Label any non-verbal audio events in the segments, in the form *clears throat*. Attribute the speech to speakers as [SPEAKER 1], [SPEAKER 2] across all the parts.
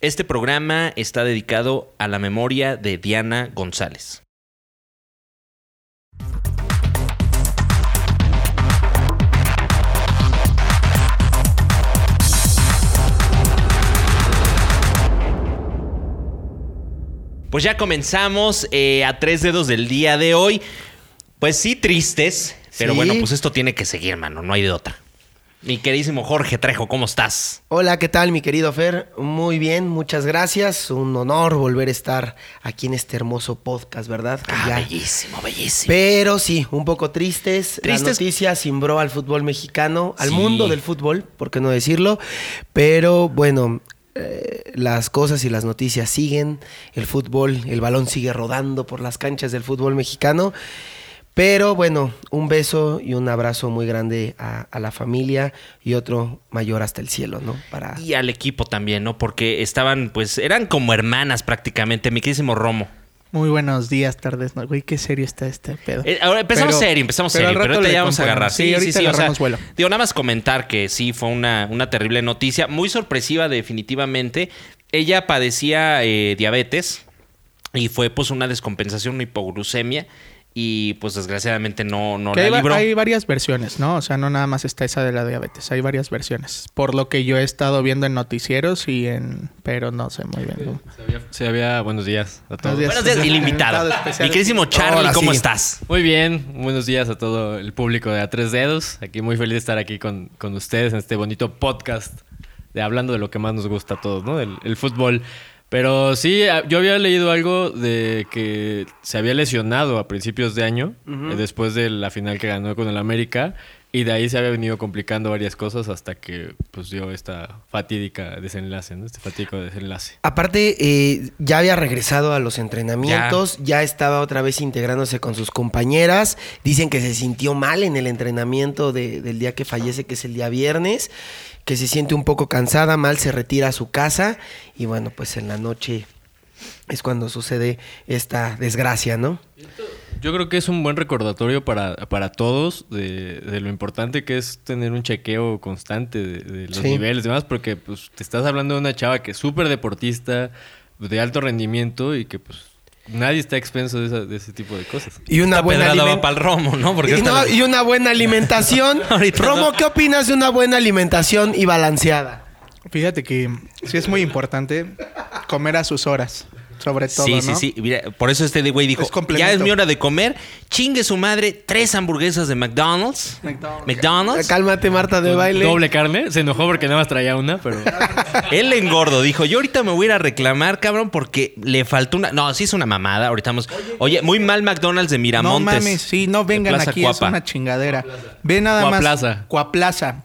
[SPEAKER 1] Este programa está dedicado a la memoria de Diana González. Pues ya comenzamos eh, a tres dedos del día de hoy. Pues sí, tristes, pero
[SPEAKER 2] Sí.
[SPEAKER 1] bueno, pues esto tiene que seguir, mano, no hay de otra. Mi queridísimo Jorge Trejo, ¿cómo estás?
[SPEAKER 2] Hola, ¿qué tal, mi querido Fer? Muy bien, muchas gracias. Un honor volver a estar aquí en este hermoso podcast, ¿verdad?
[SPEAKER 1] Ah,
[SPEAKER 2] Ya.
[SPEAKER 1] bellísimo, bellísimo.
[SPEAKER 2] Pero sí, un poco tristes.
[SPEAKER 1] Tristes.
[SPEAKER 2] La noticia cimbró al fútbol mexicano, al
[SPEAKER 1] Sí.
[SPEAKER 2] mundo del fútbol, por qué no decirlo. Pero bueno, eh, las cosas y las noticias siguen. El fútbol, el balón sigue rodando por las canchas del fútbol mexicano. Pero bueno, un beso y un abrazo muy grande a, a la familia y otro mayor hasta el cielo, ¿no? Para...
[SPEAKER 1] Y al equipo también, ¿no? Porque estaban, pues, eran como hermanas prácticamente, mi queridísimo Romo.
[SPEAKER 3] Muy buenos días, tardes, no, güey, qué serio está este pedo.
[SPEAKER 1] Eh, ahora empezamos
[SPEAKER 3] Pero-
[SPEAKER 1] serio, empezamos
[SPEAKER 3] pero al
[SPEAKER 1] serio, pero
[SPEAKER 3] rato
[SPEAKER 1] ahorita
[SPEAKER 3] le
[SPEAKER 1] ya vamos a
[SPEAKER 3] componemos.
[SPEAKER 1] agarrar.
[SPEAKER 3] Sí, ahorita agarramos vuelo.
[SPEAKER 1] Digo, nada más comentar que sí, fue una, una terrible noticia, muy sorpresiva definitivamente. Ella padecía eh, diabetes y fue pues una descompensación, una hipoglucemia y pues desgraciadamente no, no
[SPEAKER 3] Que
[SPEAKER 1] la
[SPEAKER 3] hay, va-
[SPEAKER 1] libró.
[SPEAKER 3] hay varias versiones, ¿no? O sea, no nada más está esa de la diabetes, hay varias versiones. Por lo que yo he estado viendo en noticieros y en... Pero no sé muy bien. ¿no?
[SPEAKER 4] Se había, se había- buenos días a todos.
[SPEAKER 3] días.
[SPEAKER 1] Buenos días, el invitado.
[SPEAKER 3] Invitado especial.
[SPEAKER 1] Mi queridísimo Charlie,
[SPEAKER 2] Ahora
[SPEAKER 1] ¿cómo
[SPEAKER 2] sí.
[SPEAKER 1] estás?
[SPEAKER 4] Muy bien, buenos días a todo el público de A Tres Dedos. Aquí muy feliz de estar aquí con, con ustedes en este bonito podcast de hablando de lo que más nos gusta a todos, ¿no? El, el fútbol. Pero sí, a- yo había leído algo de que se había lesionado a principios de año, eh, después de la final que ganó con el América, y de ahí se había venido complicando varias cosas hasta que pues dio esta fatídica desenlace, ¿no? Este fatídico desenlace.
[SPEAKER 2] Aparte, eh, ya había regresado a los entrenamientos, ya. estaba otra vez integrándose con sus compañeras. Dicen que se sintió mal en el entrenamiento de- del día que fallece, que es el día viernes, que se siente un poco cansada, mal, se retira a su casa y bueno, pues en la noche es cuando sucede esta desgracia, ¿no?
[SPEAKER 4] Yo creo que es un buen recordatorio para, para todos de, de lo importante que es tener un chequeo constante de, de los
[SPEAKER 2] Sí.
[SPEAKER 4] niveles y demás, porque pues, te estás hablando de una chava que es súper deportista, de alto rendimiento y que pues nadie está expenso de, esa- de ese tipo de cosas.
[SPEAKER 2] Y una
[SPEAKER 1] Esta
[SPEAKER 2] buena
[SPEAKER 1] pedrada
[SPEAKER 2] alimen-
[SPEAKER 1] va para el Romo, ¿no? Porque
[SPEAKER 2] y,
[SPEAKER 1] esta-
[SPEAKER 2] no- y
[SPEAKER 1] *laughs*
[SPEAKER 2] una buena alimentación.
[SPEAKER 1] Ahorita no.
[SPEAKER 2] Romo, ¿qué opinas de una buena alimentación y balanceada?
[SPEAKER 3] Fíjate que sí es muy importante comer a sus horas, sobre todo,
[SPEAKER 1] Sí,
[SPEAKER 3] ¿no?
[SPEAKER 1] sí, sí. Mira, por eso este de güey dijo,
[SPEAKER 3] Es complemento.
[SPEAKER 1] ya es mi hora de comer. Chingue su madre, tres hamburguesas de McDonald's.
[SPEAKER 3] McDonald's.
[SPEAKER 1] McDonald's.
[SPEAKER 2] Cálmate, Marta de baile.
[SPEAKER 4] Doble carne, se enojó porque nada más traía una,
[SPEAKER 2] *laughs*
[SPEAKER 4] pero
[SPEAKER 1] Él le engordo, dijo, yo ahorita me voy a ir a reclamar, cabrón, porque le faltó una... No, sí es una mamada, ahorita vamos... Oye, muy mal McDonald's de
[SPEAKER 3] No
[SPEAKER 1] Miramontes.
[SPEAKER 3] mames, sí, no vengan
[SPEAKER 1] Plaza
[SPEAKER 3] aquí,
[SPEAKER 1] Cuapa.
[SPEAKER 3] es una chingadera. Ve nada más.
[SPEAKER 4] Cuaplaza.
[SPEAKER 3] Cuaplaza.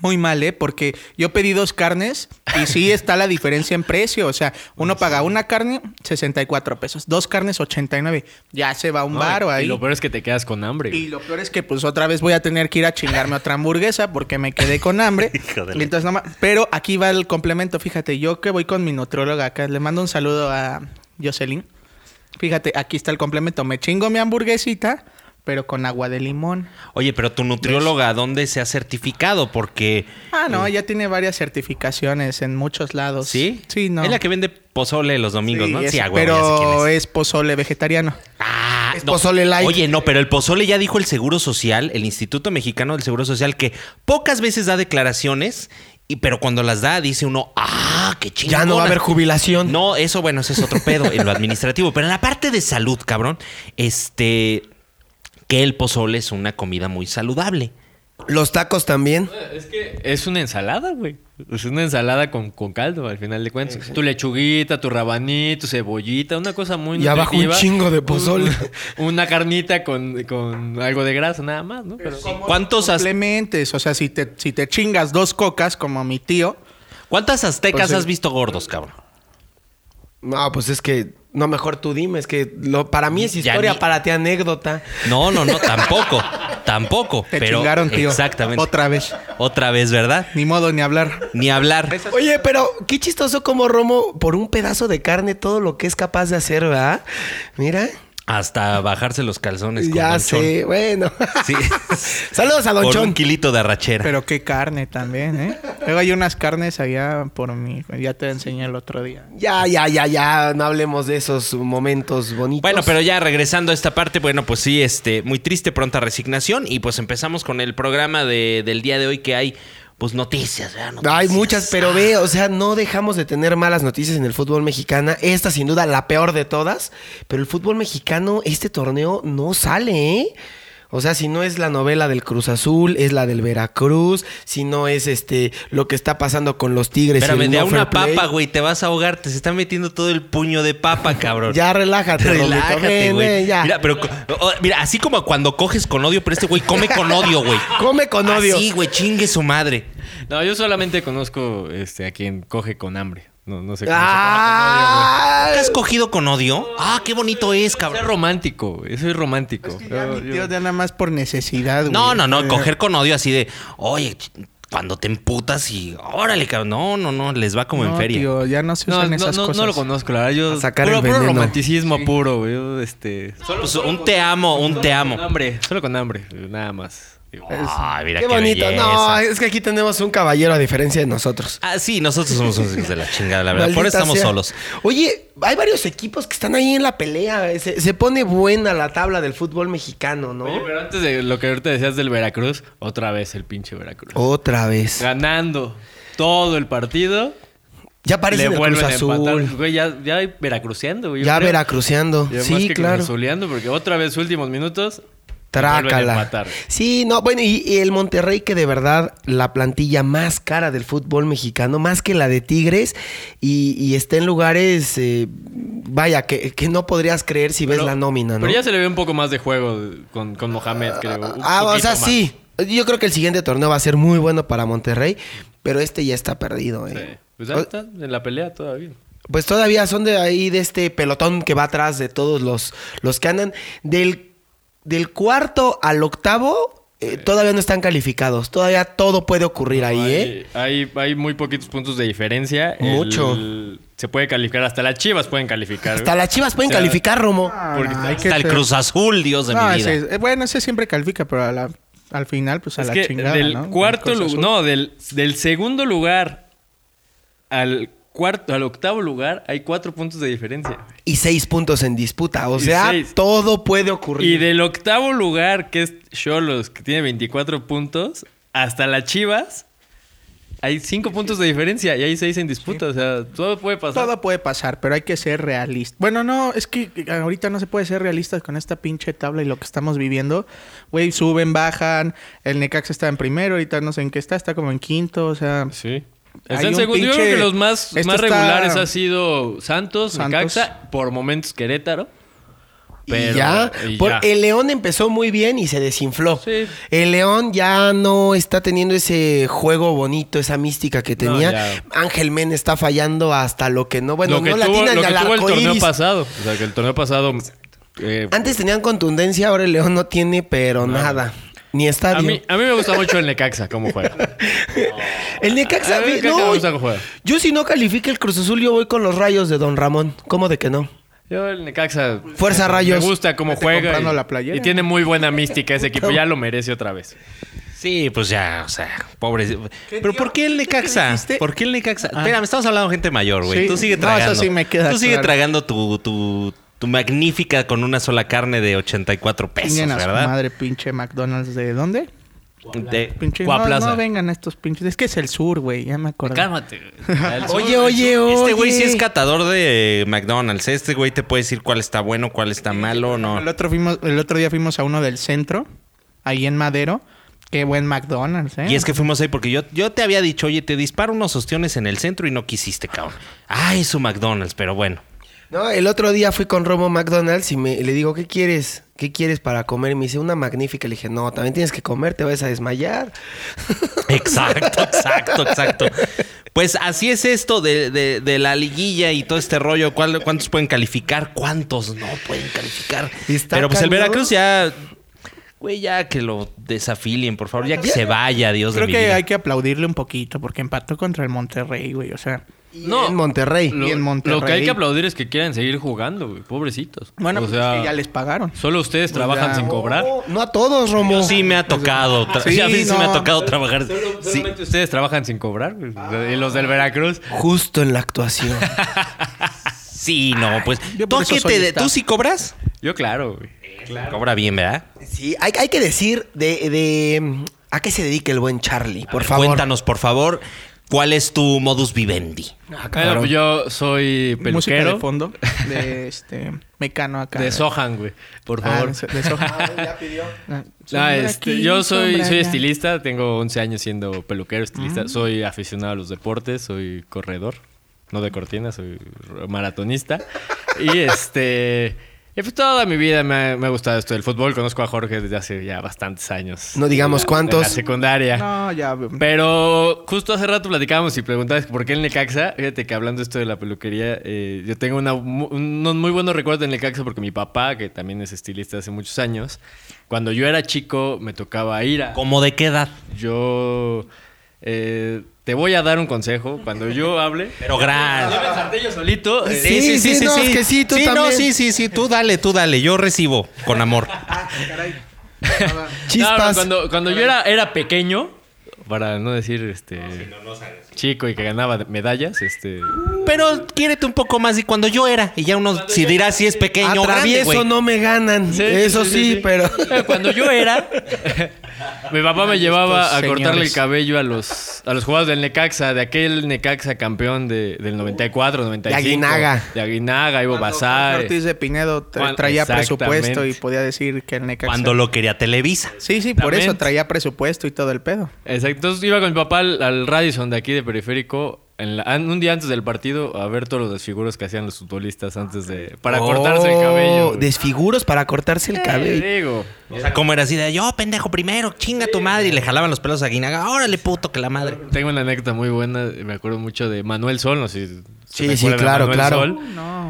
[SPEAKER 3] Muy mal, ¿eh? Porque yo pedí dos carnes y sí está la diferencia en precio. O sea, uno paga una carne, 64 pesos. Dos carnes, 89. Ya se va un varo ahí.
[SPEAKER 4] y lo peor es que te quedas con hambre. güey.
[SPEAKER 3] Y lo peor es que pues otra vez voy a tener que ir a chingarme otra hamburguesa porque me quedé con hambre.
[SPEAKER 1] *laughs* Hijo de la-
[SPEAKER 3] Y entonces, no ma- pero aquí va el complemento, fíjate, yo que voy con mi nutrióloga acá, le mando un saludo a Jocelyn. Fíjate, aquí está el complemento, me chingo mi hamburguesita, pero con agua de limón.
[SPEAKER 1] Oye, pero tu nutrióloga, ¿dónde se ha certificado? Porque...
[SPEAKER 3] Ah, no, ya tiene varias certificaciones en muchos lados.
[SPEAKER 1] ¿Sí?
[SPEAKER 3] Sí, no.
[SPEAKER 1] Es la que vende pozole los domingos,
[SPEAKER 3] Sí,
[SPEAKER 1] ¿no?
[SPEAKER 3] es-
[SPEAKER 1] Sí, ah, huevo, ya sé quién
[SPEAKER 3] pero
[SPEAKER 1] es.
[SPEAKER 3] es pozole vegetariano.
[SPEAKER 1] Ah,
[SPEAKER 2] Es pozole light.
[SPEAKER 1] Oye, no, pero el pozole ya dijo el Seguro Social, el Instituto Mexicano del Seguro Social, que pocas veces da declaraciones, y, pero cuando las da dice uno, ah, qué chingón.
[SPEAKER 2] Ya no va a haber jubilación.
[SPEAKER 1] No, eso bueno, ese es otro pedo en lo administrativo. Pero en la parte de salud, cabrón, este, que el pozole es una comida muy saludable.
[SPEAKER 2] Los tacos también.
[SPEAKER 4] *laughs* Es que es una ensalada, güey. Es una ensalada con, con caldo, al final de cuentas. Tu lechuguita, tu rabanito, cebollita, una cosa muy
[SPEAKER 2] Y abajo un
[SPEAKER 4] nutritiva.
[SPEAKER 2] chingo de pozole.
[SPEAKER 4] Una carnita con, con algo de grasa, nada más, ¿no? Pero,
[SPEAKER 1] ¿Cuántos az-
[SPEAKER 3] Complementes, o sea, si te, si te chingas dos cocas como mi tío,
[SPEAKER 1] ¿Cuántas aztecas
[SPEAKER 3] Pues sí.
[SPEAKER 1] has visto gordos, cabrón?
[SPEAKER 2] No, pues es que. No, mejor tú dime, es que lo, para mí es
[SPEAKER 1] Ya
[SPEAKER 2] historia,
[SPEAKER 1] ni-
[SPEAKER 2] para ti anécdota.
[SPEAKER 1] No, no, no, tampoco. Tampoco.
[SPEAKER 3] te
[SPEAKER 1] pero
[SPEAKER 3] chingaron, tío.
[SPEAKER 1] Exactamente.
[SPEAKER 3] Otra vez.
[SPEAKER 1] Otra vez, ¿verdad?
[SPEAKER 3] Ni modo ni hablar.
[SPEAKER 1] Ni hablar.
[SPEAKER 2] Oye, pero qué chistoso como Romo, por un pedazo de carne, todo lo que es capaz de hacer, ¿verdad? Mira.
[SPEAKER 1] Hasta bajarse los calzones. con
[SPEAKER 2] ya
[SPEAKER 1] Don Chon.
[SPEAKER 2] sé, bueno.
[SPEAKER 1] Sí.
[SPEAKER 2] *laughs* Saludos a Don
[SPEAKER 1] Con
[SPEAKER 2] Chon.
[SPEAKER 1] un kilito de arrachera.
[SPEAKER 3] Pero qué carne también, ¿eh? Luego hay unas carnes allá por mí. Ya te enseñé el otro día.
[SPEAKER 2] Ya, ya, ya, ya. No hablemos de esos momentos bonitos.
[SPEAKER 1] Bueno, pero ya regresando a esta parte, bueno, pues sí, este, muy triste, pronta resignación. Y pues empezamos con el programa de- del día de hoy que hay, pues noticias, ¿verdad? Noticias.
[SPEAKER 2] Hay muchas, pero ve, o sea, no dejamos de tener malas noticias en el fútbol mexicano. Esta, sin duda, la peor de todas. Pero el fútbol mexicano, este torneo no sale, ¿eh? O sea, si no es la novela del Cruz Azul, es la del Veracruz, si no es este lo que está pasando con los Tigres. y el
[SPEAKER 1] Espérame, de
[SPEAKER 2] no
[SPEAKER 1] a una
[SPEAKER 2] fair play.
[SPEAKER 1] papa, güey, te vas a ahogar, te se está metiendo todo el puño de papa, cabrón.
[SPEAKER 2] Ya relájate, Romito,
[SPEAKER 1] Relájate,
[SPEAKER 2] ven,
[SPEAKER 1] güey.
[SPEAKER 2] ven, ya.
[SPEAKER 1] Mira, pero co- o- mira, así como cuando coges con odio, pero este güey come con odio, güey.
[SPEAKER 2] Come con odio.
[SPEAKER 1] Sí, güey, chingue su madre.
[SPEAKER 4] No, yo solamente conozco este, a quien coge con hambre. No, no sé cómo se
[SPEAKER 2] Ah,
[SPEAKER 1] ¿Te has cogido con odio? Ah, qué bonito es,
[SPEAKER 4] llama. Soy
[SPEAKER 1] cabrón.
[SPEAKER 4] romántico, güey, soy romántico. Yo-
[SPEAKER 3] Mi
[SPEAKER 4] yo-
[SPEAKER 3] tío ya nada más por necesidad, güey.
[SPEAKER 1] No, no, no,
[SPEAKER 3] Eh,
[SPEAKER 1] coger con odio así de, oye, ch- cuando te emputas y órale, cabrón. No, no, no, les va como en
[SPEAKER 3] no,
[SPEAKER 1] feria.
[SPEAKER 3] tío, ya no se
[SPEAKER 4] No,
[SPEAKER 3] usan
[SPEAKER 4] no,
[SPEAKER 3] esas
[SPEAKER 4] no,
[SPEAKER 3] cosas.
[SPEAKER 4] no lo conozco, la verdad. Yo,
[SPEAKER 2] A sacar
[SPEAKER 4] puro,
[SPEAKER 2] el
[SPEAKER 4] puro
[SPEAKER 2] veneno.
[SPEAKER 4] romanticismo puro, güey. yo, este, solo,
[SPEAKER 1] Pues un te amo, un te amo.
[SPEAKER 4] con hambre. Solo con hambre, nada más. Digo,
[SPEAKER 1] Ay, mira
[SPEAKER 2] Qué
[SPEAKER 1] qué,
[SPEAKER 2] bonito. No,
[SPEAKER 1] belleza.
[SPEAKER 2] es que aquí tenemos un caballero a diferencia de nosotros.
[SPEAKER 1] Ah, sí, nosotros somos unos hijos de la chingada, la verdad. Por eso
[SPEAKER 2] Maldita
[SPEAKER 1] estamos
[SPEAKER 2] sea.
[SPEAKER 1] solos.
[SPEAKER 2] Oye, hay varios equipos que están ahí en la pelea. Se, se pone buena la tabla del fútbol mexicano, ¿no?
[SPEAKER 4] Oye, pero antes de lo que ahorita decías del Veracruz, otra vez el pinche Veracruz.
[SPEAKER 2] Otra vez.
[SPEAKER 4] Ganando todo el partido.
[SPEAKER 2] Ya parece
[SPEAKER 4] le
[SPEAKER 2] el Cruz
[SPEAKER 4] vuelven a
[SPEAKER 2] Azul.
[SPEAKER 4] empatar. Güey, ya, ya hay veracruceando, güey. yo
[SPEAKER 2] Ya
[SPEAKER 4] creo.
[SPEAKER 2] veracruceando.
[SPEAKER 4] Y además
[SPEAKER 2] Sí,
[SPEAKER 4] que
[SPEAKER 2] claro.
[SPEAKER 4] cruzazuleando, porque otra vez, últimos minutos. vuelven a
[SPEAKER 2] Trácala.
[SPEAKER 4] empatar.
[SPEAKER 2] Sí, no, bueno, y, y el Monterrey que de verdad la plantilla más cara del fútbol mexicano, más que la de Tigres, y, y está en lugares, eh, vaya, que, que no podrías creer si ves
[SPEAKER 4] Pero-
[SPEAKER 2] la nómina, ¿no?
[SPEAKER 4] Pero ya se le ve un poco más de juego con, con Mohamed, creo. un
[SPEAKER 2] Ah, o
[SPEAKER 4] poquito
[SPEAKER 2] sea,
[SPEAKER 4] más.
[SPEAKER 2] sí. Yo creo que el siguiente torneo va a ser muy bueno para Monterrey, pero este ya está perdido.
[SPEAKER 4] Sí.
[SPEAKER 2] ¿eh?
[SPEAKER 4] Pues ya
[SPEAKER 2] O-
[SPEAKER 4] están en la pelea todavía.
[SPEAKER 2] Pues todavía son de ahí, de este pelotón que va atrás de todos los, los que andan. Del, del cuarto al octavo, eh, todavía no están calificados. Todavía todo puede ocurrir ahí, ¿eh?
[SPEAKER 4] hay, hay muy poquitos puntos de diferencia. El-
[SPEAKER 2] Mucho.
[SPEAKER 4] se puede calificar, hasta las chivas pueden calificar.
[SPEAKER 2] Hasta
[SPEAKER 4] güey.
[SPEAKER 2] las chivas pueden
[SPEAKER 4] O sea,
[SPEAKER 2] calificar, Romo.
[SPEAKER 3] Ah,
[SPEAKER 4] Porque
[SPEAKER 3] ay, qué
[SPEAKER 1] Hasta el
[SPEAKER 3] feo.
[SPEAKER 1] Cruz Azul, Dios de
[SPEAKER 3] No,
[SPEAKER 1] mi vida.
[SPEAKER 3] ese- eh, bueno, ese siempre califica, pero a la- al final, pues a
[SPEAKER 4] Es
[SPEAKER 3] la
[SPEAKER 4] que
[SPEAKER 3] chingada,
[SPEAKER 4] del
[SPEAKER 3] ¿no?
[SPEAKER 4] cuarto
[SPEAKER 3] Cruz
[SPEAKER 4] lugar,
[SPEAKER 3] Azul.
[SPEAKER 4] no, del, del segundo lugar al cuarto, al octavo lugar, hay cuatro puntos de diferencia.
[SPEAKER 2] Y seis puntos en disputa. O
[SPEAKER 4] Y
[SPEAKER 2] sea,
[SPEAKER 4] seis.
[SPEAKER 2] todo puede
[SPEAKER 4] Y
[SPEAKER 2] ocurrir.
[SPEAKER 4] del octavo lugar, que es Cholos, que tiene 24 puntos, hasta las Chivas, hay cinco puntos de diferencia y hay seis en disputa. O sea, todo puede pasar.
[SPEAKER 3] Todo puede pasar, pero hay que ser realistas. Bueno, no, es que ahorita no se puede ser realistas con esta pinche tabla y lo que estamos viviendo. Güey, suben, bajan. El Necax está en primero, ahorita no sé en qué está, está como en quinto, o sea.
[SPEAKER 4] Sí.
[SPEAKER 3] Hay
[SPEAKER 4] Está en
[SPEAKER 3] un
[SPEAKER 4] segundo. Yo creo
[SPEAKER 3] pinche-
[SPEAKER 4] que los más,
[SPEAKER 3] Esto
[SPEAKER 4] más
[SPEAKER 3] está-
[SPEAKER 4] regulares ha sido Santos,
[SPEAKER 3] Santos.
[SPEAKER 4] Necaxa, por momentos Querétaro.
[SPEAKER 2] Y
[SPEAKER 4] Pero-
[SPEAKER 2] ya,
[SPEAKER 4] y
[SPEAKER 2] por-
[SPEAKER 4] ya.
[SPEAKER 2] el León empezó muy bien y se desinfló.
[SPEAKER 4] Sí.
[SPEAKER 2] El León ya no está teniendo ese juego bonito, esa mística que tenía.
[SPEAKER 4] ya.
[SPEAKER 2] Ángel Men está fallando hasta lo que no, bueno,
[SPEAKER 4] lo que
[SPEAKER 2] no la
[SPEAKER 4] tuvo,
[SPEAKER 2] tiene
[SPEAKER 4] lo
[SPEAKER 2] ni
[SPEAKER 4] que
[SPEAKER 2] al
[SPEAKER 4] tuvo el
[SPEAKER 2] arco
[SPEAKER 4] torneo
[SPEAKER 2] iris.
[SPEAKER 4] pasado. O sea, que el torneo pasado. eh,
[SPEAKER 2] Antes tenían contundencia, ahora el León no tiene, pero nada. Ni
[SPEAKER 4] a,
[SPEAKER 2] estadio.
[SPEAKER 4] mí, a mí me gusta mucho el Necaxa, cómo juega.
[SPEAKER 3] *laughs*
[SPEAKER 2] el Necaxa,
[SPEAKER 4] a mí
[SPEAKER 2] vi-
[SPEAKER 4] el Necaxa me
[SPEAKER 2] no,
[SPEAKER 4] gusta cómo juega.
[SPEAKER 2] yo si no califica el Cruz Azul, yo voy con los rayos de Don Ramón. ¿Cómo de que no?
[SPEAKER 4] Yo el Necaxa.
[SPEAKER 2] Fuerza Rayos.
[SPEAKER 4] Me gusta cómo
[SPEAKER 3] Vete
[SPEAKER 4] juega.
[SPEAKER 3] comprando
[SPEAKER 4] Y,
[SPEAKER 3] la playera.
[SPEAKER 4] y tiene muy buena mística ese equipo. Ya lo merece otra vez.
[SPEAKER 1] Sí, pues ya, o sea, pobre. Pero ¿por qué el Necaxa?
[SPEAKER 3] dijiste? Ah.
[SPEAKER 1] ¿Por qué el Necaxa? Espera, me estamos hablando de gente mayor, güey.
[SPEAKER 3] Sí.
[SPEAKER 1] Tú sigue
[SPEAKER 3] No,
[SPEAKER 1] tragando.
[SPEAKER 3] eso sí me queda
[SPEAKER 1] Tú sigue
[SPEAKER 3] claro.
[SPEAKER 1] tragando tu, tu, tu magnífica con una sola carne de 84 pesos,
[SPEAKER 3] Chinguen a su
[SPEAKER 1] ¿verdad?
[SPEAKER 3] madre, pinche McDonald's, ¿de dónde?
[SPEAKER 1] De
[SPEAKER 3] Pinche, no,
[SPEAKER 1] Cuaplaza.
[SPEAKER 3] no vengan estos pinches. Es que es el sur, güey, ya me acordé.
[SPEAKER 4] Cálmate.
[SPEAKER 3] *laughs*
[SPEAKER 4] El sur-
[SPEAKER 2] Oye, oye, oye.
[SPEAKER 1] Este güey sí es catador de McDonald's. Este güey te puede decir cuál está bueno, cuál está malo, no.
[SPEAKER 3] El otro, fuimos, el otro día fuimos a uno del centro, ahí en Madero. Qué buen McDonald's, ¿eh?
[SPEAKER 1] Y es que fuimos ahí porque yo, yo te había dicho, oye, te disparo unos ostiones en el centro y no quisiste, cabrón. Ay, su McDonald's, pero bueno.
[SPEAKER 2] No, el otro día fui con Romo McDonald's y me, le digo, ¿qué quieres? ¿Qué quieres para comer? Y me dice, una magnífica. Le dije, no, también tienes que comer, te vas a desmayar.
[SPEAKER 1] Exacto, exacto, exacto. Pues así es esto de, de- de la liguilla y todo este rollo. ¿Cuál- ¿Cuántos pueden calificar? ¿Cuántos no pueden calificar?
[SPEAKER 2] Está
[SPEAKER 1] Pero pues el
[SPEAKER 2] cañón.
[SPEAKER 1] Veracruz ya Güey, ya que lo desafilien, por favor. Ya que se vaya, Dios
[SPEAKER 3] Creo
[SPEAKER 1] de mi
[SPEAKER 3] que
[SPEAKER 1] vida.
[SPEAKER 3] hay que aplaudirle un poquito porque empató contra el Monterrey, güey. O sea,
[SPEAKER 4] No.
[SPEAKER 2] En Monterrey.
[SPEAKER 3] y en Monterrey.
[SPEAKER 4] lo que hay que aplaudir es que quieran seguir jugando, güey. Pobrecitos.
[SPEAKER 3] bueno,
[SPEAKER 4] o
[SPEAKER 3] pues
[SPEAKER 4] sea,
[SPEAKER 3] es que ya les Pues Oh. pagaron.
[SPEAKER 4] solo ustedes trabajan sin cobrar.
[SPEAKER 2] No a todos, Romo.
[SPEAKER 1] Yo sí me ha tocado. tra-
[SPEAKER 3] Sí,
[SPEAKER 1] a mí sí me
[SPEAKER 3] no.
[SPEAKER 1] ha tocado trabajar. Sí.
[SPEAKER 4] Solamente ustedes trabajan sin cobrar, güey. Y los del Veracruz.
[SPEAKER 2] Justo en la actuación.
[SPEAKER 1] Sí, no, pues.
[SPEAKER 3] yo
[SPEAKER 1] ¿Tú,
[SPEAKER 3] por
[SPEAKER 1] a
[SPEAKER 3] eso
[SPEAKER 1] qué
[SPEAKER 3] soy
[SPEAKER 1] te-
[SPEAKER 3] staff.
[SPEAKER 1] ¿Tú sí cobras?
[SPEAKER 4] Yo, claro, güey.
[SPEAKER 1] Cobra bien, ¿verdad?
[SPEAKER 2] sí, hay, hay que decir de, de- ¿A qué se dedica el buen Charlie?
[SPEAKER 1] A
[SPEAKER 2] Por
[SPEAKER 1] ver,
[SPEAKER 2] favor.
[SPEAKER 1] Cuéntanos, por favor, ¿cuál es tu modus vivendi?
[SPEAKER 4] Bueno, pues yo soy
[SPEAKER 3] Música de
[SPEAKER 4] peluquero de,
[SPEAKER 3] fondo *laughs* de este mecano acá.
[SPEAKER 4] Sohan, güey. Por
[SPEAKER 3] Ah,
[SPEAKER 4] favor.
[SPEAKER 3] de Sohan. Ah,
[SPEAKER 4] Ah,
[SPEAKER 3] sombra
[SPEAKER 4] este,
[SPEAKER 3] aquí,
[SPEAKER 4] yo soy,
[SPEAKER 3] sombra
[SPEAKER 4] soy
[SPEAKER 3] allá.
[SPEAKER 4] estilista, tengo 11 años siendo peluquero, estilista. Soy aficionado a los deportes, soy corredor, no de cortina, soy r- maratonista. y este. y pues toda mi vida me ha, me ha gustado esto del fútbol. Conozco a Jorge desde hace ya bastantes años.
[SPEAKER 2] No digamos
[SPEAKER 4] De la
[SPEAKER 2] cuántos.
[SPEAKER 4] secundaria.
[SPEAKER 3] No, ya. güey.
[SPEAKER 4] Pero justo hace rato platicábamos y preguntabas por qué el Necaxa. Fíjate que hablando esto de la peluquería, eh, yo tengo una mu- unos muy buenos recuerdos del Necaxa porque mi papá, que también es estilista hace muchos años, cuando yo era chico me tocaba ir a...
[SPEAKER 1] ¿Cómo de qué edad?
[SPEAKER 4] Yo... eh, te voy a dar un consejo. Cuando yo hable...
[SPEAKER 1] Pero gran.
[SPEAKER 4] Yo me salté yo solito. eh,
[SPEAKER 2] Sí, sí, no, es que sí, tú
[SPEAKER 1] no,
[SPEAKER 2] también.
[SPEAKER 1] sí, sí, sí, tú dale, tú dale, yo recibo con amor.
[SPEAKER 2] Chispas.
[SPEAKER 4] No, no, cuando, cuando yo era, era pequeño, para no decir este chico y que ganaba medallas, este
[SPEAKER 1] Pero quiérete un poco más y cuando yo era, y ya uno si dirá si es pequeño o grande,
[SPEAKER 2] Atravieso
[SPEAKER 1] güey.
[SPEAKER 2] no me ganan.
[SPEAKER 4] Sí, Eh,
[SPEAKER 2] Eso sí, pero.
[SPEAKER 4] Cuando yo era. mi papá me llevaba a
[SPEAKER 3] señores.
[SPEAKER 4] cortarle el cabello a los, a los jugadores del Necaxa, de aquel Necaxa campeón de- del 94, 95.
[SPEAKER 2] De Aguinaga.
[SPEAKER 4] De Aguinaga, Ivo
[SPEAKER 3] Jorge
[SPEAKER 4] Basay.
[SPEAKER 3] Ortiz de Pinedo tra-
[SPEAKER 4] Cuan-
[SPEAKER 3] traía
[SPEAKER 4] Exactamente.
[SPEAKER 3] presupuesto y podía decir que el Necaxa.
[SPEAKER 1] Cuando lo quería Televisa.
[SPEAKER 3] Sí, sí, por
[SPEAKER 4] Exactamente.
[SPEAKER 3] eso traía presupuesto y todo el pedo.
[SPEAKER 4] Exacto. Entonces iba con mi papá al, al Radisson de aquí de Periférico. en la- an- un día antes del partido a ver todos los desfiguros que hacían los futbolistas antes de... Para cortarse el
[SPEAKER 2] Oh,
[SPEAKER 4] cabello. güey.
[SPEAKER 2] Desfiguros para cortarse el
[SPEAKER 4] Eh,
[SPEAKER 2] cabello.
[SPEAKER 4] digo.
[SPEAKER 1] O sea, como era así de yo, pendejo, primero, chinga tu madre. Y le jalaban los pelos a Guinaga. Órale, puto, que la madre.
[SPEAKER 4] Tengo una anécdota muy buena. Me acuerdo mucho de Manuel Sol. No sé si se
[SPEAKER 2] Sí, sí,
[SPEAKER 4] recuerdan de
[SPEAKER 2] claro,
[SPEAKER 4] Manuel
[SPEAKER 2] claro.
[SPEAKER 4] Sol.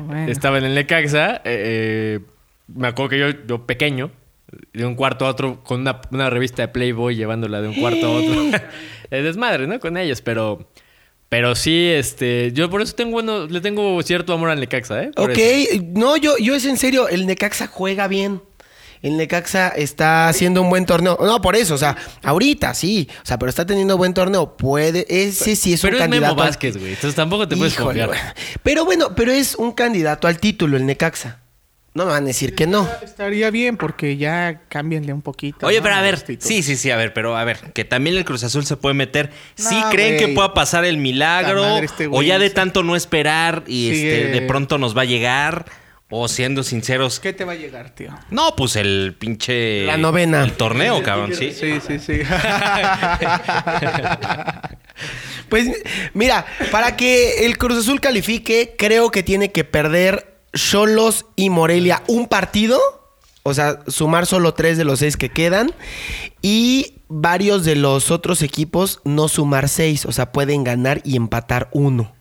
[SPEAKER 3] No,
[SPEAKER 4] Estaba en el Necaxa. eh, eh, me acuerdo que yo, yo pequeño, de un cuarto a otro, con una, una revista de Playboy llevándola de un cuarto a
[SPEAKER 2] *laughs*
[SPEAKER 4] otro. *laughs* es desmadre, ¿no? Con ellos, pero. Pero sí, este. Yo por eso tengo bueno, le tengo cierto amor al Necaxa, ¿eh? Por
[SPEAKER 2] Ok,
[SPEAKER 4] eso.
[SPEAKER 2] no, yo, yo es en serio, el Necaxa juega bien. El Necaxa está haciendo un buen torneo. No, por eso, o sea, ahorita sí, o sea, pero está teniendo buen torneo. Puede, ese sí es un
[SPEAKER 4] Pero es
[SPEAKER 2] candidato.
[SPEAKER 4] Memo
[SPEAKER 2] al-
[SPEAKER 4] Vázquez, güey. Entonces tampoco te puedes
[SPEAKER 2] Híjole,
[SPEAKER 4] confiar.
[SPEAKER 2] güey. Pero bueno, pero es un candidato al título, el Necaxa. No me van a decir que no.
[SPEAKER 3] Estaría bien porque ya cámbienle un poquito.
[SPEAKER 1] Oye,
[SPEAKER 3] ¿no?
[SPEAKER 1] pero a ver,
[SPEAKER 3] Sustituto.
[SPEAKER 1] sí, sí, sí, a ver, pero a ver, que también el Cruz Azul se puede meter. Si
[SPEAKER 3] No,
[SPEAKER 1] creen que
[SPEAKER 3] güey.
[SPEAKER 1] pueda pasar el milagro,
[SPEAKER 3] Puta madre, este
[SPEAKER 1] o
[SPEAKER 3] güey.
[SPEAKER 1] ya de tanto no esperar y
[SPEAKER 3] Sigue.
[SPEAKER 1] este, de pronto nos va a llegar, o siendo sinceros,
[SPEAKER 3] ¿Qué te va a llegar, tío?
[SPEAKER 1] no, pues el pinche.
[SPEAKER 2] La novena.
[SPEAKER 1] El torneo, cabrón, sí.
[SPEAKER 3] Sí, sí, sí.
[SPEAKER 2] Pues mira, para que el Cruz Azul califique, creo que tiene que perder Cholos y Morelia un partido. O sea, sumar solo tres de los seis que quedan. Y varios de los otros equipos no sumar seis. O sea, pueden ganar y empatar uno.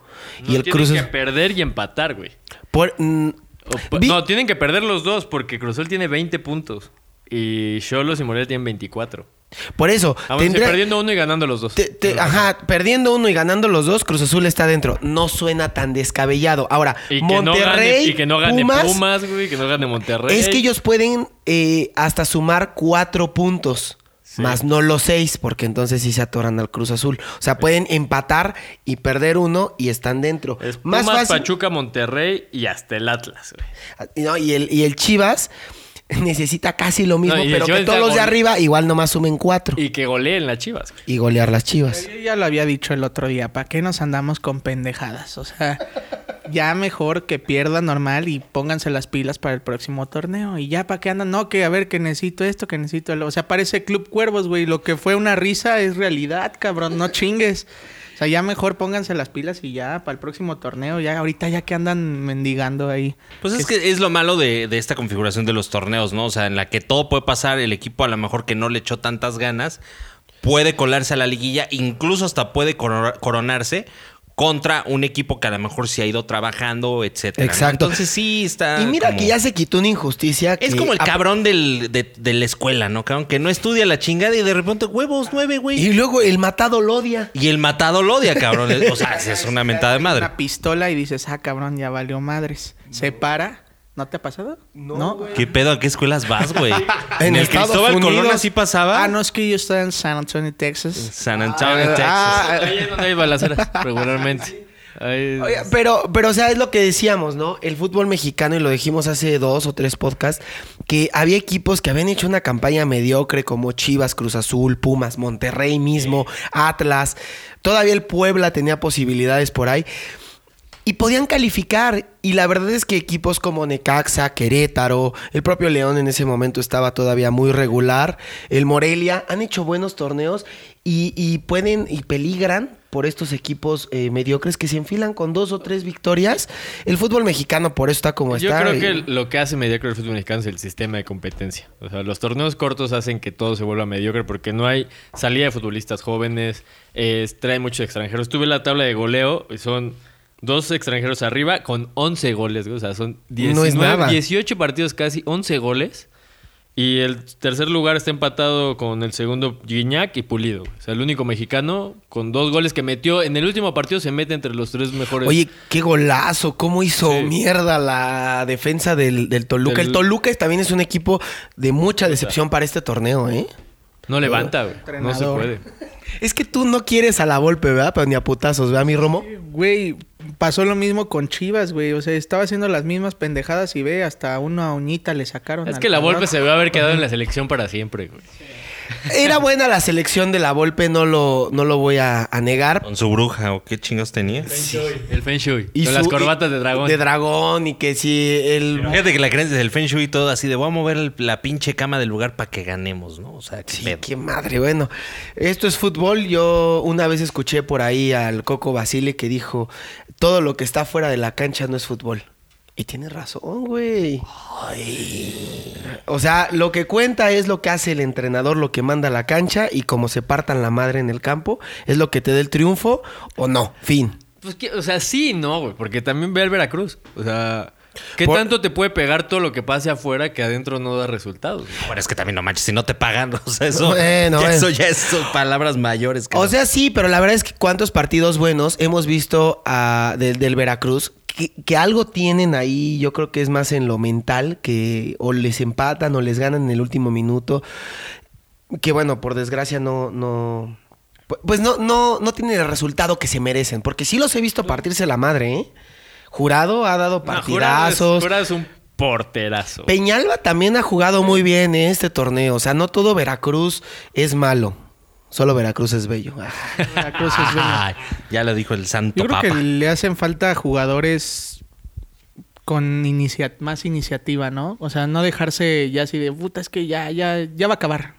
[SPEAKER 2] y el
[SPEAKER 4] tienen
[SPEAKER 2] Cruz
[SPEAKER 4] que
[SPEAKER 2] Azul.
[SPEAKER 4] perder y empatar, güey.
[SPEAKER 2] por- mm,
[SPEAKER 4] O pa-
[SPEAKER 2] vi-
[SPEAKER 4] No, tienen que perder los dos porque Cruz Azul tiene 20 puntos. Y Cholos y Morelia tienen 24.
[SPEAKER 2] por eso.
[SPEAKER 4] Vamos a decir,
[SPEAKER 2] tendría-
[SPEAKER 4] Ah, perdiendo uno y ganando los dos.
[SPEAKER 2] Te- te- ajá, perdiendo uno y ganando los dos, Cruz Azul está dentro. No suena tan descabellado. Ahora,
[SPEAKER 4] Y que no gane,
[SPEAKER 2] Monterrey,
[SPEAKER 4] y que no gane
[SPEAKER 2] Pumas,
[SPEAKER 4] Pumas, güey, que no gane Monterrey.
[SPEAKER 2] es que ellos pueden eh, hasta sumar cuatro puntos. Más no los seis, porque entonces sí se atoran al Cruz Azul. O sea, pueden empatar y perder uno y están dentro.
[SPEAKER 4] Es Pumas,
[SPEAKER 2] más fácil.
[SPEAKER 4] Pachuca, Monterrey y hasta el Atlas, güey.
[SPEAKER 2] No, y, el, y el Chivas necesita casi lo mismo,
[SPEAKER 4] No, y el
[SPEAKER 2] pero
[SPEAKER 4] Chivas
[SPEAKER 2] que todos
[SPEAKER 4] está
[SPEAKER 2] los de
[SPEAKER 4] gol-
[SPEAKER 2] arriba igual nomás sumen cuatro. Y,
[SPEAKER 4] Y que goleen las Chivas. güey.
[SPEAKER 2] golear las Chivas.
[SPEAKER 3] Yo ya lo había dicho el otro día, ¿para qué nos andamos con pendejadas? O sea, ya mejor que pierda normal y pónganse las pilas para el próximo torneo. Y ya, ¿para qué andan? No, que a ver, que necesito esto, que necesito lo. O sea, parece Club Cuervos, güey. Lo que fue una risa es realidad, cabrón. No chingues. O sea, ya mejor pónganse las pilas y ya para el próximo torneo. Ya ahorita ya que andan mendigando ahí.
[SPEAKER 1] Pues es que es lo malo de, de esta configuración de los torneos, ¿no? O sea, en la que todo puede pasar, el equipo a lo mejor que no le echó tantas ganas, puede colarse a la liguilla, incluso hasta puede coro- coronarse contra un equipo que a lo mejor se ha ido trabajando, etcétera. ¿no?
[SPEAKER 2] Exacto.
[SPEAKER 1] Entonces sí
[SPEAKER 4] Ah,
[SPEAKER 1] está.
[SPEAKER 2] Y mira
[SPEAKER 1] como-
[SPEAKER 2] que ya se quitó una injusticia.
[SPEAKER 1] Es
[SPEAKER 2] que-
[SPEAKER 1] como el
[SPEAKER 2] ah,
[SPEAKER 1] cabrón del- de, de la escuela, ¿no? Cabrón, que no estudia la chingada y de repente, huevos, nueve, güey.
[SPEAKER 2] Y luego el matado lo odia.
[SPEAKER 1] Y el matado lo odia, cabrón. O sea, es una mentada de madre.
[SPEAKER 3] Una pistola y dices, ah, cabrón, ya valió madres. Se para. ¿No te ha pasado? No.
[SPEAKER 1] ¿Qué pedo? ¿A qué escuelas vas, güey?
[SPEAKER 2] *laughs* En
[SPEAKER 1] ¿En el
[SPEAKER 2] Estados
[SPEAKER 1] Cristóbal Colón
[SPEAKER 2] Unidos.
[SPEAKER 1] así pasaba?
[SPEAKER 3] Ah, no, es que yo estaba en San Antonio, Texas.
[SPEAKER 1] San Antonio, Texas.
[SPEAKER 3] Ah,
[SPEAKER 4] Ahí es donde hay balaceras regularmente. Ahí-
[SPEAKER 2] Oye, pero, pero, o sea, es lo que decíamos, ¿no? El fútbol mexicano, y lo dijimos hace dos o tres podcasts, que había equipos que habían hecho una campaña mediocre como Chivas, Cruz Azul, Pumas, Monterrey mismo, Atlas. Todavía el Puebla tenía posibilidades por ahí. Y podían calificar. Y la verdad es que equipos como Necaxa, Querétaro, el propio León en ese momento estaba todavía muy regular. El Morelia han hecho buenos torneos y, y pueden y peligran por estos equipos eh, mediocres que se enfilan con dos o tres victorias. El fútbol mexicano por eso está como
[SPEAKER 4] Yo
[SPEAKER 2] está.
[SPEAKER 4] creo
[SPEAKER 2] eh,
[SPEAKER 4] que lo que hace mediocre el fútbol mexicano es el sistema de competencia. O sea, los torneos cortos hacen que todo se vuelva mediocre porque no hay salida de futbolistas jóvenes, eh, trae muchos extranjeros. Tuve la tabla de goleo y son dos extranjeros arriba con 11 goles. O sea, son
[SPEAKER 2] No es
[SPEAKER 4] 19,
[SPEAKER 2] nada.
[SPEAKER 4] 18 partidos casi, 11 goles. Y el tercer lugar está empatado con el segundo Guiñac y Pulido. O sea, el único mexicano con dos goles que metió. En el último partido se mete entre los tres mejores.
[SPEAKER 2] Oye, qué golazo, cómo hizo
[SPEAKER 4] Sí.
[SPEAKER 2] mierda la defensa del, del Toluca.
[SPEAKER 4] Del-
[SPEAKER 2] El Toluca es- también es un equipo de mucha decepción para este torneo, ¿eh?
[SPEAKER 4] no levanta, güey. No se
[SPEAKER 3] Entrenador.
[SPEAKER 4] puede.
[SPEAKER 2] Es que tú no quieres a la Volpe, ¿verdad? Pero ni a putazos, ¿verdad, mi Romo?
[SPEAKER 3] Güey, pasó lo mismo con Chivas, güey. O sea, estaba haciendo las mismas pendejadas y ve, hasta una uñita le sacaron.
[SPEAKER 4] Es
[SPEAKER 3] al
[SPEAKER 4] que la
[SPEAKER 3] cabrón.
[SPEAKER 4] Volpe se debe haber quedado en la selección para siempre, güey.
[SPEAKER 2] Era buena la selección de la Volpe, no lo, no lo voy a, a negar.
[SPEAKER 1] Con su bruja, ¿o qué chingos tenía?
[SPEAKER 4] El Feng Shui.
[SPEAKER 2] Y
[SPEAKER 4] con las
[SPEAKER 2] su-
[SPEAKER 4] corbatas
[SPEAKER 2] y-
[SPEAKER 4] de dragón.
[SPEAKER 2] De dragón y que si el...
[SPEAKER 1] Fíjate que la creencia del Feng Shui y todo así de voy a mover el- la pinche cama del lugar para que ganemos, ¿no? O sea, qué
[SPEAKER 2] Sí,
[SPEAKER 1] pedo.
[SPEAKER 2] qué madre. Bueno, esto es fútbol. Yo una vez escuché por ahí al Coco Basile que dijo, todo lo que está fuera de la cancha no es fútbol. Y tiene razón, güey. O sea, lo que cuenta es lo que hace el entrenador, lo que manda a la cancha y como se partan la madre en el campo, es lo que te da el triunfo o no. Fin.
[SPEAKER 4] Pues que- o sea, sí y no, güey. Porque también ve al Veracruz. O sea, ¿qué
[SPEAKER 2] Por-
[SPEAKER 4] tanto te puede pegar todo lo que pase afuera que adentro no da resultados? güey?
[SPEAKER 1] Bueno, es que también no manches, si no te pagan, *laughs* o sea, eso,
[SPEAKER 2] Bueno,
[SPEAKER 1] ya,
[SPEAKER 2] bueno.
[SPEAKER 1] eso ya es son palabras mayores.
[SPEAKER 2] O
[SPEAKER 1] cabrón.
[SPEAKER 2] sea, sí, pero la verdad es que cuántos partidos buenos hemos visto ah, del, del Veracruz que, que algo tienen ahí, yo creo que es más en lo mental, que o les empatan o les ganan en el último minuto, que bueno, por desgracia no... no pu- pues no, no, no tienen el resultado que se merecen, porque sí los he visto partirse la madre, ¿eh? Jurado ha dado
[SPEAKER 4] No, Jurado es-
[SPEAKER 2] partidazos.
[SPEAKER 4] Jurado es un porterazo. güey.
[SPEAKER 2] Peñalba también ha jugado muy bien en este torneo. O sea, no todo Veracruz es malo. Solo Veracruz es bello. Ah.
[SPEAKER 3] *laughs* La
[SPEAKER 2] pues,
[SPEAKER 3] cruz es
[SPEAKER 4] Ah,
[SPEAKER 3] buena.
[SPEAKER 1] Ay, ya lo dijo el santo
[SPEAKER 3] Yo creo
[SPEAKER 1] papa.
[SPEAKER 3] que le hacen falta jugadores con inicia- más iniciativa, ¿no? O sea, no dejarse ya así de puta, es que ya, ya, ya va a acabar.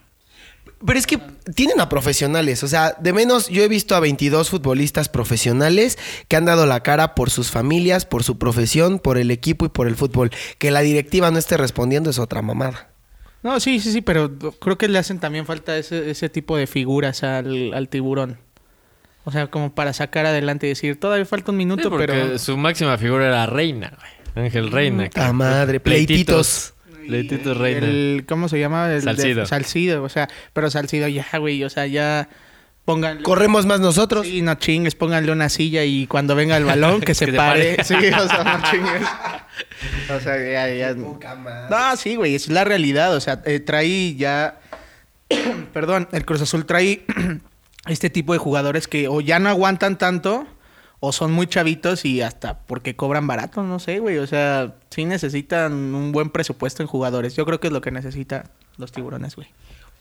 [SPEAKER 2] Pero es que tienen a profesionales. O sea, de menos yo he visto a 22 futbolistas profesionales que han dado la cara por sus familias, por su profesión, por el equipo y por el fútbol. Que la directiva no esté respondiendo es otra mamada.
[SPEAKER 3] No, sí, sí, sí, pero creo que le hacen también falta ese, ese tipo de figuras al, al tiburón. O sea, como para sacar adelante y decir, todavía falta un
[SPEAKER 4] Sí,
[SPEAKER 3] minuto,
[SPEAKER 4] porque
[SPEAKER 3] pero...
[SPEAKER 4] su máxima figura era Reina, güey. Ángel Reina.
[SPEAKER 2] Puta madre, pleititos.
[SPEAKER 4] Pleititos, Pleititos Reina.
[SPEAKER 3] El, ¿Cómo se llama? El de-
[SPEAKER 4] Salcido.
[SPEAKER 3] Salcido, o sea, pero Salcido ya, güey, o sea, ya pongan...
[SPEAKER 2] Corremos más nosotros.
[SPEAKER 3] Sí, no chingues, pónganle una silla y cuando venga el balón *laughs* que se
[SPEAKER 4] se
[SPEAKER 3] pare.
[SPEAKER 4] pare.
[SPEAKER 3] Sí, o sea, no chingues. *laughs* O sea, ya, ya. No, sí, güey, es la realidad. O sea, eh, trae ya. *clears throat* Perdón, el Cruz Azul trae *clears throat* este tipo de jugadores que o ya no aguantan tanto o son muy chavitos y hasta porque cobran barato, no sé, güey. O sea, sí necesitan un buen presupuesto en jugadores. Yo creo que es lo que necesitan los tiburones, güey.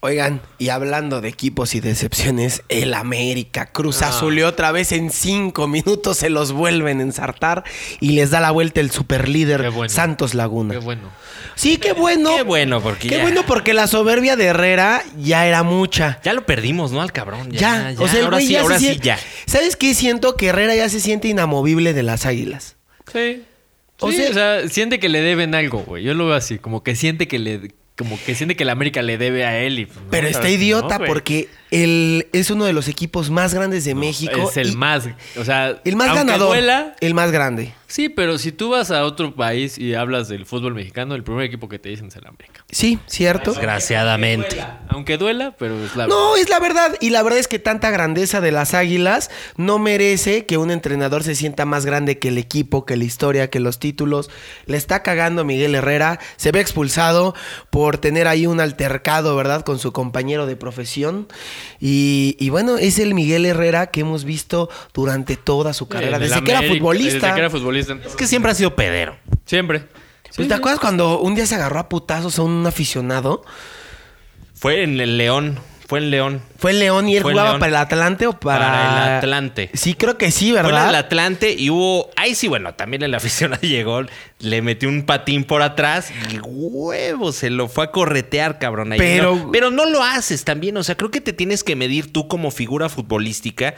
[SPEAKER 2] Oigan, y hablando de equipos y decepciones, el América Cruz
[SPEAKER 4] Ah.
[SPEAKER 2] Azul y otra vez en cinco minutos se los vuelven a ensartar y les da la vuelta el
[SPEAKER 4] Qué
[SPEAKER 2] superlíder
[SPEAKER 4] bueno.
[SPEAKER 2] Santos Laguna.
[SPEAKER 4] Qué bueno.
[SPEAKER 2] Sí, qué bueno.
[SPEAKER 1] Qué bueno, porque
[SPEAKER 2] Qué
[SPEAKER 1] ya,
[SPEAKER 2] bueno porque la soberbia de Herrera ya era mucha.
[SPEAKER 1] ya lo perdimos, ¿no? Al cabrón.
[SPEAKER 2] Ya,
[SPEAKER 1] Ya,
[SPEAKER 2] o sea, el
[SPEAKER 1] ahora
[SPEAKER 2] güey
[SPEAKER 1] sí,
[SPEAKER 2] ya
[SPEAKER 1] ahora
[SPEAKER 2] se
[SPEAKER 1] sí,
[SPEAKER 2] sien-
[SPEAKER 1] ya.
[SPEAKER 2] ¿Sabes qué? Siento que Herrera ya se siente inamovible de las águilas.
[SPEAKER 4] Sí.
[SPEAKER 2] O
[SPEAKER 4] O,
[SPEAKER 2] sea-
[SPEAKER 4] sea, siente que le deben algo, güey. Yo lo veo así, como que siente que le, como que siente que el América le debe a él. Y, pues, no,
[SPEAKER 2] Pero
[SPEAKER 4] claro
[SPEAKER 2] está
[SPEAKER 4] que
[SPEAKER 2] idiota
[SPEAKER 4] no, güey.
[SPEAKER 2] porque él es uno de los equipos más grandes de México.
[SPEAKER 4] es el
[SPEAKER 2] y-
[SPEAKER 4] más, o sea,
[SPEAKER 2] El más
[SPEAKER 4] aunque
[SPEAKER 2] ganador.
[SPEAKER 4] duela,
[SPEAKER 2] El más grande.
[SPEAKER 4] sí, pero si tú vas a otro país y hablas del fútbol mexicano, el primer equipo que te dicen es el América.
[SPEAKER 2] Sí, cierto.
[SPEAKER 1] Desgraciadamente.
[SPEAKER 4] Aunque duela, pero es la
[SPEAKER 2] No, es la verdad. Y la verdad es que tanta grandeza de las águilas no merece que un entrenador se sienta más grande que el equipo, que la historia, que los títulos. Le está cagando Miguel Herrera. Se ve expulsado por tener ahí un altercado, ¿verdad? Con su compañero de profesión. Y, y bueno, es el Miguel Herrera que hemos visto durante toda su carrera.
[SPEAKER 4] En el
[SPEAKER 2] Desde que era
[SPEAKER 4] América-
[SPEAKER 2] futbolista.
[SPEAKER 4] Desde que era futbolista.
[SPEAKER 1] Es que siempre ha sido pedero.
[SPEAKER 4] Siempre.
[SPEAKER 2] Pues, ¿Te acuerdas cuando un día se agarró a putazos a un aficionado?
[SPEAKER 1] Fue en el León. Fue en León.
[SPEAKER 2] ¿Fue el León y él
[SPEAKER 1] Fue el
[SPEAKER 2] jugaba
[SPEAKER 1] León.
[SPEAKER 2] para el Atlante o para...
[SPEAKER 1] Para el Atlante.
[SPEAKER 2] Sí, creo que sí, ¿verdad?
[SPEAKER 1] Fue en el Atlante y hubo. Ahí sí, bueno, también el aficionado *laughs* llegó, le metió un patín por atrás y huevo, se lo fue a corretear, cabrón. ahí,
[SPEAKER 2] Pero-
[SPEAKER 1] ¿no? pero no lo haces también. O sea, creo que te tienes que medir tú como figura futbolística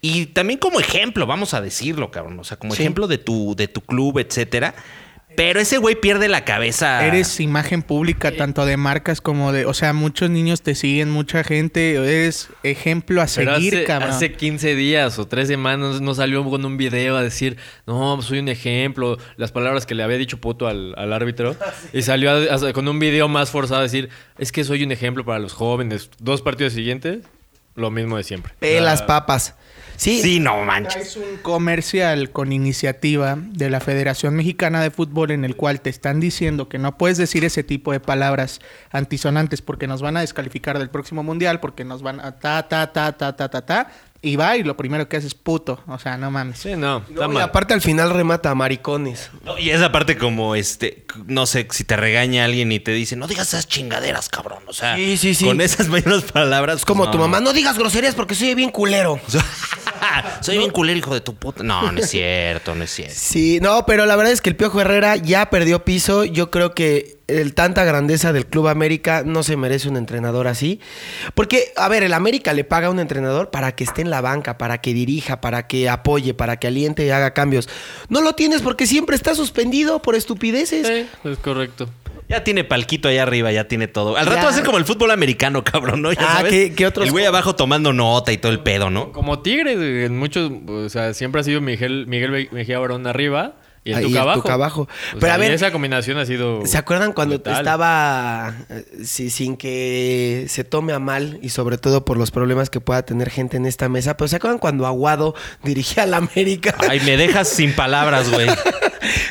[SPEAKER 1] y también como ejemplo, vamos a decirlo, cabrón. O sea, como
[SPEAKER 2] Sí.
[SPEAKER 1] ejemplo de tu, de tu club, etcétera. Pero ese güey pierde la cabeza.
[SPEAKER 3] Eres imagen pública tanto de marcas como de... O sea, muchos niños te siguen, mucha gente. Eres ejemplo a
[SPEAKER 4] Pero
[SPEAKER 3] seguir,
[SPEAKER 4] hace,
[SPEAKER 3] cabrón.
[SPEAKER 4] hace 15 días o 3 semanas no salió con un video a decir, no, soy un ejemplo, las palabras que le había dicho puto al,
[SPEAKER 2] *laughs*
[SPEAKER 4] al árbitro.
[SPEAKER 2] Ah,
[SPEAKER 4] Y salió a- a- con un video más forzado a decir, es que soy un ejemplo para los jóvenes. Dos partidos siguientes, lo mismo de siempre.
[SPEAKER 2] Pelas papas. Sí,
[SPEAKER 1] Sí, no manches.
[SPEAKER 3] Es un comercial con iniciativa de la Federación Mexicana de Fútbol en el cual te están diciendo que no puedes decir ese tipo de palabras antisonantes porque nos van a descalificar del próximo mundial, porque nos van a ta, ta, ta, ta, ta, ta, ta. Y va y lo primero que haces es puto. O sea, no mames.
[SPEAKER 4] Sí, no, está
[SPEAKER 2] No, y
[SPEAKER 4] mal.
[SPEAKER 2] aparte al final remata a maricones.
[SPEAKER 1] No, y esa parte como este, no sé, si te regaña alguien y te dice, no digas esas chingaderas, cabrón. O sea,
[SPEAKER 2] Sí, sí, sí.
[SPEAKER 1] con esas menos palabras.
[SPEAKER 2] Es como
[SPEAKER 1] no,
[SPEAKER 2] tu mamá, no digas groserías porque soy bien culero.
[SPEAKER 1] *laughs* Soy bien culero, hijo de tu puta. No, no es cierto, no es cierto.
[SPEAKER 2] Sí, no, pero la verdad es que el Piojo Herrera ya perdió piso. Yo creo que el tanta grandeza del Club América no se merece un entrenador así. Porque, a ver, el América le paga a un entrenador para que esté en la banca, para que dirija, para que apoye, para que aliente y haga cambios. No lo tienes porque siempre está suspendido por estupideces.
[SPEAKER 4] Sí, es correcto.
[SPEAKER 1] Ya tiene palquito allá arriba, ya tiene todo. Al rato
[SPEAKER 2] Ya.
[SPEAKER 1] va a ser como el fútbol americano, cabrón, ¿no? Ya
[SPEAKER 2] Ah,
[SPEAKER 1] sabes,
[SPEAKER 2] ¿qué- qué otros-
[SPEAKER 1] El güey abajo tomando nota y todo el pedo, ¿no?
[SPEAKER 4] Como Tigres, eh, en muchos, o sea, siempre ha sido Miguel, Miguel Be- Mejía Barón arriba y
[SPEAKER 2] Ah,
[SPEAKER 4] el
[SPEAKER 2] y el
[SPEAKER 4] Tuca abajo.
[SPEAKER 2] Tuca abajo.
[SPEAKER 4] O
[SPEAKER 2] Pero
[SPEAKER 4] sea,
[SPEAKER 2] a
[SPEAKER 4] y
[SPEAKER 2] ver-
[SPEAKER 4] esa combinación ha sido.
[SPEAKER 2] ¿Se acuerdan cuando
[SPEAKER 4] letal.
[SPEAKER 2] estaba eh, sí, sin que se tome a mal y sobre todo por los problemas que pueda tener gente en esta mesa? Pero ¿se acuerdan cuando Aguado *laughs* dirigía a la América?
[SPEAKER 1] Ay, me dejas sin palabras, güey.
[SPEAKER 2] *laughs*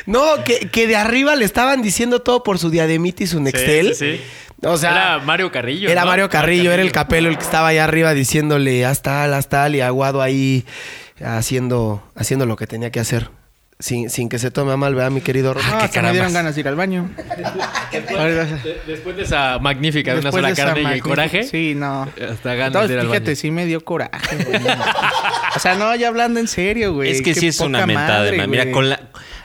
[SPEAKER 2] No, que, que de arriba le estaban diciendo todo por su diademita y su Nextel.
[SPEAKER 4] sí, sí.
[SPEAKER 2] O sea,
[SPEAKER 4] Era Mario Carrillo.
[SPEAKER 2] Era
[SPEAKER 4] ¿no?
[SPEAKER 2] Mario Carrillo, era el capelo el que estaba allá arriba diciéndole hasta tal, hasta tal y Aguado ahí haciendo, haciendo lo que tenía que hacer. Sin, sin que se tome a mal, ¿verdad, mi querido Roberto?
[SPEAKER 3] Ah,
[SPEAKER 1] qué
[SPEAKER 3] hasta me
[SPEAKER 1] carambas.
[SPEAKER 3] dieron ganas de ir al baño.
[SPEAKER 4] De- Después de esa magnífica, de una sola
[SPEAKER 3] esa
[SPEAKER 4] carne y el
[SPEAKER 3] magnífica-
[SPEAKER 4] coraje.
[SPEAKER 3] Sí, no.
[SPEAKER 4] Hasta ganas
[SPEAKER 3] Entonces,
[SPEAKER 4] de ir al
[SPEAKER 3] fíjate,
[SPEAKER 4] baño.
[SPEAKER 3] sí me dio coraje, güey. O sea, no, ya hablando en serio, güey.
[SPEAKER 1] es que
[SPEAKER 3] Qué
[SPEAKER 1] sí es una
[SPEAKER 3] poca
[SPEAKER 1] mentada de
[SPEAKER 3] madre,
[SPEAKER 1] madre. Mira,
[SPEAKER 3] güey.
[SPEAKER 1] con la.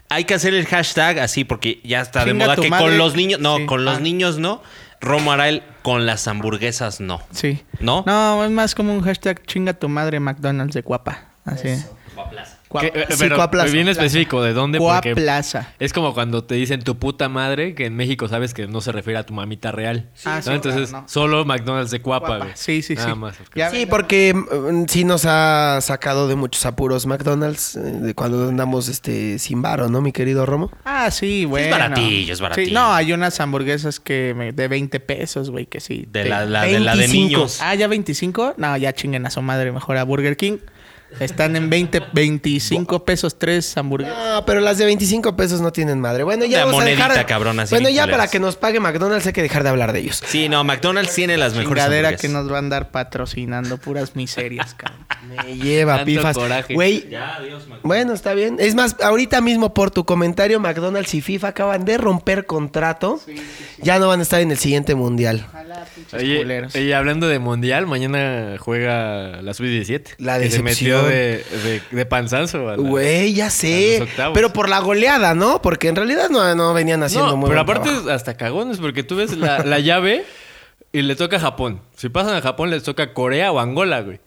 [SPEAKER 1] Hay que hacer el hashtag así porque ya está de
[SPEAKER 3] Chinga
[SPEAKER 1] moda
[SPEAKER 3] tu
[SPEAKER 1] que
[SPEAKER 3] madre.
[SPEAKER 1] con los niños. No,
[SPEAKER 3] Sí.
[SPEAKER 1] con los
[SPEAKER 3] Ah.
[SPEAKER 1] niños no. Romo Arael con las hamburguesas no.
[SPEAKER 3] Sí.
[SPEAKER 1] ¿No?
[SPEAKER 3] No, es más como un hashtag chinga tu madre McDonald's de guapa. Así. Cua-
[SPEAKER 4] Que- eh,
[SPEAKER 3] sí,
[SPEAKER 4] pero
[SPEAKER 3] Cuaplaza.
[SPEAKER 4] bien específico, ¿de dónde? Porque
[SPEAKER 3] Cuaplaza.
[SPEAKER 4] es como cuando te dicen tu puta madre, que en México sabes que no se refiere a tu mamita real.
[SPEAKER 3] Ah,
[SPEAKER 4] ¿no?
[SPEAKER 3] sí,
[SPEAKER 4] Entonces,
[SPEAKER 3] claro, no.
[SPEAKER 4] solo McDonald's de Cuapa,
[SPEAKER 3] Cuapa.
[SPEAKER 4] güey.
[SPEAKER 3] Sí, sí,
[SPEAKER 4] Nada
[SPEAKER 3] sí.
[SPEAKER 4] más. porque-
[SPEAKER 3] Ya.
[SPEAKER 2] Sí, porque mm, sí nos ha sacado de muchos apuros McDonald's eh, de cuando andamos este sin varo, ¿no, mi querido Romo?
[SPEAKER 3] Ah, sí, bueno.
[SPEAKER 1] baratillo, es baratillo.
[SPEAKER 3] Sí, no, hay unas hamburguesas que me- de 20 pesos, güey, que sí.
[SPEAKER 1] De
[SPEAKER 3] te-
[SPEAKER 1] la, la- de, la de
[SPEAKER 2] 25.
[SPEAKER 1] niños.
[SPEAKER 3] Ah, ya 25? No, ya chinguen a su madre, mejor a Burger King. Están en 20, 25 pesos tres hamburguesas.
[SPEAKER 2] No, pero las de 25 pesos no tienen madre. Bueno, ya
[SPEAKER 1] Una
[SPEAKER 2] vamos a dejar...
[SPEAKER 1] monedita, cabrón, así,
[SPEAKER 2] bueno, ya
[SPEAKER 1] culeras.
[SPEAKER 2] para que nos pague McDonald's hay que dejar de hablar de ellos.
[SPEAKER 1] Sí, no, McDonald's tiene las mejores
[SPEAKER 3] Chingadera
[SPEAKER 1] hamburguesas.
[SPEAKER 3] que nos va a andar patrocinando puras
[SPEAKER 1] *laughs*
[SPEAKER 3] miserias, cabrón.
[SPEAKER 2] Me Ah, lleva
[SPEAKER 4] Tanto
[SPEAKER 2] pifas.
[SPEAKER 4] coraje.
[SPEAKER 2] Güey, bueno, está bien. Es más, ahorita mismo por tu comentario, McDonald's y FIFA acaban de romper contrato. Ya no van a estar en el siguiente mundial.
[SPEAKER 4] Oye,
[SPEAKER 3] culeros.
[SPEAKER 4] y hablando de mundial, mañana juega la sub-17.
[SPEAKER 2] La
[SPEAKER 4] que se metió
[SPEAKER 2] decepción.
[SPEAKER 4] de, de, de panzazo. a la-
[SPEAKER 2] Güey, ya
[SPEAKER 4] a
[SPEAKER 2] sé.
[SPEAKER 4] los octavos.
[SPEAKER 2] Pero por la goleada, ¿no? Porque en realidad no, no venían haciendo
[SPEAKER 4] No,
[SPEAKER 2] muy
[SPEAKER 4] pero
[SPEAKER 2] buen
[SPEAKER 4] aparte
[SPEAKER 2] trabajo.
[SPEAKER 4] hasta cagones, porque tú ves la, la llave y le toca a Japón. Si pasan a Japón, les toca Corea o Angola, güey.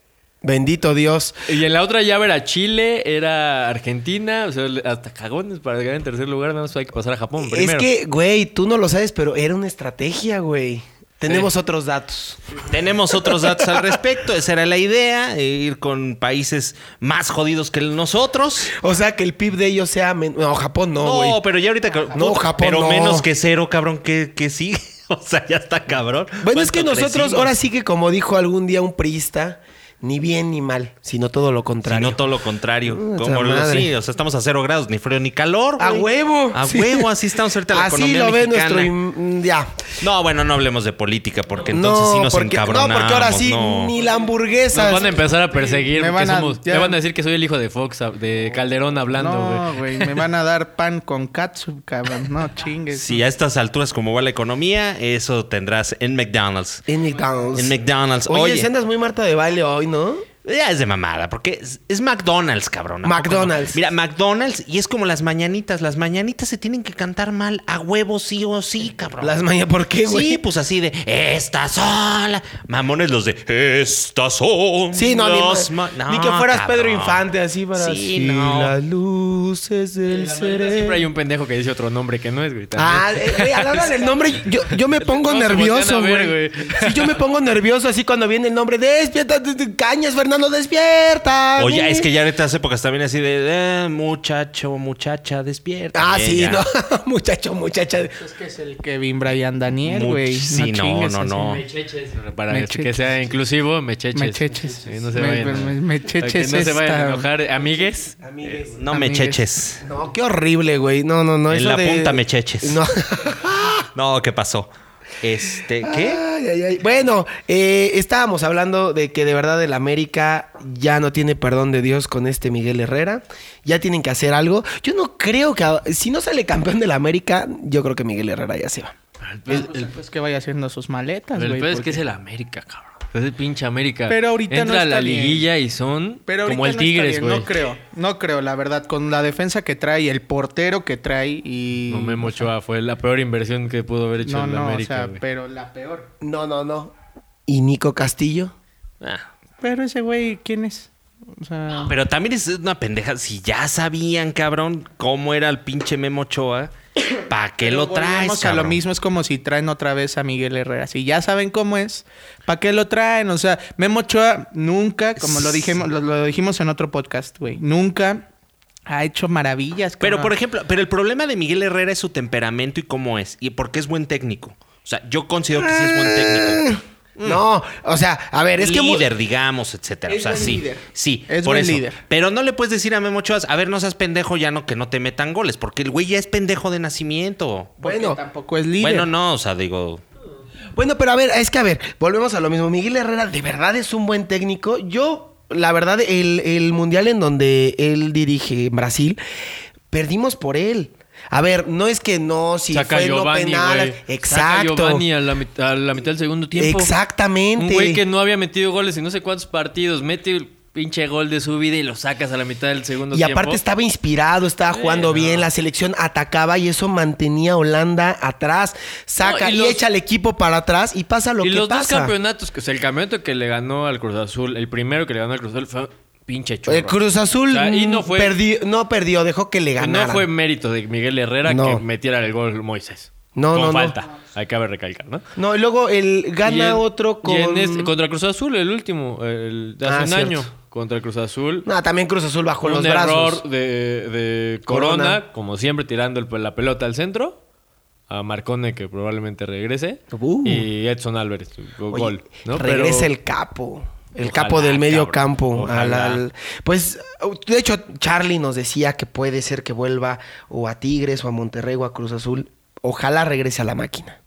[SPEAKER 2] Bendito Dios.
[SPEAKER 4] Y en la otra llave era Chile, era Argentina, o sea, hasta cagones para llegar en tercer lugar, nada más hay que pasar a Japón primero.
[SPEAKER 2] Es que, güey, tú no lo sabes, pero era una estrategia, güey. Tenemos otros datos.
[SPEAKER 1] Tenemos otros datos al respecto. Esa era la idea, eh, ir con países más jodidos que nosotros.
[SPEAKER 2] O sea, que el PIB de ellos sea... men- No, Japón no,
[SPEAKER 1] No, pues,
[SPEAKER 2] güey.
[SPEAKER 1] pero ya ahorita... que-
[SPEAKER 2] No, Japón,
[SPEAKER 1] Pero
[SPEAKER 2] no.
[SPEAKER 1] menos que cero, cabrón, que, que sí. *laughs* O sea, ya está cabrón.
[SPEAKER 2] Bueno, es que
[SPEAKER 1] ¿Cuánto
[SPEAKER 2] nosotros
[SPEAKER 1] crecimos?
[SPEAKER 2] ahora sí que como dijo algún día un priista, ni bien ni mal, sino todo lo
[SPEAKER 1] Si
[SPEAKER 2] contrario.
[SPEAKER 1] no todo lo contrario.
[SPEAKER 2] Puta
[SPEAKER 1] Como lo
[SPEAKER 2] madre.
[SPEAKER 1] sí, o sea, estamos a cero grados, ni frío ni calor.
[SPEAKER 2] ¡A
[SPEAKER 1] güey.
[SPEAKER 2] huevo!
[SPEAKER 1] A
[SPEAKER 2] Sí.
[SPEAKER 1] huevo, así estamos ahorita la
[SPEAKER 2] Así
[SPEAKER 1] economía
[SPEAKER 2] lo ve
[SPEAKER 1] mexicana.
[SPEAKER 2] nuestro... im- Ya.
[SPEAKER 1] No, bueno, no hablemos de política porque entonces sí nos
[SPEAKER 2] porque,
[SPEAKER 1] encabronamos.
[SPEAKER 2] No, porque ahora sí
[SPEAKER 1] no.
[SPEAKER 2] ni la hamburguesa.
[SPEAKER 4] Nos van a empezar a perseguir
[SPEAKER 3] Me
[SPEAKER 4] porque
[SPEAKER 3] van a-
[SPEAKER 4] somos-
[SPEAKER 3] ya-
[SPEAKER 4] me van a decir que soy el hijo de Fox, de Calderón hablando,
[SPEAKER 3] No,
[SPEAKER 4] güey.
[SPEAKER 3] güey, me van a dar pan con katsu, cabrón. No, chingues.
[SPEAKER 1] Si a estas alturas como va la economía, eso tendrás en McDonald's.
[SPEAKER 2] En McDonald's.
[SPEAKER 1] En McDonald's.
[SPEAKER 2] Oye,
[SPEAKER 1] Oye,
[SPEAKER 2] si andas muy Marta de baile hoy, ¿no?
[SPEAKER 1] ya es de mamada, porque es, es McDonald's, cabrón. ¿a poco
[SPEAKER 2] McDonald's.
[SPEAKER 1] no? Mira, McDonald's y es como las mañanitas. Las mañanitas se tienen que cantar mal a huevo sí o sí, cabrón.
[SPEAKER 2] Las mañas, ¿por qué, güey?
[SPEAKER 1] Sí, pues así de estas son la-". mamones los de estas son
[SPEAKER 2] Sí, no, ni,
[SPEAKER 1] las
[SPEAKER 2] ma-
[SPEAKER 1] ma-".
[SPEAKER 2] ni
[SPEAKER 1] No,
[SPEAKER 2] que fueras
[SPEAKER 1] cabrón.
[SPEAKER 2] Pedro Infante así para
[SPEAKER 1] Sí,
[SPEAKER 2] Si
[SPEAKER 1] no.
[SPEAKER 2] las luces del
[SPEAKER 4] Siempre hay
[SPEAKER 2] cerebro.
[SPEAKER 4] un pendejo que dice otro nombre que no es, güey. también.
[SPEAKER 2] Ah, eh, güey, a la hora del nombre yo, yo
[SPEAKER 4] *laughs*
[SPEAKER 2] me pongo
[SPEAKER 4] No, se
[SPEAKER 2] nervioso,
[SPEAKER 4] voltean a ver,
[SPEAKER 2] güey.
[SPEAKER 4] güey.
[SPEAKER 2] Sí, yo me pongo nervioso así cuando viene el nombre. Despierta, t- t- cañas, Fernando, despierta.
[SPEAKER 1] Oye,
[SPEAKER 2] güey".
[SPEAKER 1] es que ya en estas épocas también así de "Eh, muchacho, muchacha, despierta.
[SPEAKER 2] Ah, sí,
[SPEAKER 1] Ya.
[SPEAKER 2] no. *laughs* Muchacho, muchacha.
[SPEAKER 3] Es que es el Kevin Brian Daniel,
[SPEAKER 1] Much-
[SPEAKER 3] güey.
[SPEAKER 1] sí, no,
[SPEAKER 3] chingues
[SPEAKER 1] no,
[SPEAKER 3] así.
[SPEAKER 1] no.
[SPEAKER 4] Mecheches, para
[SPEAKER 3] Mecheches.
[SPEAKER 4] que sea inclusivo, mecheches.
[SPEAKER 3] Mecheches.
[SPEAKER 4] Sí, no se
[SPEAKER 3] Me-
[SPEAKER 4] vayan. a-
[SPEAKER 3] me- mecheches
[SPEAKER 4] para que no se vayan a
[SPEAKER 3] esta-
[SPEAKER 4] enojar, amigues.
[SPEAKER 1] No me
[SPEAKER 3] Amigues.
[SPEAKER 1] cheches.
[SPEAKER 2] No, qué horrible, güey. No, no, no.
[SPEAKER 1] En
[SPEAKER 2] eso
[SPEAKER 1] la
[SPEAKER 2] de-
[SPEAKER 1] punta me cheches.
[SPEAKER 2] No.
[SPEAKER 1] No, ¿qué pasó? Este, ¿qué?
[SPEAKER 2] Ay, ay, ay. Bueno, eh, estábamos hablando de que de verdad el América ya no tiene perdón de Dios con este Miguel Herrera. Ya tienen que hacer algo. Yo no creo que... a- Si no sale campeón del América, yo creo que Miguel Herrera ya se va.
[SPEAKER 3] Pues, pues que vaya haciendo sus maletas,
[SPEAKER 4] Pero
[SPEAKER 3] güey.
[SPEAKER 4] el peor es que
[SPEAKER 3] porque-
[SPEAKER 4] es el América, cabrón. Es el pinche América.
[SPEAKER 3] Pero ahorita no
[SPEAKER 4] Entra a la
[SPEAKER 3] está bien.
[SPEAKER 4] liguilla y son
[SPEAKER 3] Pero ahorita
[SPEAKER 4] como el
[SPEAKER 3] no está
[SPEAKER 4] Tigres,
[SPEAKER 3] bien,
[SPEAKER 4] güey.
[SPEAKER 3] No creo, no creo, la verdad. Con la defensa que trae, el portero que trae y...
[SPEAKER 4] No, Memo Ochoa fue la peor inversión que pudo haber hecho
[SPEAKER 3] No,
[SPEAKER 4] el
[SPEAKER 3] no,
[SPEAKER 4] América,
[SPEAKER 3] o sea,
[SPEAKER 4] güey.
[SPEAKER 3] pero la peor.
[SPEAKER 2] No, no, no. ¿Y Nico Castillo?
[SPEAKER 1] Ah,
[SPEAKER 3] Pero ese güey, ¿quién es? O sea...
[SPEAKER 1] Pero también es una pendeja. Si ya sabían, cabrón, cómo era el pinche Memo Ochoa, ¿para qué lo traes,
[SPEAKER 3] Volvemos a
[SPEAKER 1] cabrón?
[SPEAKER 3] lo mismo es como si traen otra vez a Miguel Herrera. Si ya saben cómo es, ¿para qué lo traen? O sea, Memo Ochoa nunca, como lo dijimos, lo, lo dijimos en otro podcast, güey, nunca ha hecho maravillas.
[SPEAKER 1] Pero,
[SPEAKER 3] cabrón.
[SPEAKER 1] por ejemplo, pero el problema de Miguel Herrera es su temperamento y cómo es. Y porque es buen técnico. O sea, yo considero que sí es buen
[SPEAKER 3] Eh,
[SPEAKER 1] técnico.
[SPEAKER 2] No, o sea, a ver, es que... mu-
[SPEAKER 1] líder, digamos, etcétera.
[SPEAKER 3] Es
[SPEAKER 1] o sea,
[SPEAKER 3] buen
[SPEAKER 1] sí.
[SPEAKER 3] líder.
[SPEAKER 1] Sí,
[SPEAKER 3] Es
[SPEAKER 1] por
[SPEAKER 3] buen
[SPEAKER 1] eso.
[SPEAKER 3] líder.
[SPEAKER 1] Pero no le puedes decir a Memo Ochoa, a ver, no seas pendejo ya no que no te metan goles, porque el güey ya es pendejo de nacimiento.
[SPEAKER 3] Porque
[SPEAKER 2] Bueno.
[SPEAKER 3] tampoco es líder.
[SPEAKER 1] Bueno, no, o sea, digo,
[SPEAKER 2] Bueno, pero a ver, es que a ver, volvemos a lo mismo. Miguel Herrera de verdad es un buen técnico. Yo, la verdad, el, el mundial en donde él dirige en Brasil, perdimos por él. A ver, no es que no, si
[SPEAKER 4] Saca
[SPEAKER 2] fue
[SPEAKER 4] Giovanni,
[SPEAKER 2] no penal.
[SPEAKER 4] güey. Saca
[SPEAKER 2] Exacto.
[SPEAKER 4] Giovanni a la, mit- a la mitad del segundo tiempo.
[SPEAKER 2] Exactamente.
[SPEAKER 4] Un güey que no había metido goles en no sé cuántos partidos. Mete el pinche gol de su vida y lo sacas a la mitad del segundo
[SPEAKER 2] Y
[SPEAKER 4] tiempo.
[SPEAKER 2] aparte estaba inspirado, estaba
[SPEAKER 4] Sí,
[SPEAKER 2] jugando
[SPEAKER 4] no.
[SPEAKER 2] bien, la selección atacaba y eso mantenía a Holanda atrás. Saca
[SPEAKER 4] No, y
[SPEAKER 2] y,
[SPEAKER 4] los-
[SPEAKER 2] echa al equipo para atrás y pasa lo
[SPEAKER 4] y
[SPEAKER 2] que
[SPEAKER 4] los dos
[SPEAKER 2] pasa.
[SPEAKER 4] campeonatos, que- o sea, el campeonato que le ganó al Cruz Azul, el primero que le ganó al Cruz Azul fue un pinche churro.
[SPEAKER 2] El Cruz Azul
[SPEAKER 4] O sea, y no
[SPEAKER 2] mm,
[SPEAKER 4] fue-
[SPEAKER 2] perdi- no perdió, dejó que le ganara.
[SPEAKER 4] No fue mérito de Miguel Herrera
[SPEAKER 2] No.
[SPEAKER 4] que metiera el gol Moisés.
[SPEAKER 2] No,
[SPEAKER 4] Con
[SPEAKER 2] no, no.
[SPEAKER 4] falta. Ahí cabe recalcar, ¿no?
[SPEAKER 2] No, y luego el
[SPEAKER 4] Y
[SPEAKER 2] gana
[SPEAKER 4] en-
[SPEAKER 2] otro con.
[SPEAKER 4] y en este- contra Cruz Azul, el último, el de hace
[SPEAKER 2] Ah,
[SPEAKER 4] un
[SPEAKER 2] cierto.
[SPEAKER 4] año. Contra Cruz Azul.
[SPEAKER 2] No, también Cruz Azul bajó
[SPEAKER 4] un
[SPEAKER 2] los
[SPEAKER 4] error
[SPEAKER 2] brazos.
[SPEAKER 4] de, de Corona,
[SPEAKER 2] Corona.
[SPEAKER 4] como siempre, tirando el- la pelota al centro. A Marcone, que probablemente regrese.
[SPEAKER 2] Uh.
[SPEAKER 4] Y Edson Álvarez, go-
[SPEAKER 2] Oye,
[SPEAKER 4] gol. ¿no? Pero-
[SPEAKER 2] Regresa el capo. El
[SPEAKER 4] Ojalá,
[SPEAKER 2] capo del medio
[SPEAKER 4] cabrón,
[SPEAKER 2] campo. al-
[SPEAKER 4] ojalá.
[SPEAKER 2] al- pues, de hecho, Charlie nos decía que puede ser que vuelva o a Tigres o a Monterrey o a Cruz Azul. Ojalá regrese a la máquina.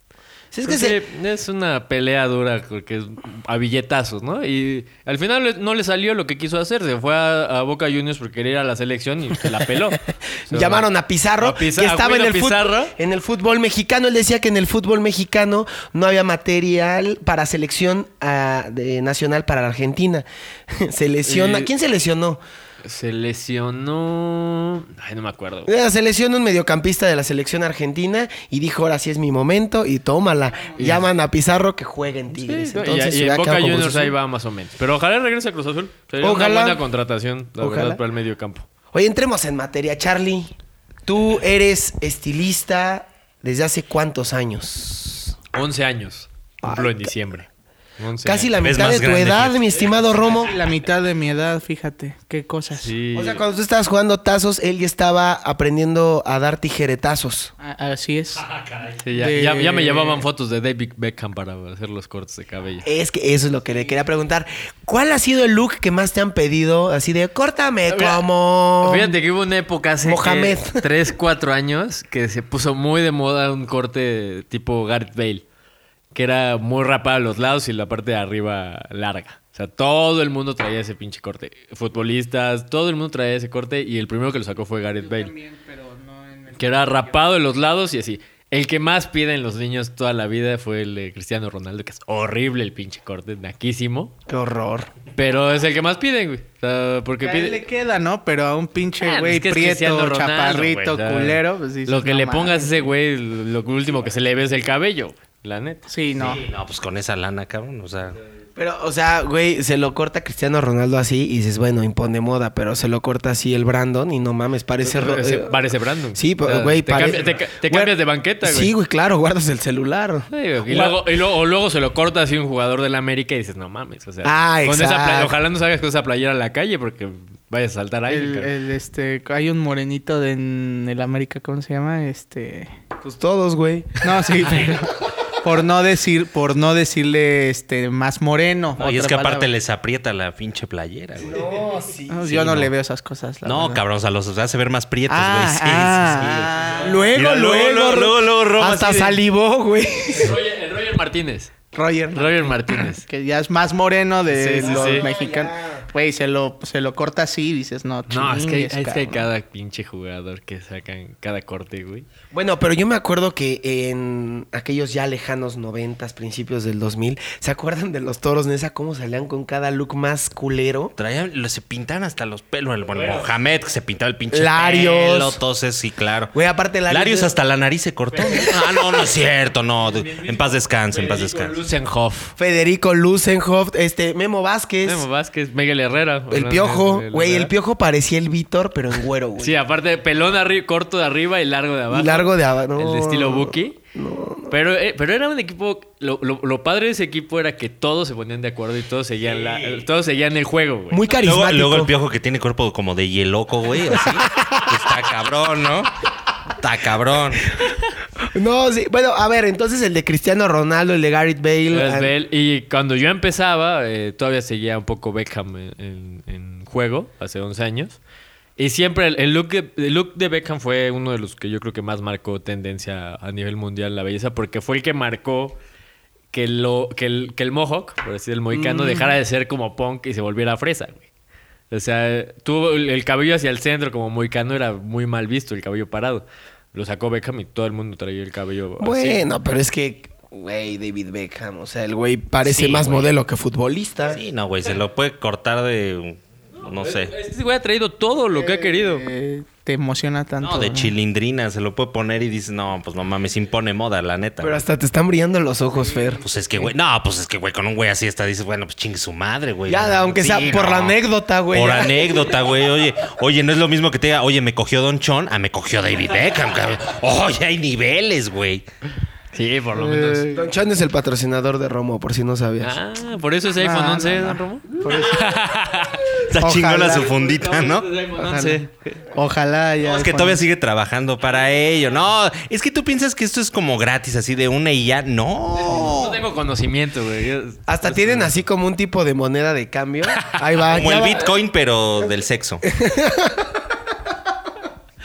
[SPEAKER 2] Si es que
[SPEAKER 4] Creo
[SPEAKER 2] se-
[SPEAKER 4] que es una pelea dura porque es a billetazos, ¿no? Y al final le- no le salió lo que quiso hacer. Se fue a, a Boca Juniors porque quería ir a la selección y se la
[SPEAKER 2] *laughs*
[SPEAKER 4] peló. O sea,
[SPEAKER 2] Llamaron a Pizarro,
[SPEAKER 4] a Pizar-
[SPEAKER 2] que
[SPEAKER 4] a
[SPEAKER 2] estaba en
[SPEAKER 4] Guido
[SPEAKER 2] el, fut-
[SPEAKER 4] Pizarro.
[SPEAKER 2] en el fútbol mexicano. Él decía que en el fútbol mexicano no había material para selección ah, de- nacional para la Argentina. *laughs* se lesiona.
[SPEAKER 4] Y-
[SPEAKER 2] ¿Quién se lesionó?
[SPEAKER 4] Se lesionó. Ay, no me acuerdo. güey.
[SPEAKER 2] La selección, un mediocampista de la selección argentina, y dijo, ahora sí es mi momento, y tómala. Llaman a Pizarro que juegue en Tigres.
[SPEAKER 4] Sí, no, y-
[SPEAKER 2] Entonces,
[SPEAKER 4] y,
[SPEAKER 2] se
[SPEAKER 4] en
[SPEAKER 2] hubiera
[SPEAKER 4] Boca
[SPEAKER 2] quedado como
[SPEAKER 4] Juniors
[SPEAKER 2] Cruz
[SPEAKER 4] ahí
[SPEAKER 2] Azul.
[SPEAKER 4] va más o menos. Pero ojalá regrese a Cruz Azul. Sería
[SPEAKER 2] pues, Ojalá.
[SPEAKER 4] una buena contratación, la
[SPEAKER 2] Ojalá.
[SPEAKER 4] verdad, para el mediocampo.
[SPEAKER 2] Oye, entremos en materia. Charlie, tú eres estilista desde hace cuántos años?
[SPEAKER 4] 11 años. Cumplo
[SPEAKER 2] Ay,
[SPEAKER 4] en diciembre. 11
[SPEAKER 2] Casi la
[SPEAKER 1] ves
[SPEAKER 2] mitad
[SPEAKER 1] más
[SPEAKER 2] de tu
[SPEAKER 1] grande,
[SPEAKER 2] edad,
[SPEAKER 1] Gil.
[SPEAKER 2] mi estimado Romo.
[SPEAKER 3] La mitad de mi edad, fíjate. Qué cosas.
[SPEAKER 4] Sí.
[SPEAKER 2] O sea, cuando tú estabas jugando tazos, él ya estaba aprendiendo a dar tijeretazos.
[SPEAKER 3] A- Así es.
[SPEAKER 4] Sí, ya,
[SPEAKER 3] de-
[SPEAKER 4] ya- ya me llevaban fotos de David Beckham para hacer los cortes de cabello.
[SPEAKER 2] Es que eso es lo que le quería preguntar. ¿Cuál ha sido el look que más te han pedido? Así de, córtame
[SPEAKER 4] Mira,
[SPEAKER 2] como...
[SPEAKER 4] Fíjate que hubo una época hace
[SPEAKER 2] Mohamed.
[SPEAKER 4] 3, 4 años que se puso muy de moda un corte tipo Gareth Bale, que era muy rapada a los lados y la parte de arriba larga. O sea, todo el mundo traía ese pinche corte. Futbolistas, todo el mundo traía ese corte y el primero que lo sacó fue Gareth Bale. Que era rapado de los lados y así. El que más piden los niños toda la vida fue el de Cristiano Ronaldo, que es horrible el pinche corte, naquísimo.
[SPEAKER 2] Qué horror.
[SPEAKER 4] Pero es el que más piden, güey. O sea, porque
[SPEAKER 3] Que a él
[SPEAKER 4] pide...
[SPEAKER 3] le queda, ¿no? Pero a un pinche
[SPEAKER 4] Ah,
[SPEAKER 3] güey
[SPEAKER 4] es que es
[SPEAKER 3] prieto,
[SPEAKER 4] Cristiano Ronaldo,
[SPEAKER 3] chaparrito,
[SPEAKER 4] güey, o sea,
[SPEAKER 3] culero. pues dices,
[SPEAKER 4] lo que
[SPEAKER 3] no
[SPEAKER 4] le
[SPEAKER 3] mames.
[SPEAKER 4] pongas a ese güey, lo último que se le ve es el cabello, la neta.
[SPEAKER 3] Sí, no.
[SPEAKER 1] Sí, no, pues con esa lana, cabrón. O sea,
[SPEAKER 2] Pero, o sea, güey, se lo corta Cristiano Ronaldo así y dices, bueno, impone moda, pero se lo corta así el Brandon y no mames, parece... ro-
[SPEAKER 4] Parece,
[SPEAKER 2] eh,
[SPEAKER 4] parece Brandon.
[SPEAKER 2] Sí,
[SPEAKER 4] O sea,
[SPEAKER 2] pero, güey,
[SPEAKER 4] te,
[SPEAKER 2] pare-
[SPEAKER 4] cambia- te ca- te
[SPEAKER 2] Güey,
[SPEAKER 4] cambias de banqueta, güey.
[SPEAKER 2] Sí, güey, claro, guardas el celular.
[SPEAKER 4] Sí, güey. Y luego, y luego- o luego se lo corta así un jugador del América y dices, no mames. O sea,
[SPEAKER 2] Ah,
[SPEAKER 4] con esa
[SPEAKER 2] exacto.
[SPEAKER 4] playa- ojalá no salgas con esa playera a la calle porque vayas a saltar ahí.
[SPEAKER 3] El,
[SPEAKER 4] cabrón.
[SPEAKER 3] el, este, hay un morenito de en el América, ¿cómo se llama? Este.
[SPEAKER 2] Pues todos, güey.
[SPEAKER 3] No, sí, pero por no decir, por no decirle este más moreno.
[SPEAKER 1] no, y es
[SPEAKER 3] otra
[SPEAKER 1] que aparte
[SPEAKER 3] palabra.
[SPEAKER 1] les aprieta la pinche playera, güey.
[SPEAKER 2] No, sí.
[SPEAKER 3] No,
[SPEAKER 1] sí,
[SPEAKER 3] yo no,
[SPEAKER 1] no.
[SPEAKER 3] le veo esas cosas. la
[SPEAKER 1] No,
[SPEAKER 3] verdad.
[SPEAKER 1] cabrón, o sea, los hace ver más prietos, güey.
[SPEAKER 3] Ah,
[SPEAKER 1] sí, sí,
[SPEAKER 3] ah,
[SPEAKER 1] sí,
[SPEAKER 3] ah.
[SPEAKER 2] Luego,
[SPEAKER 1] Mira,
[SPEAKER 2] luego,
[SPEAKER 1] luego, luego, luego, Roma
[SPEAKER 2] hasta
[SPEAKER 1] así de-
[SPEAKER 2] salivó, güey.
[SPEAKER 4] El Roger, el Roger Martínez.
[SPEAKER 3] Roger, ¿no?
[SPEAKER 4] Roger
[SPEAKER 3] *coughs*
[SPEAKER 4] Martínez.
[SPEAKER 3] que ya es más moreno de
[SPEAKER 4] Sí, sí,
[SPEAKER 3] los
[SPEAKER 4] sí.
[SPEAKER 3] mexicanos. Güey, se lo, se lo corta así y dices, no,
[SPEAKER 4] No, es que, hay-
[SPEAKER 3] chingues,
[SPEAKER 4] es que hay
[SPEAKER 3] cabrón.
[SPEAKER 4] cada pinche jugador que sacan cada corte, güey.
[SPEAKER 2] Bueno, pero yo me acuerdo que en aquellos ya lejanos noventas, principios del 2000, ¿se acuerdan de los toros Nesa? ¿Cómo salían con cada look más culero?
[SPEAKER 1] Traían, se pintaban hasta los pelos. El, bueno, Mohamed, que se pintaba el pinche
[SPEAKER 2] Larios.
[SPEAKER 1] pelo, toses, sí, claro.
[SPEAKER 2] Güey, aparte Larios...
[SPEAKER 1] Larios hasta la nariz se cortó. ¿no? Ah, no, no es cierto, no. de- en paz descanse, en paz descanse.
[SPEAKER 4] Lusenhoff.
[SPEAKER 2] Federico Lusenhoff, este, Memo Vázquez,
[SPEAKER 4] Memo Vázquez, Miguel Herrera.
[SPEAKER 2] el
[SPEAKER 4] Hernández,
[SPEAKER 2] Piojo. Güey, el
[SPEAKER 4] Herrera.
[SPEAKER 2] Piojo parecía el Víctor, pero en güero, güey.
[SPEAKER 4] Sí, aparte, pelón arri- corto de arriba y largo de abajo.
[SPEAKER 2] Y largo de abajo. no.
[SPEAKER 4] El de estilo Buki. Pero, eh, pero era un equipo. Lo, lo- lo padre de ese equipo era que todos se ponían de acuerdo y todos seguían, la- eh, todos seguían el juego, güey.
[SPEAKER 2] Muy
[SPEAKER 1] Luego,
[SPEAKER 2] carismático.
[SPEAKER 1] luego el piojo que tiene cuerpo como de hieloco, güey, así. Está cabrón, ¿no? Está cabrón.
[SPEAKER 2] No, sí. Bueno, a ver, entonces el de Cristiano Ronaldo, el de Gareth Bale.
[SPEAKER 4] Gareth
[SPEAKER 2] ah,
[SPEAKER 4] Bale. Y cuando yo empezaba, eh, todavía seguía un poco Beckham en, en- en juego, hace 11 años. Y siempre el, el look de, el look de Beckham fue uno de los que yo creo que más marcó tendencia a nivel mundial la belleza, porque fue el que marcó que, lo, que, el, que el mohawk, por decir el mohicano, dejara de ser como punk y se volviera fresa, güey. O sea, tuvo el, el cabello hacia el centro como mohicano era muy mal visto, el cabello parado. Lo sacó Beckham y todo el mundo traía el cabello así.
[SPEAKER 2] Bueno, pero es que, güey, David Beckham. O sea, el güey parece
[SPEAKER 1] Sí,
[SPEAKER 2] más
[SPEAKER 1] güey.
[SPEAKER 2] modelo que futbolista.
[SPEAKER 1] Sí, no, güey, se lo puede cortar de. No sé.
[SPEAKER 4] Este güey ha traído todo lo que ha querido.
[SPEAKER 3] Eh, te emociona tanto.
[SPEAKER 1] No, de
[SPEAKER 3] ¿no?
[SPEAKER 1] chilindrina, se lo puede poner y dices, no, pues no mames, impone moda, la neta.
[SPEAKER 2] Pero hasta te están brillando los ojos, Fer.
[SPEAKER 1] Pues es que, güey, no, pues es que, güey, con un güey así está, dices, bueno, pues chingue su madre, güey.
[SPEAKER 2] Ya, aunque sea por la anécdota, güey,
[SPEAKER 1] Por
[SPEAKER 2] ya.
[SPEAKER 1] anécdota, güey. Oye, oye, no es lo mismo que te diga, oye, me cogió Don Chon, ah, me cogió David Beckham, cabrón. Oye, hay niveles, güey.
[SPEAKER 4] Sí, por lo
[SPEAKER 2] Eh,
[SPEAKER 4] menos.
[SPEAKER 2] Don Chon es el patrocinador de Romo, por si no sabías.
[SPEAKER 4] Ah, por eso es iPhone
[SPEAKER 3] no,
[SPEAKER 4] 11,
[SPEAKER 3] no.
[SPEAKER 4] don Romo.
[SPEAKER 1] Está
[SPEAKER 3] Ojalá.
[SPEAKER 1] chingona su fundita, ¿no?
[SPEAKER 4] Es iPhone
[SPEAKER 3] Ojalá.
[SPEAKER 4] 11.
[SPEAKER 3] Ojalá ya.
[SPEAKER 1] No, es que
[SPEAKER 3] cuando-
[SPEAKER 1] todavía sigue trabajando para ello. No, es que tú piensas que esto es como gratis, así de una y ya. No.
[SPEAKER 4] No tengo conocimiento, güey. Yo-
[SPEAKER 2] Hasta
[SPEAKER 4] eh.
[SPEAKER 2] tienen así como un tipo de moneda de
[SPEAKER 4] *laughs*
[SPEAKER 2] cambio. Ahí va.
[SPEAKER 1] Como
[SPEAKER 2] Ah, ya
[SPEAKER 1] el
[SPEAKER 2] va.
[SPEAKER 1] Bitcoin, pero del sexo.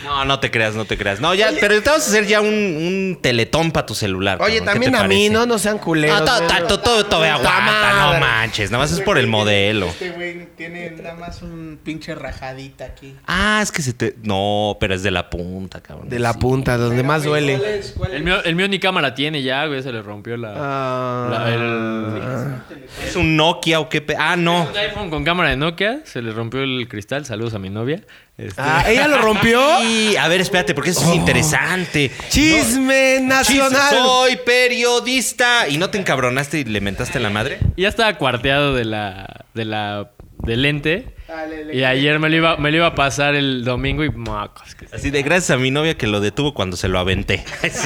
[SPEAKER 1] No, no te creas, no te creas. No, ya, pero te vamos a hacer ya un, un teletón para tu celular. cabrón.
[SPEAKER 2] Oye,
[SPEAKER 1] ¿Qué
[SPEAKER 2] también
[SPEAKER 1] te
[SPEAKER 2] a mí,
[SPEAKER 1] parece?
[SPEAKER 4] Ah,
[SPEAKER 2] no, no sean culeros.
[SPEAKER 1] No, todo,
[SPEAKER 2] güey.
[SPEAKER 1] todo, todo, todo,
[SPEAKER 2] Puta
[SPEAKER 1] aguanta, no
[SPEAKER 2] madre.
[SPEAKER 1] manches. Nada más es por el modelo.
[SPEAKER 3] Este güey tiene Tiene nada más un pinche rajadita aquí.
[SPEAKER 1] Ah, es que se te. No, pero es de la punta, cabrón.
[SPEAKER 2] De la
[SPEAKER 1] Sí.
[SPEAKER 2] punta, donde
[SPEAKER 3] Pero,
[SPEAKER 2] más
[SPEAKER 3] güey,
[SPEAKER 2] duele.
[SPEAKER 3] ¿cuál es? ¿Cuál
[SPEAKER 4] El
[SPEAKER 3] es?
[SPEAKER 4] mío, el mío ni cámara tiene ya, güey. Se le rompió la.
[SPEAKER 2] Ah.
[SPEAKER 4] la- el,
[SPEAKER 1] ¿Es un Nokia o qué? pe- Ah, no.
[SPEAKER 4] Es un iPhone con cámara de Nokia. Se le rompió el cristal. Saludos a mi novia. Este,
[SPEAKER 2] Ah, ¿Ella lo
[SPEAKER 4] *laughs*
[SPEAKER 2] rompió?
[SPEAKER 1] Sí, a ver, espérate, porque eso es interesante.
[SPEAKER 2] ¡Chisme nacional!
[SPEAKER 1] Chis- Soy periodista. ¿Y no te encabronaste y le mentaste la madre?
[SPEAKER 4] y Ya estaba cuarteado de la. de la. del lente.
[SPEAKER 3] Dale, le-
[SPEAKER 4] Y ayer me lo iba, me lo iba a pasar el domingo y mocos. que se-
[SPEAKER 1] Así de gracias a mi novia que lo detuvo cuando se lo aventé. *laughs*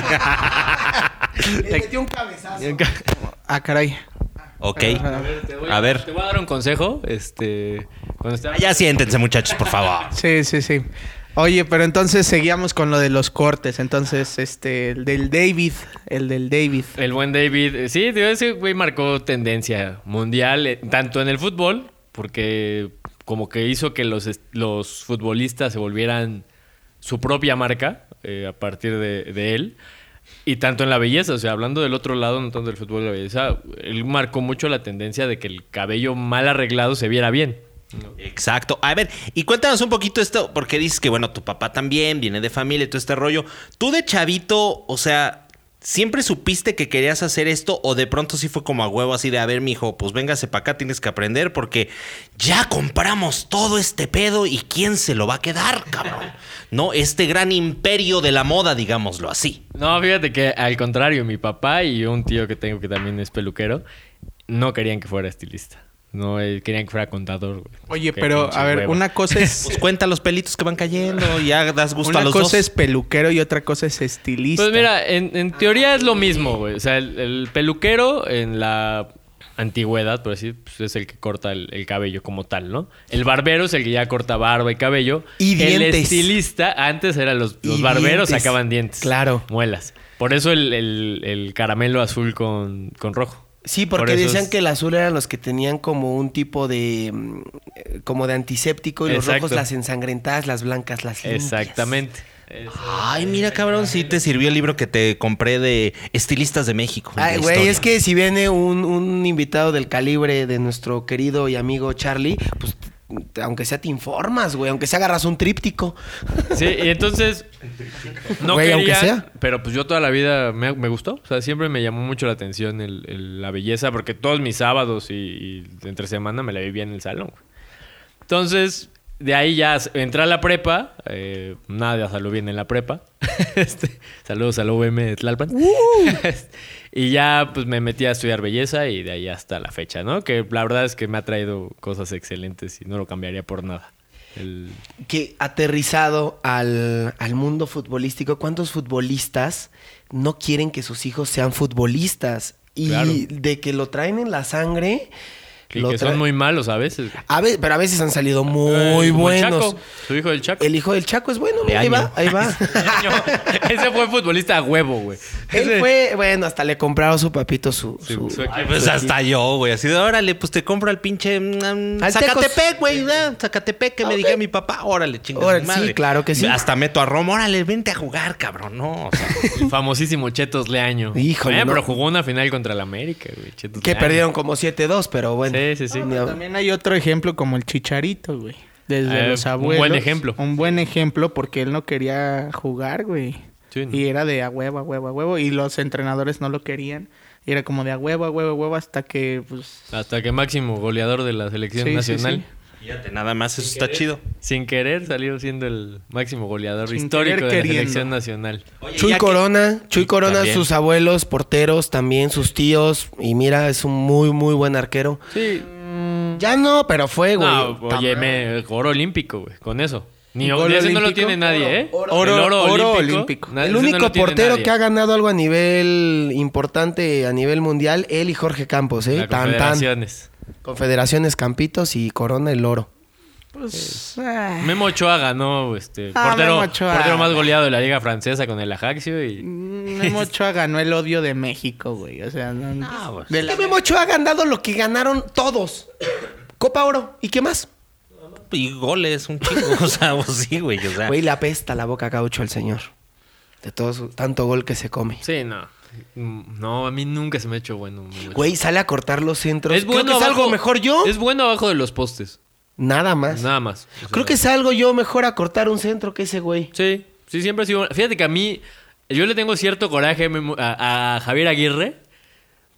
[SPEAKER 3] Le metió un cabezazo. Ah, caray.
[SPEAKER 1] ok.
[SPEAKER 3] A ver,
[SPEAKER 4] Te voy
[SPEAKER 1] A ver. Ah,
[SPEAKER 4] Te voy a dar un consejo. Este. Cuando esté-
[SPEAKER 1] Ya siéntense, muchachos, por favor.
[SPEAKER 3] Sí, sí, sí. Oye, pero entonces seguíamos con lo de los cortes. Entonces, este, el del David, el del David.
[SPEAKER 4] *laughs* El buen David, eh, sí, digo, ese güey marcó tendencia mundial, eh, tanto en el fútbol, porque como que hizo que los, est- los futbolistas se volvieran su propia marca eh, a partir de, de él, y tanto en la belleza, o sea, hablando del otro lado, no tanto del fútbol, la belleza, él marcó mucho la tendencia de que el cabello mal arreglado se viera bien.
[SPEAKER 1] Exacto. A ver, y cuéntanos un poquito esto, porque dices que, bueno, tu papá también viene de familia y todo este rollo. Tú de chavito, o sea, ¿siempre supiste que querías hacer esto o de pronto sí fue como a huevo así de, a ver, mijo, pues véngase para acá, tienes que aprender porque ya compramos todo este pedo y quién se lo va a quedar, cabrón? No, este gran imperio de la moda, digámoslo así.
[SPEAKER 4] No, fíjate que al contrario, mi papá y un tío que tengo que también es peluquero, no querían que fuera estilista. No, eh, querían que fuera contador. güey.
[SPEAKER 3] Oye,
[SPEAKER 4] Qué
[SPEAKER 3] pero
[SPEAKER 4] pinche
[SPEAKER 3] a ver,
[SPEAKER 4] hueva.
[SPEAKER 3] una cosa es
[SPEAKER 4] *laughs*
[SPEAKER 1] Pues cuenta los pelitos que van cayendo, ya das gusto a
[SPEAKER 3] una
[SPEAKER 1] los
[SPEAKER 3] cosa
[SPEAKER 1] dos.
[SPEAKER 3] es peluquero y otra cosa es estilista.
[SPEAKER 4] Pues mira, en, en teoría es lo mismo, güey. O sea, el, el peluquero en la antigüedad, por decir, pues, es el que corta el, el cabello como tal, ¿no? El barbero es el que ya corta barba y cabello.
[SPEAKER 2] Y
[SPEAKER 4] El
[SPEAKER 2] dientes.
[SPEAKER 4] estilista, antes eran los, los
[SPEAKER 2] Y
[SPEAKER 4] barberos,
[SPEAKER 2] dientes.
[SPEAKER 4] sacaban dientes.
[SPEAKER 2] Claro.
[SPEAKER 4] Muelas. Por eso el, el- el caramelo azul con, con rojo.
[SPEAKER 2] Sí, porque
[SPEAKER 4] Por eso
[SPEAKER 2] decían
[SPEAKER 4] es-
[SPEAKER 2] que el azul eran los que tenían como un tipo de mm, eh, como de antiséptico y los
[SPEAKER 4] Exacto.
[SPEAKER 2] rojos las ensangrentadas, las blancas las limpias.
[SPEAKER 4] Exactamente.
[SPEAKER 1] Ay, mira, cabrón, sí te sirvió el libro que te compré de Estilistas de México.
[SPEAKER 2] Ay,
[SPEAKER 1] de
[SPEAKER 2] güey,
[SPEAKER 1] historia.
[SPEAKER 2] es que si viene un, un invitado del calibre de nuestro querido y amigo Charlie, pues t- aunque sea te informas, güey, aunque sea agarras un tríptico.
[SPEAKER 4] Sí, y entonces. No
[SPEAKER 2] Güey, aunque
[SPEAKER 4] quería,
[SPEAKER 2] sea.
[SPEAKER 4] Pero pues yo toda la vida me, me gustó. O sea, siempre me llamó mucho la atención el- el- la belleza, porque todos mis sábados y, y entre semana me la vivía en el salón. güey. Entonces, de ahí ya s- entré a la prepa. eh, nada, salió bien en la prepa. *laughs* Este, saludos al OVM de Tlalpan. *laughs* y ya pues me metí a estudiar belleza y de ahí hasta la fecha, ¿no? Que la verdad es que me ha traído cosas excelentes y no lo cambiaría por nada. El,
[SPEAKER 2] Que aterrizado al, al mundo futbolístico, ¿cuántos futbolistas no quieren que sus hijos sean futbolistas? Y
[SPEAKER 4] Claro.
[SPEAKER 2] de que lo traen en la sangre.
[SPEAKER 4] que,
[SPEAKER 2] lo
[SPEAKER 4] que son
[SPEAKER 2] traen-
[SPEAKER 4] muy malos a veces.
[SPEAKER 2] A ve- pero a veces han salido muy
[SPEAKER 4] Eh, como el
[SPEAKER 2] buenos.
[SPEAKER 4] Chaco, su hijo del Chaco.
[SPEAKER 2] El hijo del Chaco es bueno, mira, ahí
[SPEAKER 1] Leaño.
[SPEAKER 2] va, ahí va.
[SPEAKER 4] *laughs* Ese fue futbolista a huevo, güey.
[SPEAKER 2] *laughs* Él
[SPEAKER 4] Ese-
[SPEAKER 2] fue, bueno, hasta le compraron su papito su.
[SPEAKER 4] Sí,
[SPEAKER 2] su-
[SPEAKER 4] su equipo.
[SPEAKER 1] Ay, pues hasta yo, güey. Así de, órale, pues te compro al pinche. mm,
[SPEAKER 2] Al
[SPEAKER 1] Zacatepec,
[SPEAKER 2] Tecos.
[SPEAKER 1] güey. ¿verdad? Zacatepec, que me diga mi papá. Órale, chingas
[SPEAKER 2] Órale,
[SPEAKER 1] mi madre.
[SPEAKER 2] sí, claro que sí.
[SPEAKER 1] Hasta meto a Roma. Órale, vente a jugar, cabrón. No, o sea,
[SPEAKER 2] *laughs*
[SPEAKER 4] El famosísimo Chetos Leaño.
[SPEAKER 2] Híjole,
[SPEAKER 4] Eh,
[SPEAKER 2] no.
[SPEAKER 4] Pero jugó una final contra el América, güey. Chetos
[SPEAKER 2] que
[SPEAKER 4] Leaño.
[SPEAKER 2] perdieron como 7-2, pero bueno.
[SPEAKER 4] Sí, sí, sí.
[SPEAKER 2] Ni a-
[SPEAKER 3] También hay otro ejemplo como el chicharito, güey. Desde
[SPEAKER 4] Eh,
[SPEAKER 3] los
[SPEAKER 4] un
[SPEAKER 3] abuelos.
[SPEAKER 4] buen ejemplo.
[SPEAKER 3] Un buen ejemplo porque él no quería jugar, güey.
[SPEAKER 4] Sí, no.
[SPEAKER 3] Y era de a huevo, a huevo, a huevo. Y los entrenadores no lo querían. Y era como de a huevo, a huevo, a huevo hasta que, pues...
[SPEAKER 4] Hasta que máximo goleador de la selección
[SPEAKER 3] Sí, sí,
[SPEAKER 4] nacional.
[SPEAKER 1] fíjate, nada más, eso está chido.
[SPEAKER 4] Sin querer salió siendo el máximo goleador
[SPEAKER 3] Sin
[SPEAKER 4] histórico
[SPEAKER 3] querer,
[SPEAKER 4] de
[SPEAKER 3] queriendo.
[SPEAKER 4] la selección nacional.
[SPEAKER 2] Chuy
[SPEAKER 1] ya que-
[SPEAKER 2] Corona, Chuy Corona,
[SPEAKER 1] también.
[SPEAKER 2] sus abuelos, porteros también, sus tíos. Y mira, es un muy, muy buen arquero.
[SPEAKER 4] Sí.
[SPEAKER 2] Ya no, pero fue, güey.
[SPEAKER 4] No, oye,
[SPEAKER 2] Tam-
[SPEAKER 4] me, oro olímpico, güey. Con eso. Ni
[SPEAKER 3] Oro
[SPEAKER 4] ese no lo
[SPEAKER 3] olímpico,
[SPEAKER 4] tiene nadie, ¿eh?
[SPEAKER 3] oro,
[SPEAKER 4] El
[SPEAKER 3] oro, oro olímpico.
[SPEAKER 4] na-
[SPEAKER 2] El
[SPEAKER 4] ese no
[SPEAKER 2] único
[SPEAKER 4] lo tiene
[SPEAKER 2] portero
[SPEAKER 4] nadie.
[SPEAKER 2] que ha ganado algo a nivel importante, a nivel mundial, él y Jorge Campos, ¿eh?
[SPEAKER 4] La
[SPEAKER 2] Tan, tan.
[SPEAKER 4] Confederaciones.
[SPEAKER 2] Confederaciones Campitos y Corona el Oro.
[SPEAKER 3] Pues... ah.
[SPEAKER 4] Memo Ochoa ganó, este,
[SPEAKER 3] Ah,
[SPEAKER 4] portero,
[SPEAKER 3] Memo Ochoa.
[SPEAKER 4] portero más goleado de la liga francesa con el Ajaxio y... *laughs*
[SPEAKER 3] Memo Ochoa ganó el odio de México, güey. O sea, no,
[SPEAKER 4] Ah,
[SPEAKER 3] de la-
[SPEAKER 2] Que Memo Ochoa ha ganado lo que ganaron todos. Copa Oro. ¿Y qué más?
[SPEAKER 1] Y goles, un chingo. *laughs* O sea, pues sí, güey.
[SPEAKER 4] Ah.
[SPEAKER 1] O sea,
[SPEAKER 2] Güey, le apesta la boca a Caucho al señor. De todo su- tanto gol que se come.
[SPEAKER 4] Sí, no. Mm, No, a mí nunca se me ha hecho bueno. Memo Ochoa.
[SPEAKER 2] Güey, sale a cortar los centros.
[SPEAKER 4] es bueno
[SPEAKER 2] Creo que
[SPEAKER 4] abajo,
[SPEAKER 2] salgo mejor yo.
[SPEAKER 4] Es bueno abajo de los postes.
[SPEAKER 2] Nada más.
[SPEAKER 4] Nada más. O sea,
[SPEAKER 2] Pues Creo que salgo yo mejor a cortar un centro que ese güey.
[SPEAKER 4] Sí, sí, siempre ha sido. Fíjate que a mí, yo le tengo cierto coraje Memo, a, a Javier Aguirre,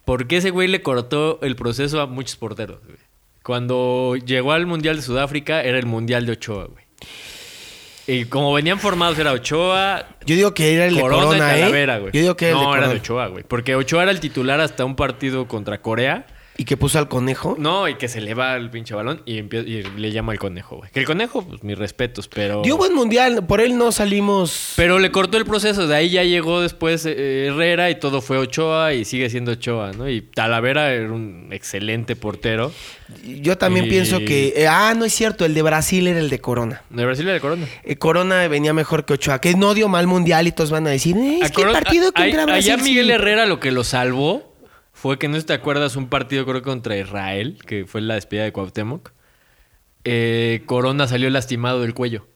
[SPEAKER 4] porque ese güey le cortó el proceso a muchos porteros. güey. Cuando llegó al Mundial de Sudáfrica, era el Mundial de Ochoa, güey. Y como venían formados, era Ochoa,
[SPEAKER 2] Yo digo que era el de
[SPEAKER 4] Corona,
[SPEAKER 2] Corona,
[SPEAKER 4] y
[SPEAKER 2] ¿eh?
[SPEAKER 4] Talavera, güey.
[SPEAKER 2] Yo digo que era
[SPEAKER 4] no,
[SPEAKER 2] el de
[SPEAKER 4] era de
[SPEAKER 2] Corona.
[SPEAKER 4] Ochoa, güey. Porque Ochoa era el titular hasta un partido contra Corea.
[SPEAKER 2] y que puso al conejo.
[SPEAKER 4] No, y que se le va el pinche balón y, empie- y le llama el conejo, güey. Que el conejo, pues mis respetos, pero.
[SPEAKER 2] Dio buen mundial, por él no salimos.
[SPEAKER 4] Pero le cortó el proceso, de ahí ya llegó después eh, Herrera y todo fue Ochoa y sigue siendo Ochoa, ¿no? Y Talavera era un excelente portero.
[SPEAKER 2] Yo también
[SPEAKER 4] Y-
[SPEAKER 2] pienso que. eh, ah, no es cierto, el de Brasil era el de Corona.
[SPEAKER 4] De Brasil era de Corona.
[SPEAKER 2] Eh, Corona venía mejor que Ochoa, que no dio mal mundial y todos van a decir, "Eh, es
[SPEAKER 4] A
[SPEAKER 2] que el
[SPEAKER 4] Corona-
[SPEAKER 2] partido
[SPEAKER 4] a- a-
[SPEAKER 2] contra Brasil.
[SPEAKER 4] Allá Miguel
[SPEAKER 2] sí".
[SPEAKER 4] Herrera lo que lo salvó fue que no sé si te acuerdas un partido, creo que contra Israel, que fue la despedida de Cuauhtémoc. Eh, Corona salió lastimado del cuello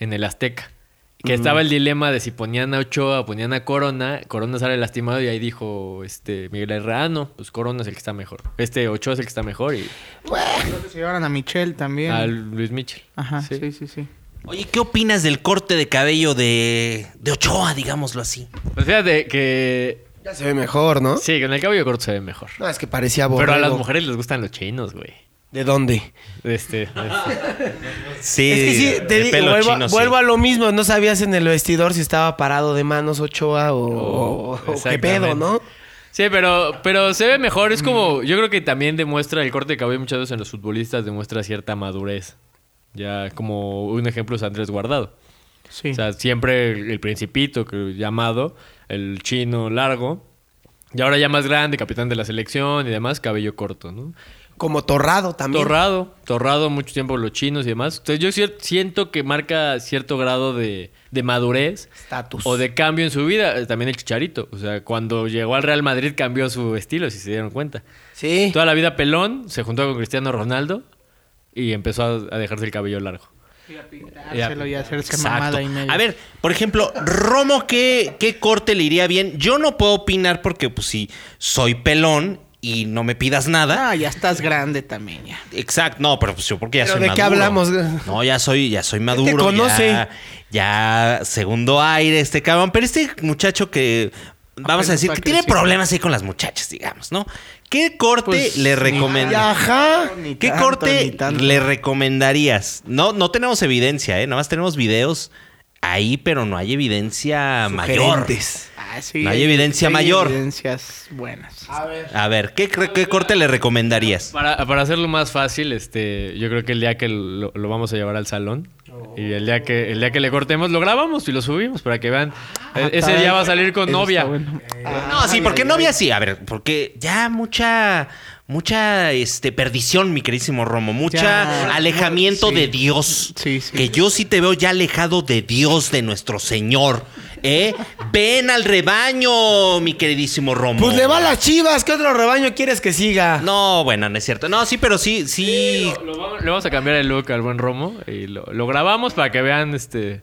[SPEAKER 4] en el Azteca. Que
[SPEAKER 2] Mm.
[SPEAKER 4] estaba el dilema de si ponían a Ochoa o ponían a Corona. Corona sale lastimado y ahí dijo este Miguel Herrera, "Ah, no, pues Corona es el que está mejor. Este Ochoa es el que está mejor y
[SPEAKER 3] Creo que se llevaron a Michelle también.
[SPEAKER 4] a Luis Michel.
[SPEAKER 3] Ajá,
[SPEAKER 4] Sí.
[SPEAKER 3] sí, sí, sí.
[SPEAKER 1] Oye, ¿qué opinas del corte de cabello de, de Ochoa, digámoslo así?
[SPEAKER 4] Pues fíjate que...
[SPEAKER 2] Ya se ve mejor, ¿no?
[SPEAKER 4] Sí, con el cabello corto se ve mejor.
[SPEAKER 2] No, es que parecía
[SPEAKER 4] Pero
[SPEAKER 2] borrego.
[SPEAKER 4] a las mujeres les gustan los chinos, güey.
[SPEAKER 2] ¿De dónde? *laughs*
[SPEAKER 4] Este, este.
[SPEAKER 1] Sí,
[SPEAKER 2] es que sí, te
[SPEAKER 1] de
[SPEAKER 2] digo,
[SPEAKER 1] pelo
[SPEAKER 2] vuelvo,
[SPEAKER 1] chino, sí.
[SPEAKER 2] vuelvo a lo mismo. No sabías en el vestidor si estaba parado de manos Ochoa o,
[SPEAKER 4] Oh,
[SPEAKER 2] o- o qué
[SPEAKER 4] exactamente.
[SPEAKER 2] pedo, ¿no?
[SPEAKER 4] Sí, pero, pero se ve mejor. Es como. Yo creo que también demuestra el corte de cabello muchas veces en los futbolistas, demuestra cierta madurez. Ya, como un ejemplo es Andrés Guardado.
[SPEAKER 3] Sí.
[SPEAKER 4] O sea, siempre el, el Principito, que- llamado, el chino largo. Y ahora ya más grande, capitán de la selección y demás, cabello corto, ¿no?
[SPEAKER 2] Como torrado también.
[SPEAKER 4] Torrado, torrado mucho tiempo los chinos y demás. Entonces yo cier- siento que marca cierto grado de, de madurez
[SPEAKER 2] Estatus.
[SPEAKER 4] o de cambio en su vida. Eh, También el Chicharito. O sea, cuando llegó al Real Madrid cambió su estilo, si se dieron cuenta.
[SPEAKER 2] Sí.
[SPEAKER 4] Toda la vida pelón, se juntó con Cristiano Ronaldo y empezó a, a dejarse el cabello largo.
[SPEAKER 3] Dárselo y hacerse
[SPEAKER 1] Exacto.
[SPEAKER 3] mamada y media.
[SPEAKER 1] A ver, por ejemplo, Romo, ¿qué, ¿qué corte le iría bien? Yo no puedo opinar porque, pues, si soy pelón y no me pidas nada.
[SPEAKER 3] Ah, ya estás grande también ya.
[SPEAKER 1] Exacto, no, pero pues yo porque ya
[SPEAKER 2] Pero
[SPEAKER 1] soy
[SPEAKER 2] ¿de
[SPEAKER 1] maduro.
[SPEAKER 2] qué hablamos?
[SPEAKER 1] No, ya soy, ya soy maduro. ya-
[SPEAKER 2] conoce.
[SPEAKER 1] Ya, segundo aire este cabrón. Pero este muchacho que, vamos
[SPEAKER 3] Apenas
[SPEAKER 1] a decir,
[SPEAKER 3] va
[SPEAKER 1] que tiene
[SPEAKER 3] creciendo.
[SPEAKER 1] problemas ahí con las muchachas, digamos, ¿no? ¿Qué corte
[SPEAKER 3] Pues,
[SPEAKER 1] le
[SPEAKER 3] ni-
[SPEAKER 1] recomendarías?
[SPEAKER 2] Ajá.
[SPEAKER 3] Ni
[SPEAKER 1] ¿Qué
[SPEAKER 3] tanto, ni
[SPEAKER 1] corte
[SPEAKER 3] tanto.
[SPEAKER 1] le recomendarías? No, no tenemos evidencia, ¿eh? Nada más tenemos videos ahí, pero no hay evidencia mayor.
[SPEAKER 2] Sugerentes.
[SPEAKER 3] Ah, sí,
[SPEAKER 1] No hay evidencia mayor.
[SPEAKER 3] evidencias buenas.
[SPEAKER 1] A ver, ¿qué, cre- qué corte le recomendarías?
[SPEAKER 4] Para, para hacerlo más fácil, este, yo creo que el día que lo, lo vamos a llevar al salón y el día que el día que le cortemos lo grabamos y lo subimos para que vean. E- ese
[SPEAKER 3] está
[SPEAKER 4] día va a
[SPEAKER 3] bien.
[SPEAKER 4] salir
[SPEAKER 3] Ah,
[SPEAKER 4] con
[SPEAKER 3] Eso
[SPEAKER 4] novia.
[SPEAKER 3] está bueno.
[SPEAKER 1] No, sí, porque no había así. A ver, porque ya mucha, mucha este, perdición, mi queridísimo Romo. Mucha
[SPEAKER 3] Ya,
[SPEAKER 1] alejamiento
[SPEAKER 3] sí.
[SPEAKER 1] de Dios.
[SPEAKER 3] Sí, sí.
[SPEAKER 1] Que yo sí te veo ya alejado de Dios, de nuestro Señor. ¿eh? Ven al rebaño, mi queridísimo Romo.
[SPEAKER 2] Pues le va a las chivas. ¿Qué otro rebaño quieres que siga?
[SPEAKER 1] No, bueno, no es cierto. No, sí, pero sí, sí.
[SPEAKER 4] Lo vamos- le vamos a cambiar el look al buen Romo y lo, lo grabamos para que vean este.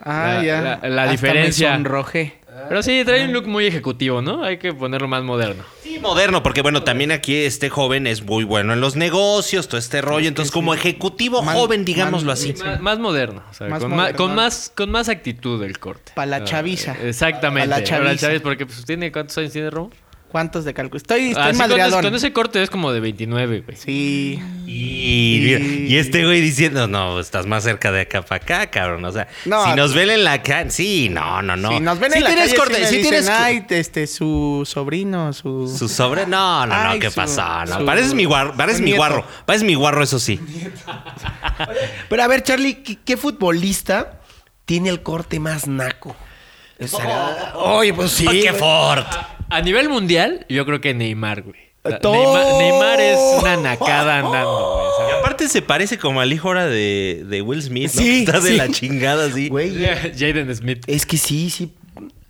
[SPEAKER 3] Ah,
[SPEAKER 4] La-
[SPEAKER 3] ya.
[SPEAKER 4] la- la
[SPEAKER 3] Hasta
[SPEAKER 4] diferencia.
[SPEAKER 3] Me sonrojé.
[SPEAKER 4] Pero sí, trae un look muy ejecutivo, ¿no? Hay que ponerlo más moderno.
[SPEAKER 1] Sí, moderno, porque bueno, también aquí este joven es muy bueno en los negocios, todo este rollo. Entonces, como ejecutivo
[SPEAKER 3] Man-
[SPEAKER 1] joven, digámoslo
[SPEAKER 3] man-
[SPEAKER 1] así.
[SPEAKER 3] Sí.
[SPEAKER 4] Más, más moderno. o sea,
[SPEAKER 3] Más
[SPEAKER 4] con, ma- con
[SPEAKER 3] moderno.
[SPEAKER 4] más, con más actitud el corte.
[SPEAKER 3] Pa' la
[SPEAKER 4] Ah,
[SPEAKER 3] chaviza.
[SPEAKER 4] Exactamente.
[SPEAKER 3] Pa' la
[SPEAKER 4] Para la
[SPEAKER 3] chaviza.
[SPEAKER 4] chaviza, porque pues, tiene cuántos años tiene Romo.
[SPEAKER 3] ¿Cuántos de cálculo? Estoy,
[SPEAKER 4] Así
[SPEAKER 3] estoy
[SPEAKER 4] con,
[SPEAKER 3] madreadón.
[SPEAKER 4] con ese corte es como de 29, güey.
[SPEAKER 3] Sí.
[SPEAKER 1] Y, mira, y este güey diciendo, no, estás más cerca de acá para acá, cabrón. O sea,
[SPEAKER 3] No,
[SPEAKER 1] si
[SPEAKER 3] a-
[SPEAKER 1] nos ven en la calle, sí, no, no, no.
[SPEAKER 3] Si nos ven
[SPEAKER 1] Sí
[SPEAKER 3] en la
[SPEAKER 1] tienes
[SPEAKER 3] calle,
[SPEAKER 1] corte,
[SPEAKER 3] sí me
[SPEAKER 1] sí
[SPEAKER 3] dicen,
[SPEAKER 1] tienes
[SPEAKER 3] "Ay, te- este, su sobrino, su...
[SPEAKER 1] su sobre, no, no, no,
[SPEAKER 3] Ay,
[SPEAKER 1] ¿qué
[SPEAKER 3] su-
[SPEAKER 1] pasó? No,
[SPEAKER 3] su-
[SPEAKER 1] pareces mi guarro, pareces
[SPEAKER 3] su
[SPEAKER 1] mi
[SPEAKER 3] nieto.
[SPEAKER 1] guarro, pareces mi guarro, eso sí.
[SPEAKER 2] Pero a ver, Charlie, ¿qué, qué futbolista tiene el corte más naco? O sea, Oye, pues sí.
[SPEAKER 1] Qué fort.
[SPEAKER 4] A nivel mundial, yo creo que Neymar, güey. O sea,
[SPEAKER 2] To-
[SPEAKER 4] Neymar, Neymar es una nacada andando, güey. o
[SPEAKER 3] *laughs*
[SPEAKER 4] sea,
[SPEAKER 1] Y aparte se parece como al hijo ahora de, de Will Smith, ¿no?
[SPEAKER 2] Sí,
[SPEAKER 1] Que está de
[SPEAKER 2] sí.
[SPEAKER 1] la chingada, sí.
[SPEAKER 2] Güey,
[SPEAKER 4] Jaden
[SPEAKER 3] Eh,
[SPEAKER 4] Smith.
[SPEAKER 2] es que sí, sí.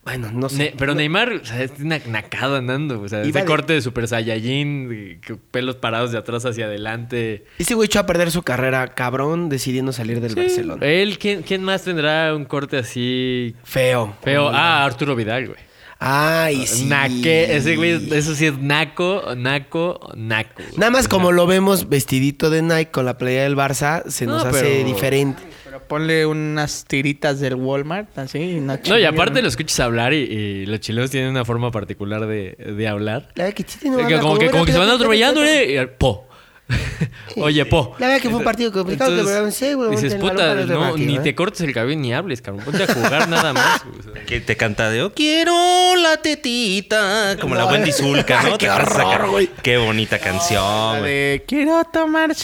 [SPEAKER 2] Bueno, no sé.
[SPEAKER 4] Ne- pero Neymar, o sea, es una nacada andando. O sea,
[SPEAKER 2] Iba
[SPEAKER 4] ese
[SPEAKER 2] de-
[SPEAKER 4] corte de Super Saiyajin, de- que pelos parados de atrás hacia adelante.
[SPEAKER 2] Ese güey echó a perder su carrera, cabrón, decidiendo salir del Barcelona.
[SPEAKER 4] Él, ¿quién, quién más tendrá un corte así
[SPEAKER 2] Feo.
[SPEAKER 4] feo? Ah, Arturo Vidal, güey.
[SPEAKER 2] Ay, sí.
[SPEAKER 4] Naque, ese güey, eso sí es naco, naco, naco. güey.
[SPEAKER 2] Nada más como lo vemos vestidito de Nike con la playa del Barça, se nos
[SPEAKER 4] No,
[SPEAKER 2] hace
[SPEAKER 4] pero-
[SPEAKER 2] diferente.
[SPEAKER 3] Pero ponle unas tiritas del Walmart, así. y
[SPEAKER 4] No, y aparte
[SPEAKER 3] chillen.
[SPEAKER 4] lo escuchas hablar y, y los chilenos tienen una forma particular de, de hablar.
[SPEAKER 2] La verdad que Chile no
[SPEAKER 4] Que
[SPEAKER 2] habla
[SPEAKER 4] como, que,
[SPEAKER 2] una
[SPEAKER 4] como que se van
[SPEAKER 2] pelota.
[SPEAKER 4] atropellando, ¿eh? Y, Po. *laughs* Oye, po.
[SPEAKER 2] La verdad que fue un partido complicado, que pero sí, güey,
[SPEAKER 4] Dices,
[SPEAKER 2] el balón
[SPEAKER 4] puta,
[SPEAKER 2] para el
[SPEAKER 4] no,
[SPEAKER 2] remate,
[SPEAKER 4] ni
[SPEAKER 2] ¿eh?
[SPEAKER 4] te cortes el cabello ni hables, cabrón. Ponte a jugar nada más. güey. O sea,
[SPEAKER 1] Que te canta de oh, quiero la tetita. Como la Wendy Zulka, ¿no? Te vas a sacar- Qué bonita canción,
[SPEAKER 4] Ah,
[SPEAKER 3] La
[SPEAKER 1] güey.
[SPEAKER 3] de quiero tomar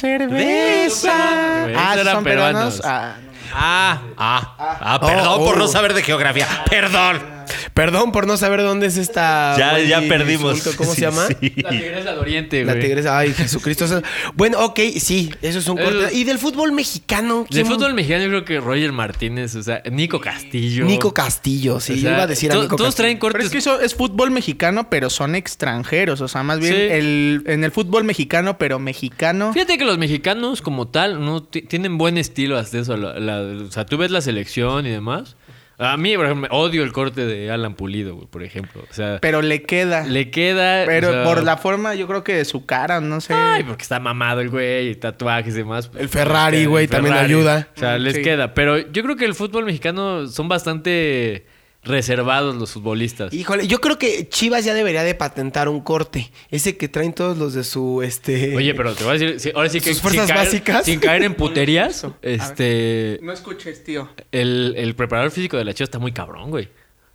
[SPEAKER 3] cerveza.
[SPEAKER 4] Güey,
[SPEAKER 3] Ah,
[SPEAKER 4] esos eran
[SPEAKER 3] son peruanos.
[SPEAKER 4] peruanos.
[SPEAKER 3] Ah, no.
[SPEAKER 1] Ah, ah, ah, perdón
[SPEAKER 2] Oh,
[SPEAKER 1] por
[SPEAKER 2] oh.
[SPEAKER 1] no saber de geografía. Perdón.
[SPEAKER 2] Perdón por no saber dónde es esta.
[SPEAKER 1] Ya,
[SPEAKER 2] Ah, Wendy
[SPEAKER 1] ya perdimos.
[SPEAKER 2] Zulka, ¿Cómo
[SPEAKER 1] *laughs* Sí,
[SPEAKER 2] se llama?
[SPEAKER 1] sí.
[SPEAKER 4] *laughs* La tigresa del oriente,
[SPEAKER 2] La
[SPEAKER 4] güey.
[SPEAKER 2] tigresa. Ay, Jesucristo. Bueno, ok, sí, eso es un corte.
[SPEAKER 4] El-
[SPEAKER 2] ¿Y del fútbol mexicano?
[SPEAKER 4] Eh, Del
[SPEAKER 2] ¿Quién-
[SPEAKER 4] fútbol mexicano yo creo que Roger Martínez, o sea, Nico Castillo.
[SPEAKER 2] Nico Castillo, sí,
[SPEAKER 4] O sea,
[SPEAKER 2] iba a decir a
[SPEAKER 4] to-
[SPEAKER 2] Nico
[SPEAKER 4] Todos
[SPEAKER 2] Castillo.
[SPEAKER 4] traen cortes.
[SPEAKER 3] Pero es que eso es fútbol mexicano, pero son extranjeros. O sea, más bien
[SPEAKER 4] Sí.
[SPEAKER 3] el, en el fútbol mexicano, pero mexicano.
[SPEAKER 4] Fíjate que los mexicanos como tal no ti- tienen buen estilo hasta eso. La- la- o sea, tú ves la selección y demás. A mí, por ejemplo, odio el corte de Alan Pulido, güey, por ejemplo. O sea,
[SPEAKER 3] Pero le queda.
[SPEAKER 4] le queda... o
[SPEAKER 3] pero
[SPEAKER 4] sea,
[SPEAKER 3] por la forma, yo creo que de su cara, no sé.
[SPEAKER 4] Ay, porque está mamado el güey, y tatuajes y demás.
[SPEAKER 2] El Ferrari, güey,
[SPEAKER 4] El
[SPEAKER 2] también
[SPEAKER 4] Ferrari.
[SPEAKER 2] ayuda.
[SPEAKER 4] O sea,
[SPEAKER 3] Mm,
[SPEAKER 4] les
[SPEAKER 3] sí.
[SPEAKER 4] queda. Pero yo creo que el fútbol mexicano son bastante reservados los futbolistas.
[SPEAKER 2] Híjole, yo creo que Chivas ya debería de patentar un corte. Ese que traen todos los de su, este...
[SPEAKER 4] Oye, pero te voy a decir, sí, ahora sí que
[SPEAKER 2] Sus fuerzas
[SPEAKER 4] sin caer,
[SPEAKER 2] básicas.
[SPEAKER 4] sin
[SPEAKER 2] *laughs*
[SPEAKER 4] caer en puterías, este,
[SPEAKER 3] no escuches, tío.
[SPEAKER 4] el, el preparador físico de la Chivas está muy cabrón, güey.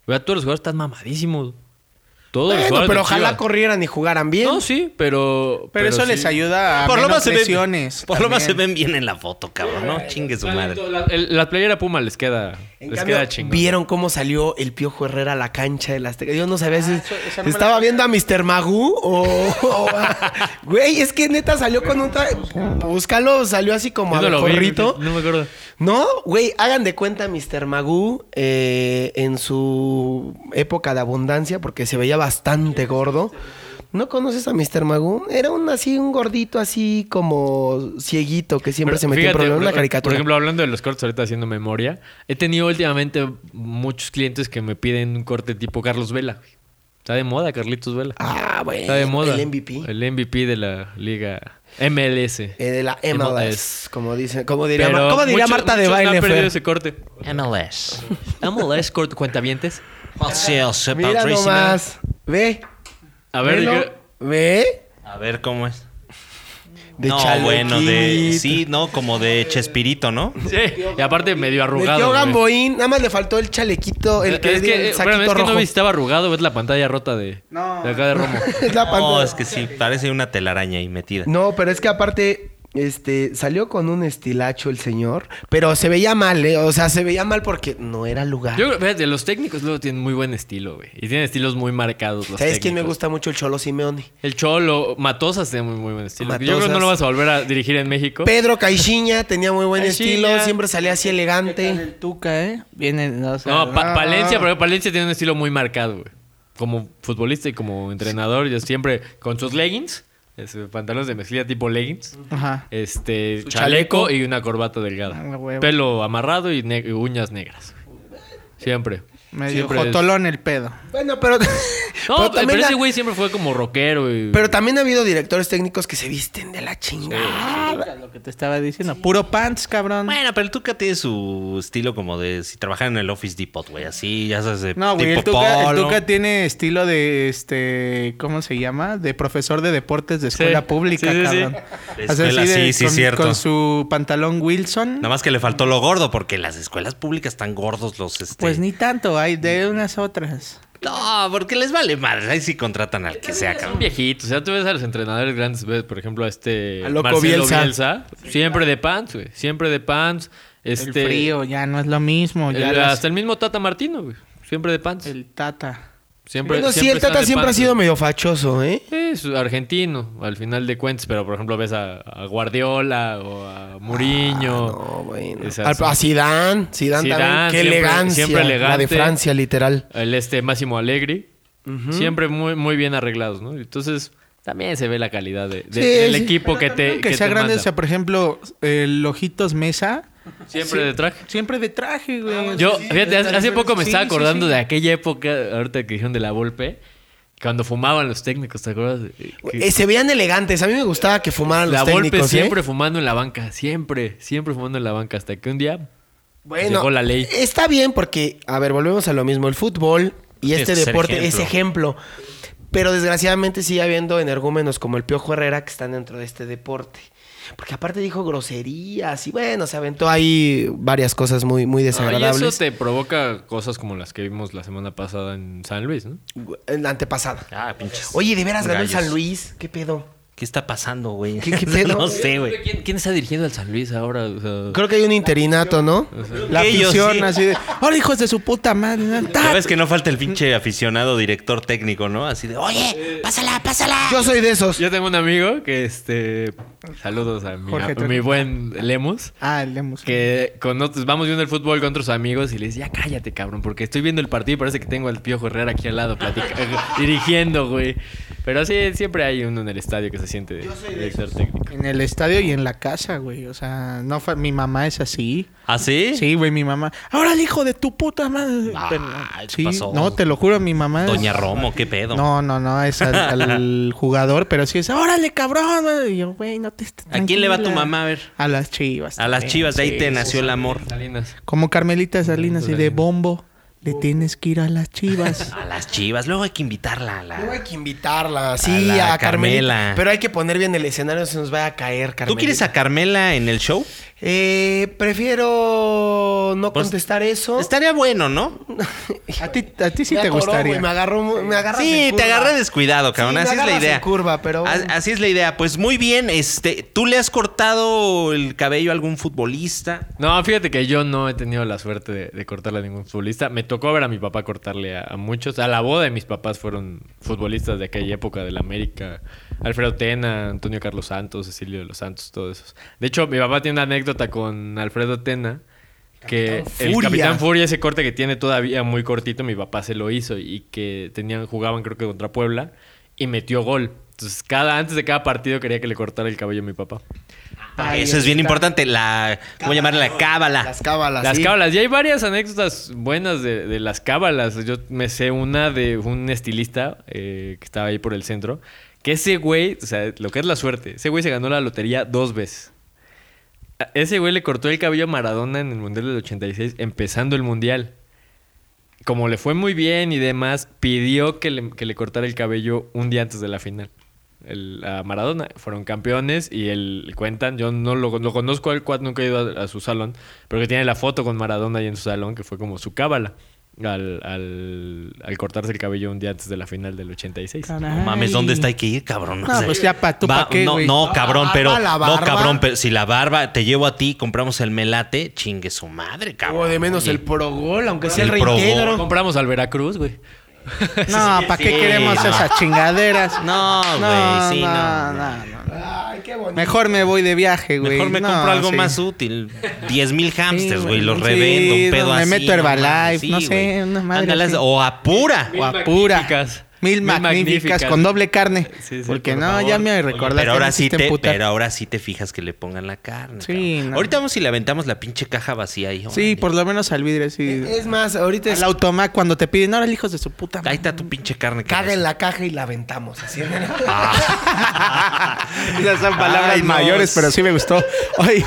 [SPEAKER 4] Vea, todos los jugadores están mamadísimos. Todos los
[SPEAKER 2] Bueno,
[SPEAKER 4] jugadores
[SPEAKER 2] pero
[SPEAKER 4] de
[SPEAKER 2] ojalá
[SPEAKER 4] Chivas.
[SPEAKER 2] corrieran y jugaran bien.
[SPEAKER 4] No, sí, pero
[SPEAKER 3] Pero, eso
[SPEAKER 4] sí.
[SPEAKER 3] les ayuda a
[SPEAKER 1] Por lo
[SPEAKER 3] menos
[SPEAKER 1] más se ven.
[SPEAKER 3] lesiones.
[SPEAKER 1] Por lo más se
[SPEAKER 3] también.
[SPEAKER 1] ven bien en la foto, cabrón, ¿no? Chingue su madre.
[SPEAKER 4] La, el- la playera Puma les queda,
[SPEAKER 2] En
[SPEAKER 4] les
[SPEAKER 2] cambio,
[SPEAKER 4] queda chingón.
[SPEAKER 2] vieron cómo salió el Piojo Herrera a la cancha del Azteca. Yo no sabía si
[SPEAKER 3] Ah, eso- esa no me
[SPEAKER 2] estaba
[SPEAKER 3] la-
[SPEAKER 2] viendo a Mr. Magoo o... o a- *laughs* Güey, es que neta salió con un traje... Búscalo, salió así como
[SPEAKER 4] Yo
[SPEAKER 2] a
[SPEAKER 4] no lo vi,
[SPEAKER 2] gorrito.
[SPEAKER 4] no me acuerdo.
[SPEAKER 2] No, güey, hagan de cuenta Mr. Magoo eh, en su época de abundancia, porque se veía bastante gordo. ¿No conoces a Mr. Magoo? Era un así, un gordito así como cieguito que siempre
[SPEAKER 4] Pero
[SPEAKER 2] se metía en
[SPEAKER 4] fíjate,
[SPEAKER 2] problemas. Una
[SPEAKER 4] por-
[SPEAKER 2] caricatura.
[SPEAKER 4] Por ejemplo, hablando de los cortes, ahorita haciendo memoria, he tenido últimamente muchos clientes que me piden un corte tipo Carlos Vela. güey. Está de moda, Carlitos Vela.
[SPEAKER 2] ah, güey.
[SPEAKER 4] Está de moda.
[SPEAKER 2] El MVP.
[SPEAKER 4] El MVP de la liga MLS.
[SPEAKER 2] eh, de la MLS, como dice, como diría,
[SPEAKER 4] Pero
[SPEAKER 2] Mar- ¿cómo diría
[SPEAKER 4] muchos-
[SPEAKER 2] Marta de
[SPEAKER 4] muchos
[SPEAKER 2] baile.
[SPEAKER 4] han perdido
[SPEAKER 2] Fer?
[SPEAKER 4] ese corte. *laughs*
[SPEAKER 1] MLS.
[SPEAKER 4] MLS corte cuentavientes.
[SPEAKER 1] José José
[SPEAKER 2] Mira
[SPEAKER 1] Patricio.
[SPEAKER 2] nomás. Ve.
[SPEAKER 4] A ver,
[SPEAKER 2] velo,
[SPEAKER 4] diga-
[SPEAKER 2] ve.
[SPEAKER 1] A ver cómo es.
[SPEAKER 2] De
[SPEAKER 1] no,
[SPEAKER 2] chalequito.
[SPEAKER 1] bueno, de. Sí, no, como de Chespirito, ¿no?
[SPEAKER 4] Sí, y aparte medio arrugado.
[SPEAKER 2] Metió
[SPEAKER 4] güey.
[SPEAKER 2] Gamboín, nada más le faltó el chalequito, el
[SPEAKER 4] Es
[SPEAKER 2] que,
[SPEAKER 4] que,
[SPEAKER 2] le dio el
[SPEAKER 4] eh,
[SPEAKER 2] saquito
[SPEAKER 4] espérame, es que
[SPEAKER 2] rojo.
[SPEAKER 4] no estaba arrugado, ves la pantalla rota de,
[SPEAKER 3] No.
[SPEAKER 4] de acá de Romo.
[SPEAKER 2] *laughs* Es la
[SPEAKER 1] No,
[SPEAKER 2] pantalla.
[SPEAKER 1] es que sí, parece una telaraña ahí metida.
[SPEAKER 2] No, pero es que aparte, este, salió con un estilacho el señor, pero se veía mal, ¿eh? O sea, se veía mal porque no era lugar.
[SPEAKER 4] Yo creo, fíjate, los técnicos luego tienen muy buen estilo, güey. Y tienen estilos muy marcados. Los
[SPEAKER 2] ¿Sabes quién me
[SPEAKER 4] técnicos.
[SPEAKER 2] gusta mucho? El Cholo Simeone.
[SPEAKER 4] El Cholo, Matosas tiene muy, muy buen estilo. Yo creo que
[SPEAKER 2] Matosas.
[SPEAKER 4] no lo vas a volver a dirigir en México.
[SPEAKER 2] Pedro Caixinha tenía muy buen
[SPEAKER 4] Caixinha.
[SPEAKER 2] estilo, siempre salía así elegante.
[SPEAKER 3] El Tuca, ¿eh? Viene. o sea,
[SPEAKER 4] no, Pa-
[SPEAKER 3] no.
[SPEAKER 4] Palencia, pero Palencia tiene un estilo muy marcado, güey. Como futbolista y como entrenador, yo siempre con sus leggings, es, eh, pantalones de mezclilla tipo leggings,
[SPEAKER 3] Ajá.
[SPEAKER 4] este
[SPEAKER 2] Su
[SPEAKER 4] chaleco,
[SPEAKER 2] chaleco.
[SPEAKER 4] y una corbata delgada.
[SPEAKER 3] Ah, huevo.
[SPEAKER 4] Pelo amarrado y, ne- y uñas negras. Siempre.
[SPEAKER 3] Medio
[SPEAKER 4] Siempre es-
[SPEAKER 3] jotolón el pedo.
[SPEAKER 2] Bueno, pero. *laughs*
[SPEAKER 4] No,
[SPEAKER 2] pero,
[SPEAKER 4] pero,
[SPEAKER 2] también
[SPEAKER 4] ese
[SPEAKER 2] ha,
[SPEAKER 4] güey siempre fue como rockero y...
[SPEAKER 2] pero también ha habido directores técnicos que se visten de la chingada.
[SPEAKER 3] Lo que te estaba diciendo. Puro pants, cabrón.
[SPEAKER 1] Bueno, pero el Tuca tiene su estilo como de si trabajara en el Office Depot, güey. Así, ya sabes, de
[SPEAKER 3] No, güey,
[SPEAKER 1] tipo
[SPEAKER 3] el Tuca, el
[SPEAKER 1] polo.
[SPEAKER 3] Tuca tiene estilo de, este, ¿cómo se llama? De profesor de deportes de escuela
[SPEAKER 4] Sí,
[SPEAKER 3] pública,
[SPEAKER 4] sí, sí, sí.
[SPEAKER 3] cabrón.
[SPEAKER 1] De
[SPEAKER 3] O sea,
[SPEAKER 1] escuela,
[SPEAKER 3] así de-
[SPEAKER 1] sí, sí,
[SPEAKER 3] con,
[SPEAKER 1] cierto.
[SPEAKER 3] Con su pantalón Wilson.
[SPEAKER 1] Nada más que le faltó lo gordo, porque las escuelas públicas están gordos los... Este...
[SPEAKER 3] pues ni tanto, hay de unas otras.
[SPEAKER 1] No, porque les vale madre. Ahí sí contratan al que sea,
[SPEAKER 4] Son
[SPEAKER 1] cabrón.
[SPEAKER 4] viejitos. O sea, tú ves a los entrenadores grandes, ves, por ejemplo, a este
[SPEAKER 2] A Loco
[SPEAKER 4] Marcelo
[SPEAKER 2] Bielsa.
[SPEAKER 4] Bielsa. siempre de pants, güey. Siempre de pants. Este,
[SPEAKER 3] El frío ya no es lo mismo.
[SPEAKER 4] el-
[SPEAKER 3] Ya las-
[SPEAKER 4] Hasta el mismo Tata Martino, güey. Siempre de pants.
[SPEAKER 3] el Tata.
[SPEAKER 4] Siempre,
[SPEAKER 2] Bueno, sí, el
[SPEAKER 4] están
[SPEAKER 2] Tata
[SPEAKER 4] de
[SPEAKER 2] siempre ha
[SPEAKER 4] pants,
[SPEAKER 2] sido
[SPEAKER 4] güey.
[SPEAKER 2] medio fachoso, ¿eh?
[SPEAKER 4] Es argentino, al final de cuentas. Pero, por ejemplo, ves a, a Guardiola o a Mourinho.
[SPEAKER 2] Ah, No, bueno.
[SPEAKER 4] Esas-
[SPEAKER 2] Al- A Zidane, Zidane,
[SPEAKER 4] Zidane,
[SPEAKER 2] también. Qué
[SPEAKER 4] siempre-
[SPEAKER 2] elegancia.
[SPEAKER 4] siempre
[SPEAKER 2] La de
[SPEAKER 4] elegante.
[SPEAKER 2] Francia, literal.
[SPEAKER 4] El este Máximo Alegri. Siempre muy, muy bien arreglados, ¿no? Entonces, también se ve la calidad de-
[SPEAKER 2] Sí,
[SPEAKER 4] de- del
[SPEAKER 2] sí.
[SPEAKER 4] equipo que te.
[SPEAKER 3] Que, sea
[SPEAKER 4] te
[SPEAKER 3] grande,
[SPEAKER 4] manda.
[SPEAKER 3] o sea, por ejemplo, el Ojitos Mesa
[SPEAKER 4] Siempre de traje. Ah,
[SPEAKER 3] Siempre de traje, güey.
[SPEAKER 4] Yo, fíjate, hace, hace poco me
[SPEAKER 3] Sí,
[SPEAKER 4] estaba
[SPEAKER 3] sí,
[SPEAKER 4] acordando
[SPEAKER 3] sí.
[SPEAKER 4] de aquella época, ahorita que dijeron de la Volpe, cuando fumaban los técnicos, ¿te acuerdas? Eh, que
[SPEAKER 2] Eh, se veían elegantes. A mí me gustaba que fumaran
[SPEAKER 4] la
[SPEAKER 2] los
[SPEAKER 4] Volpe
[SPEAKER 2] técnicos. ¿eh?
[SPEAKER 4] siempre fumando en la banca, siempre, siempre fumando en la banca, hasta que un día
[SPEAKER 2] Bueno,
[SPEAKER 4] llegó la ley.
[SPEAKER 2] Está bien porque, a ver, volvemos a lo mismo. El fútbol y
[SPEAKER 1] Tienes
[SPEAKER 2] este
[SPEAKER 1] que ser
[SPEAKER 2] deporte
[SPEAKER 1] ejemplo.
[SPEAKER 2] es ejemplo. Pero desgraciadamente sigue habiendo energúmenos como el Piojo Herrera que están dentro de este deporte. Porque aparte dijo groserías y bueno, se aventó ahí varias cosas muy, muy
[SPEAKER 4] Ah, y
[SPEAKER 2] desagradables.
[SPEAKER 4] eso te provoca cosas como las que vimos la semana pasada en San Luis, ¿no?
[SPEAKER 2] En la antepasada.
[SPEAKER 1] Ah, pinches.
[SPEAKER 2] Oye, de veras ganó el
[SPEAKER 1] gallos.
[SPEAKER 2] San Luis. ¿Qué pedo?
[SPEAKER 1] ¿Qué está pasando, güey?
[SPEAKER 2] ¿Qué- qué pedo?
[SPEAKER 1] *laughs* no sé, güey.
[SPEAKER 4] ¿Quién, quién está dirigiendo al San Luis ahora? O sea,
[SPEAKER 2] Creo que hay un interinato, ¿no?
[SPEAKER 3] La
[SPEAKER 1] Ellos
[SPEAKER 3] afición
[SPEAKER 1] sí.
[SPEAKER 3] así de. ¡Ahora, hijos de su puta madre!
[SPEAKER 1] Ya
[SPEAKER 3] ¡Ta!
[SPEAKER 1] ves que no falta el pinche aficionado director técnico, ¿no? Así de, oye, pásala, pásala.
[SPEAKER 2] Yo soy de esos.
[SPEAKER 4] Yo tengo un amigo que, este, saludos a mi,
[SPEAKER 3] Jorge
[SPEAKER 4] a
[SPEAKER 3] Torres.
[SPEAKER 4] mi buen Lemus.
[SPEAKER 3] Ah, el Lemus.
[SPEAKER 4] Que con otros, vamos viendo el fútbol con otros amigos y le dice, ya cállate, cabrón, porque estoy viendo el partido y parece que tengo al Piojo Herrera aquí al lado platica- eh, *laughs* dirigiendo, güey. Pero sí, siempre hay uno en el estadio que se siente director técnico.
[SPEAKER 3] En el estadio y en la casa, güey. O sea, no fue- mi mamá es así.
[SPEAKER 1] ¿Ah, sí?
[SPEAKER 3] Sí, güey, mi mamá. Ahora el hijo de tu puta madre.
[SPEAKER 1] Ah,
[SPEAKER 3] Pero-
[SPEAKER 1] ¿qué
[SPEAKER 3] sí,
[SPEAKER 1] pasó?
[SPEAKER 3] No, te lo juro, mi mamá. es-
[SPEAKER 1] Doña Romo, qué pedo.
[SPEAKER 3] No, no, no, es al,
[SPEAKER 1] *laughs*
[SPEAKER 3] al jugador, pero sí es, órale, cabrón. güey. Y yo, güey, no te estés
[SPEAKER 1] ¿A quién le va tu
[SPEAKER 3] tranquila.
[SPEAKER 1] mamá a ver?
[SPEAKER 3] A las chivas.
[SPEAKER 1] A las
[SPEAKER 3] también.
[SPEAKER 1] chivas, de ahí
[SPEAKER 3] Sí,
[SPEAKER 1] te
[SPEAKER 3] sí,
[SPEAKER 1] nació el amor.
[SPEAKER 4] Salinas.
[SPEAKER 3] Como Carmelita Salinas y de
[SPEAKER 4] Salinas.
[SPEAKER 3] bombo, le tienes que ir a las chivas.
[SPEAKER 1] *laughs*
[SPEAKER 3] *laughs*
[SPEAKER 1] A las chivas, luego hay que invitarla a la.
[SPEAKER 2] Luego hay que invitarla, sí,
[SPEAKER 1] la
[SPEAKER 2] a, Carmela.
[SPEAKER 1] Carmela.
[SPEAKER 2] Pero hay que poner bien el escenario, se nos va a caer, Carmela.
[SPEAKER 1] ¿Tú quieres a Carmela en el show?
[SPEAKER 2] Eh, prefiero no
[SPEAKER 1] Pues,
[SPEAKER 2] contestar eso.
[SPEAKER 1] Estaría bueno, ¿no?
[SPEAKER 3] a ti, a ti sí
[SPEAKER 2] Me
[SPEAKER 3] te
[SPEAKER 2] atoró,
[SPEAKER 3] gustaría.
[SPEAKER 2] güey, me agarró, mu- me agarras
[SPEAKER 1] Sí,
[SPEAKER 2] en
[SPEAKER 1] te
[SPEAKER 2] curva.
[SPEAKER 1] agarré descuidado, cabrón.
[SPEAKER 2] Sí, me
[SPEAKER 1] así es la
[SPEAKER 2] agarras en
[SPEAKER 1] idea.
[SPEAKER 2] curva, pero
[SPEAKER 1] A-
[SPEAKER 2] bueno.
[SPEAKER 1] Así es la idea. Pues muy bien, este, ¿tú le has cortado el cabello a algún futbolista?
[SPEAKER 4] No, fíjate que yo no he tenido la suerte de, de cortarle a ningún futbolista. Me tocó ver a mi papá cortarle a, a muchos. A la boda de mis papás fueron futbolistas de aquella época del América. Alfredo Tena, Antonio Carlos Santos, Cecilio de los Santos, todos esos. De hecho, mi papá tiene una anécdota con Alfredo Tena. Que
[SPEAKER 2] Capitán
[SPEAKER 4] el
[SPEAKER 2] Furia.
[SPEAKER 4] Capitán Furia, ese corte que tiene todavía muy cortito, mi papá se lo hizo y que tenían, jugaban creo que contra Puebla y metió gol. Entonces, cada, antes de cada partido quería que le cortara el cabello a mi papá.
[SPEAKER 3] Ahí
[SPEAKER 1] Eso es bien
[SPEAKER 3] está.
[SPEAKER 1] importante. La. ¿Cómo llamarla? La cábala.
[SPEAKER 2] Las cábalas.
[SPEAKER 4] Las
[SPEAKER 2] sí.
[SPEAKER 4] cábalas. Y hay varias anécdotas buenas de, de las cábalas. Yo me sé una de un estilista eh, que estaba ahí por el centro. Que ese güey, o sea, lo que es la suerte, ese güey se ganó la lotería dos veces. A- Ese güey le cortó el cabello a Maradona en el Mundial del 86, empezando el Mundial. Como le fue muy bien y demás, pidió que le, que le cortara el cabello un día antes de la final. El- a Maradona. Fueron campeones y él cuentan, yo no lo, lo conozco al cuad, nunca he ido a, a su salón, pero que tiene la foto con Maradona ahí en su salón, que fue como su cábala. Al, al- al cortarse el cabello un día antes de la final del 86.
[SPEAKER 1] No mames, ¿dónde está? Hay que ir, cabrón.
[SPEAKER 3] No, pues ya, pa- tú
[SPEAKER 1] Va-
[SPEAKER 3] pa' qué,
[SPEAKER 1] No,
[SPEAKER 3] güey.
[SPEAKER 1] no, cabrón,
[SPEAKER 2] La
[SPEAKER 1] pero.
[SPEAKER 2] barba, Ah, la
[SPEAKER 1] No,
[SPEAKER 2] barba.
[SPEAKER 1] cabrón, pero si la barba te llevo a ti, compramos el melate, chingue su madre, cabrón.
[SPEAKER 2] O de menos
[SPEAKER 1] Oye,
[SPEAKER 2] el progol, aunque sea el,
[SPEAKER 1] El Pro
[SPEAKER 2] reintegro.
[SPEAKER 4] Compramos al Veracruz, güey. *laughs*
[SPEAKER 3] No, ¿para qué
[SPEAKER 1] sí,
[SPEAKER 3] queremos
[SPEAKER 1] no.
[SPEAKER 3] esas chingaderas?
[SPEAKER 1] No, güey, sí, no,
[SPEAKER 3] no, no.
[SPEAKER 2] Ay, qué bonito.
[SPEAKER 3] Mejor me voy de viaje, güey.
[SPEAKER 1] Mejor me
[SPEAKER 3] No,
[SPEAKER 1] compro algo
[SPEAKER 3] sí.
[SPEAKER 1] más útil. 10 mil hamsters,
[SPEAKER 3] Sí,
[SPEAKER 1] güey. Los
[SPEAKER 3] sí,
[SPEAKER 1] revendo, un pedo
[SPEAKER 3] me
[SPEAKER 1] así.
[SPEAKER 3] meto a Herbalife,
[SPEAKER 1] mames,
[SPEAKER 3] no sé,
[SPEAKER 1] güey.
[SPEAKER 3] una madre
[SPEAKER 1] Ándale,
[SPEAKER 3] así.
[SPEAKER 1] O apura.
[SPEAKER 3] O apura.
[SPEAKER 4] magníficas.
[SPEAKER 3] Mil
[SPEAKER 4] Mil
[SPEAKER 3] magníficas,
[SPEAKER 4] magníficas.
[SPEAKER 3] con doble carne.
[SPEAKER 4] Sí, sí,
[SPEAKER 3] Porque
[SPEAKER 4] por
[SPEAKER 3] no,
[SPEAKER 4] favor.
[SPEAKER 3] ya me recordaste.
[SPEAKER 1] Pero
[SPEAKER 3] me
[SPEAKER 1] ahora, sí
[SPEAKER 3] hiciste
[SPEAKER 1] te,
[SPEAKER 3] emputar.
[SPEAKER 1] pero ahora sí te fijas que le pongan la carne.
[SPEAKER 3] Sí,
[SPEAKER 1] cabrón.
[SPEAKER 3] no.
[SPEAKER 1] Ahorita vamos y le aventamos la pinche caja vacía ahí.
[SPEAKER 3] Sí,
[SPEAKER 1] órale.
[SPEAKER 3] por lo menos al vidrio, sí.
[SPEAKER 2] Es más, ahorita es
[SPEAKER 3] El automac cuando te piden, ahora el hijos de su puta
[SPEAKER 1] Ahí
[SPEAKER 3] madre.
[SPEAKER 1] está tu pinche carne. que
[SPEAKER 2] caga
[SPEAKER 1] ves. *laughs*
[SPEAKER 2] en la caja y la aventamos. Así
[SPEAKER 1] Ah,
[SPEAKER 3] Esas son palabras
[SPEAKER 1] Ay, no.
[SPEAKER 3] mayores, pero sí me gustó. Oye,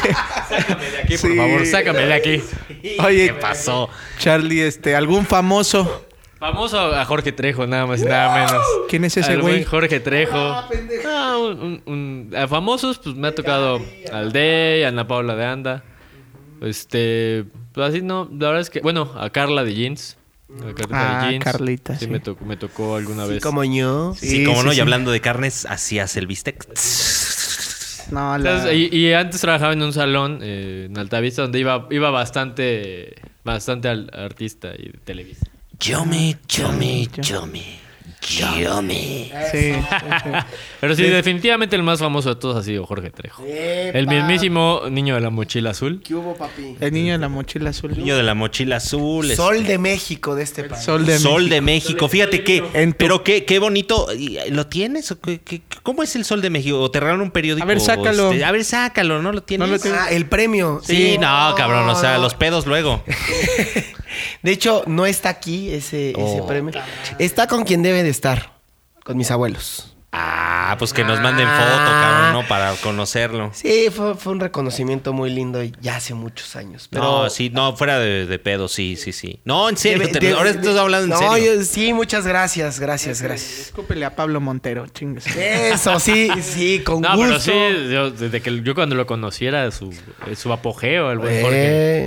[SPEAKER 4] Sácame de aquí, por
[SPEAKER 3] Sí.
[SPEAKER 4] favor, sácame de aquí.
[SPEAKER 1] ¿Qué
[SPEAKER 3] oye,
[SPEAKER 1] pasó?
[SPEAKER 3] Charlie, este, algún famoso.
[SPEAKER 4] Famoso a Jorge Trejo, nada más y nada menos.
[SPEAKER 3] ¿Quién es ese
[SPEAKER 4] Al
[SPEAKER 3] güey?
[SPEAKER 4] buen Jorge Trejo. Ah, un- un- un- a famosos, pues me ha tocado al Dey, a Ana Paula de Anda. Este, pues así no, la verdad es que, bueno, a Carla de Jeans. A Carlita
[SPEAKER 3] Ah, Carlita,
[SPEAKER 4] Sí,
[SPEAKER 3] sí.
[SPEAKER 4] Me, tocó, me tocó alguna
[SPEAKER 2] Y
[SPEAKER 4] vez.
[SPEAKER 2] como yo.
[SPEAKER 1] Sí,
[SPEAKER 3] Sí,
[SPEAKER 1] como
[SPEAKER 3] sí,
[SPEAKER 1] no. Y
[SPEAKER 3] sí.
[SPEAKER 1] hablando de carnes, así hace el bistec.
[SPEAKER 3] No, la-
[SPEAKER 4] Entonces, y, y antes trabajaba en un salón eh, en Altavista donde iba, iba bastante, bastante al artista y de Televisa.
[SPEAKER 1] Chome, chome, chome.
[SPEAKER 2] Xiaomi.
[SPEAKER 3] *laughs* Sí.
[SPEAKER 4] Pero sí, definitivamente el más famoso de todos ha sido Jorge Trejo. El mismísimo niño de la mochila azul.
[SPEAKER 2] ¿Qué hubo, papi?
[SPEAKER 3] El niño de la mochila azul.
[SPEAKER 1] Niño de la mochila azul.
[SPEAKER 2] Sol de México de este país.
[SPEAKER 3] Sol de
[SPEAKER 1] Sol
[SPEAKER 3] México.
[SPEAKER 1] de México. Fíjate que.
[SPEAKER 3] En tu-
[SPEAKER 1] Pero qué, qué bonito. ¿Y, eh, ¿Lo tienes? ¿O qué- qué- ¿Cómo es el Sol de México? ¿O te regalaron un periódico?
[SPEAKER 3] A ver, sácalo.
[SPEAKER 1] Este, a ver, sácalo. ¿No lo tienes?
[SPEAKER 3] No lo tengo.
[SPEAKER 2] Ah, el premio.
[SPEAKER 1] Sí, no, cabrón. O sea,
[SPEAKER 2] no.
[SPEAKER 1] los pedos luego.
[SPEAKER 2] De hecho, no está aquí ese, ese
[SPEAKER 1] Oh.
[SPEAKER 2] premio. Está con quien debe de estar. Con mis abuelos.
[SPEAKER 1] Ah, pues que nos manden foto, cabrón, ¿no? Para conocerlo.
[SPEAKER 2] Sí, fue, fue un reconocimiento muy lindo y ya hace muchos años. Pero
[SPEAKER 1] no, sí, no, fuera de, de pedo, sí, sí, sí. No, en serio,
[SPEAKER 2] Debe-
[SPEAKER 1] te-
[SPEAKER 2] debe-
[SPEAKER 1] ahora estás
[SPEAKER 2] de-
[SPEAKER 1] hablando en
[SPEAKER 2] no,
[SPEAKER 1] serio.
[SPEAKER 2] yo- sí, muchas gracias, gracias, gracias.
[SPEAKER 3] Escúpele a Pablo Montero, chingues.
[SPEAKER 2] Eso, sí, sí, con
[SPEAKER 4] No, pero
[SPEAKER 2] gusto.
[SPEAKER 4] sí, yo, desde que yo cuando lo conociera, su, su apogeo, el buen Jorge.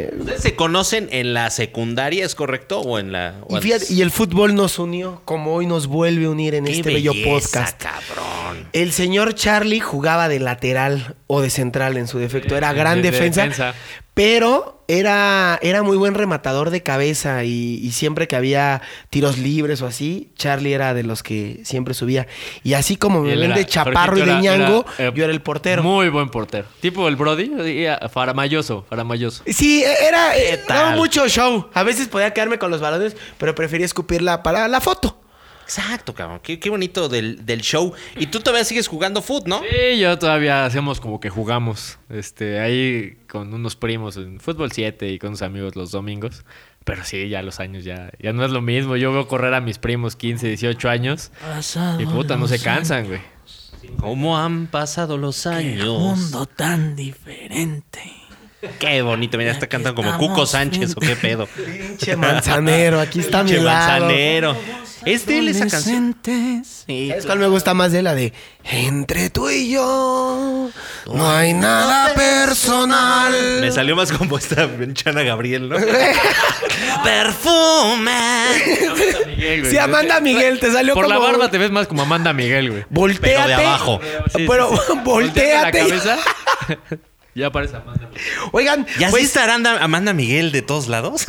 [SPEAKER 2] Eh,
[SPEAKER 1] ¿Ustedes se conocen en la secundaria, es correcto? ¿O en la.? o
[SPEAKER 2] y,
[SPEAKER 1] antes?
[SPEAKER 2] fíjate, y el fútbol nos unió, como hoy nos vuelve a unir en
[SPEAKER 1] Qué
[SPEAKER 2] este bello
[SPEAKER 1] belleza,
[SPEAKER 2] podcast.
[SPEAKER 1] cabrón.
[SPEAKER 2] El señor Charlie jugaba de lateral o de central en su defecto. Era
[SPEAKER 4] Eh,
[SPEAKER 2] gran
[SPEAKER 4] de- de
[SPEAKER 2] defensa,
[SPEAKER 4] defensa.
[SPEAKER 2] Pero era, era muy buen rematador de cabeza y, y siempre que había tiros libres o así, Charlie era de los que siempre subía. Y así como me
[SPEAKER 4] Y él
[SPEAKER 2] ven de
[SPEAKER 4] era-
[SPEAKER 2] Chaparro y
[SPEAKER 4] Jorgito
[SPEAKER 2] de
[SPEAKER 4] era-
[SPEAKER 2] Ñango,
[SPEAKER 4] era, eh,
[SPEAKER 2] yo era el portero.
[SPEAKER 4] Muy buen portero. Tipo el Brody, y, ah, faramayoso, faramayoso.
[SPEAKER 2] Sí, e- era eh,
[SPEAKER 1] ¿Qué
[SPEAKER 2] daba
[SPEAKER 1] tal?
[SPEAKER 2] mucho show. A veces podía quedarme con los balones, pero prefería escupirla para la foto.
[SPEAKER 1] Exacto, cabrón. Qué, qué bonito del, del show. Y tú todavía sigues jugando foot, ¿no?
[SPEAKER 4] Sí, yo todavía hacemos como que jugamos. Este, ahí con unos primos en fútbol 7 y con unos amigos los domingos. Pero sí, ya los años ya, ya no es lo mismo. Yo veo correr a mis primos 15, 18 años.
[SPEAKER 2] Ah,
[SPEAKER 4] Y puta, no se cansan, güey.
[SPEAKER 1] ¿Cómo han pasado los años?
[SPEAKER 5] mundo tan diferente.
[SPEAKER 1] Qué, bonito. Mira, está
[SPEAKER 5] Aquí
[SPEAKER 1] cantando como
[SPEAKER 5] estamos
[SPEAKER 1] Cuco Sánchez o qué pedo.
[SPEAKER 2] Pinche manzanero, aquí está a mi
[SPEAKER 1] Che,
[SPEAKER 2] lado.
[SPEAKER 1] manzanero. Es de él esa canción.
[SPEAKER 5] Adolescentes.
[SPEAKER 3] pues,
[SPEAKER 2] ¿Sabes cuál me gusta más de la de Entre tú y yo no hay nada personal?
[SPEAKER 1] Me salió más como esta Chana Gabriel, *laughs* ¿no? Perfume.
[SPEAKER 2] Si Amanda Miguel te salió
[SPEAKER 4] Por la
[SPEAKER 2] como-
[SPEAKER 4] barba te ves más como Amanda Miguel, güey.
[SPEAKER 2] Voltéate.
[SPEAKER 1] Pero de abajo.
[SPEAKER 4] Sí,
[SPEAKER 2] *laughs* pero
[SPEAKER 4] sí, sí.
[SPEAKER 2] volteate.
[SPEAKER 4] Volteate
[SPEAKER 2] *laughs*
[SPEAKER 4] la cabeza. ya parece Amanda Miguel.
[SPEAKER 2] Oigan,
[SPEAKER 1] ¿Ya
[SPEAKER 2] pues,
[SPEAKER 1] sí estará Amanda, Amanda Miguel de todos lados?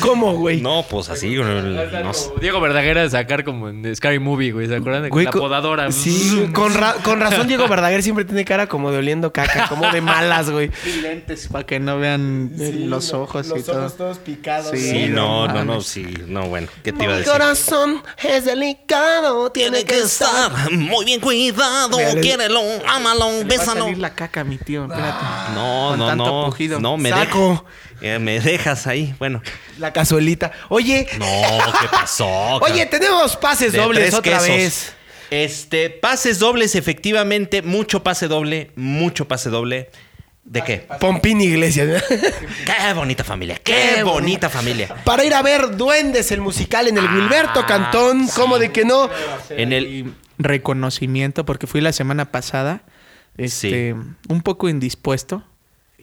[SPEAKER 2] ¿cómo, güey?
[SPEAKER 1] no, pues así. No, no sé.
[SPEAKER 4] Como Diego Verdaguera de sacar como en Scary Movie, güey. ¿Se acuerdan? de
[SPEAKER 2] Güey,
[SPEAKER 4] la
[SPEAKER 2] co-
[SPEAKER 4] podadora. *laughs* Mm.
[SPEAKER 2] Sí, con, ra- con razón Diego Verdaguer siempre tiene cara como de oliendo caca, como de malas, güey.
[SPEAKER 3] lentes para que no vean eh, los ojos y todo.
[SPEAKER 2] todos picados.
[SPEAKER 3] Sí,
[SPEAKER 1] Sí, no, no, no,
[SPEAKER 3] mames.
[SPEAKER 1] sí. No, bueno. ¿Qué te iba a
[SPEAKER 2] Mi
[SPEAKER 1] decir?
[SPEAKER 2] corazón es delicado, tiene que estar.
[SPEAKER 1] muy bien cuidado.
[SPEAKER 2] Mira, le-
[SPEAKER 1] Quiérelo, ámalo,
[SPEAKER 3] Le va a salir la caca, a mi tío, espérate.
[SPEAKER 1] No,
[SPEAKER 3] Con
[SPEAKER 1] no,
[SPEAKER 3] tanto
[SPEAKER 1] no.
[SPEAKER 3] pujido.
[SPEAKER 1] No, me
[SPEAKER 2] Saco.
[SPEAKER 1] deja- eh, me dejas ahí. Bueno.
[SPEAKER 2] La cazuelita. Oye,
[SPEAKER 1] No, ¿qué pasó?
[SPEAKER 2] *laughs* oye, tenemos pases
[SPEAKER 1] De
[SPEAKER 2] dobles
[SPEAKER 1] tres
[SPEAKER 2] otra
[SPEAKER 1] quesos.
[SPEAKER 2] vez.
[SPEAKER 1] Este, pases dobles, efectivamente. Mucho pase doble, mucho pase doble. ¿De qué?
[SPEAKER 2] Pompín Iglesias.
[SPEAKER 1] Qué bonita familia, qué bonita familia.
[SPEAKER 2] *laughs* Para ir a ver Duendes, el musical
[SPEAKER 1] Ah,
[SPEAKER 2] en el Gilberto Cantón. ¿Cómo de que no?
[SPEAKER 1] En el.
[SPEAKER 3] reconocimiento porque fui la semana pasada este un poco indispuesto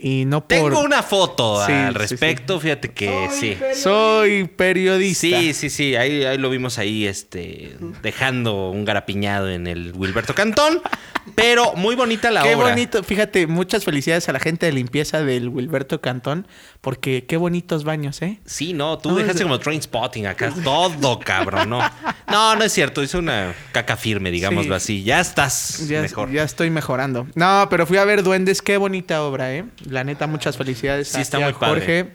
[SPEAKER 3] y no por
[SPEAKER 1] Tengo una foto
[SPEAKER 3] Sí,
[SPEAKER 1] al
[SPEAKER 3] sí,
[SPEAKER 1] respecto, fíjate que sí.
[SPEAKER 3] soy periodista.
[SPEAKER 1] Sí, sí, sí, ahí, ahí lo vimos ahí, este, dejando un garapiñado en el Wilberto Cantón, pero muy bonita la
[SPEAKER 3] Qué
[SPEAKER 1] obra.
[SPEAKER 3] bonito, fíjate, muchas felicidades a la gente de limpieza del Wilberto Cantón porque qué bonitos baños, ¿eh?
[SPEAKER 1] Sí, no, tú
[SPEAKER 3] No,
[SPEAKER 1] dejaste
[SPEAKER 3] es-
[SPEAKER 1] como train spotting acá, todo cabrón, no. No, no es cierto, hice una caca firme, digámoslo así. Ya estás
[SPEAKER 3] Ya,
[SPEAKER 1] mejor.
[SPEAKER 3] ya estoy mejorando. No, pero fui a ver Duendes, qué bonita obra, ¿eh? La neta, muchas felicidades
[SPEAKER 1] Sí, está
[SPEAKER 3] a
[SPEAKER 1] muy padre.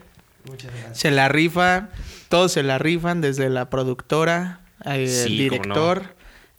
[SPEAKER 3] Jorge. Se la rifa, todos se la rifan, desde la productora, eh, el
[SPEAKER 1] Sí, cómo
[SPEAKER 3] director,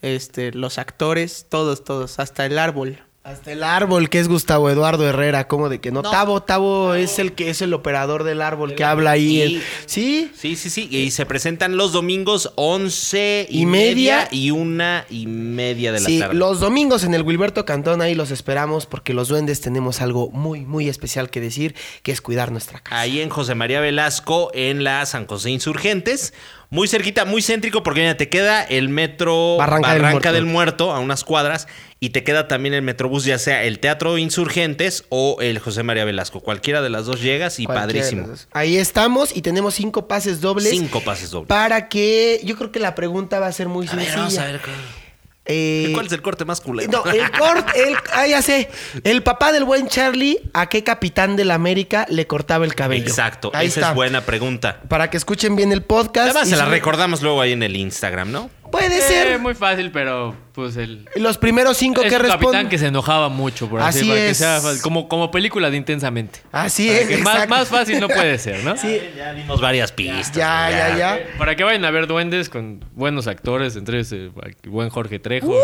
[SPEAKER 3] este, los actores, todos, todos, hasta el árbol.
[SPEAKER 2] Hasta el árbol que es Gustavo Eduardo Herrera, ¿cómo de que no? Tavo, Tavo es el que es el operador del árbol que habla ahí.
[SPEAKER 1] Sí.
[SPEAKER 2] el- ¿Sí?
[SPEAKER 1] Sí, sí, sí. Y se presentan los domingos 11 y,
[SPEAKER 2] Y media.
[SPEAKER 1] media y una y media de la
[SPEAKER 2] Sí,
[SPEAKER 1] tarde.
[SPEAKER 2] los domingos en el Wilberto Cantón ahí los esperamos porque los duendes tenemos algo muy, muy especial que decir, que es cuidar nuestra casa.
[SPEAKER 1] Ahí en José María Velasco, en la San José Insurgentes. Muy cerquita, muy céntrico, porque mira, te queda el metro
[SPEAKER 2] Barranca del Muerto.
[SPEAKER 1] del Muerto a unas cuadras y te queda también el metrobús, ya sea el Teatro Insurgentes o el José María Velasco. Cualquiera de las dos llegas y
[SPEAKER 2] Cualquiera de
[SPEAKER 1] padrísimo.
[SPEAKER 2] los dos. Ahí estamos y tenemos cinco pases dobles.
[SPEAKER 1] Cinco pases dobles.
[SPEAKER 2] Para que yo creo que la pregunta va a ser muy
[SPEAKER 1] A ver,
[SPEAKER 2] sencilla.
[SPEAKER 1] vamos a ver. qué-
[SPEAKER 2] eh,
[SPEAKER 1] ¿Cuál es el corte más culero?
[SPEAKER 2] No, eh,
[SPEAKER 1] *laughs*
[SPEAKER 2] el corte, el, ah, ya sé. El papá del buen Charlie, ¿a qué capitán del América le cortaba el cabello?
[SPEAKER 1] Exacto,
[SPEAKER 2] Ahí
[SPEAKER 1] esa
[SPEAKER 2] está.
[SPEAKER 1] es buena pregunta.
[SPEAKER 2] Para que escuchen bien el podcast.
[SPEAKER 1] Además,
[SPEAKER 2] y
[SPEAKER 1] se la
[SPEAKER 2] si-
[SPEAKER 1] recordamos luego ahí en el Instagram, ¿no?
[SPEAKER 2] Puede
[SPEAKER 4] Eh,
[SPEAKER 2] ser.
[SPEAKER 4] muy fácil, pero pues el...
[SPEAKER 2] Los primeros cinco
[SPEAKER 4] Es
[SPEAKER 2] que
[SPEAKER 4] un capitán
[SPEAKER 2] responden.
[SPEAKER 4] que se enojaba mucho, por así,
[SPEAKER 2] Así
[SPEAKER 4] para que
[SPEAKER 2] es.
[SPEAKER 4] sea fácil. como, como película de intensamente.
[SPEAKER 2] Así
[SPEAKER 4] Para
[SPEAKER 2] es.
[SPEAKER 4] que más,
[SPEAKER 2] exacto.
[SPEAKER 4] más fácil no puede ser, ¿no?
[SPEAKER 2] *laughs* Sí,
[SPEAKER 1] Ya dimos varias pistas.
[SPEAKER 2] ya,
[SPEAKER 1] ¿no?
[SPEAKER 2] ya, ya.
[SPEAKER 4] Para que vayan a ver duendes con buenos actores, entre ellos eh, buen Jorge Trejo,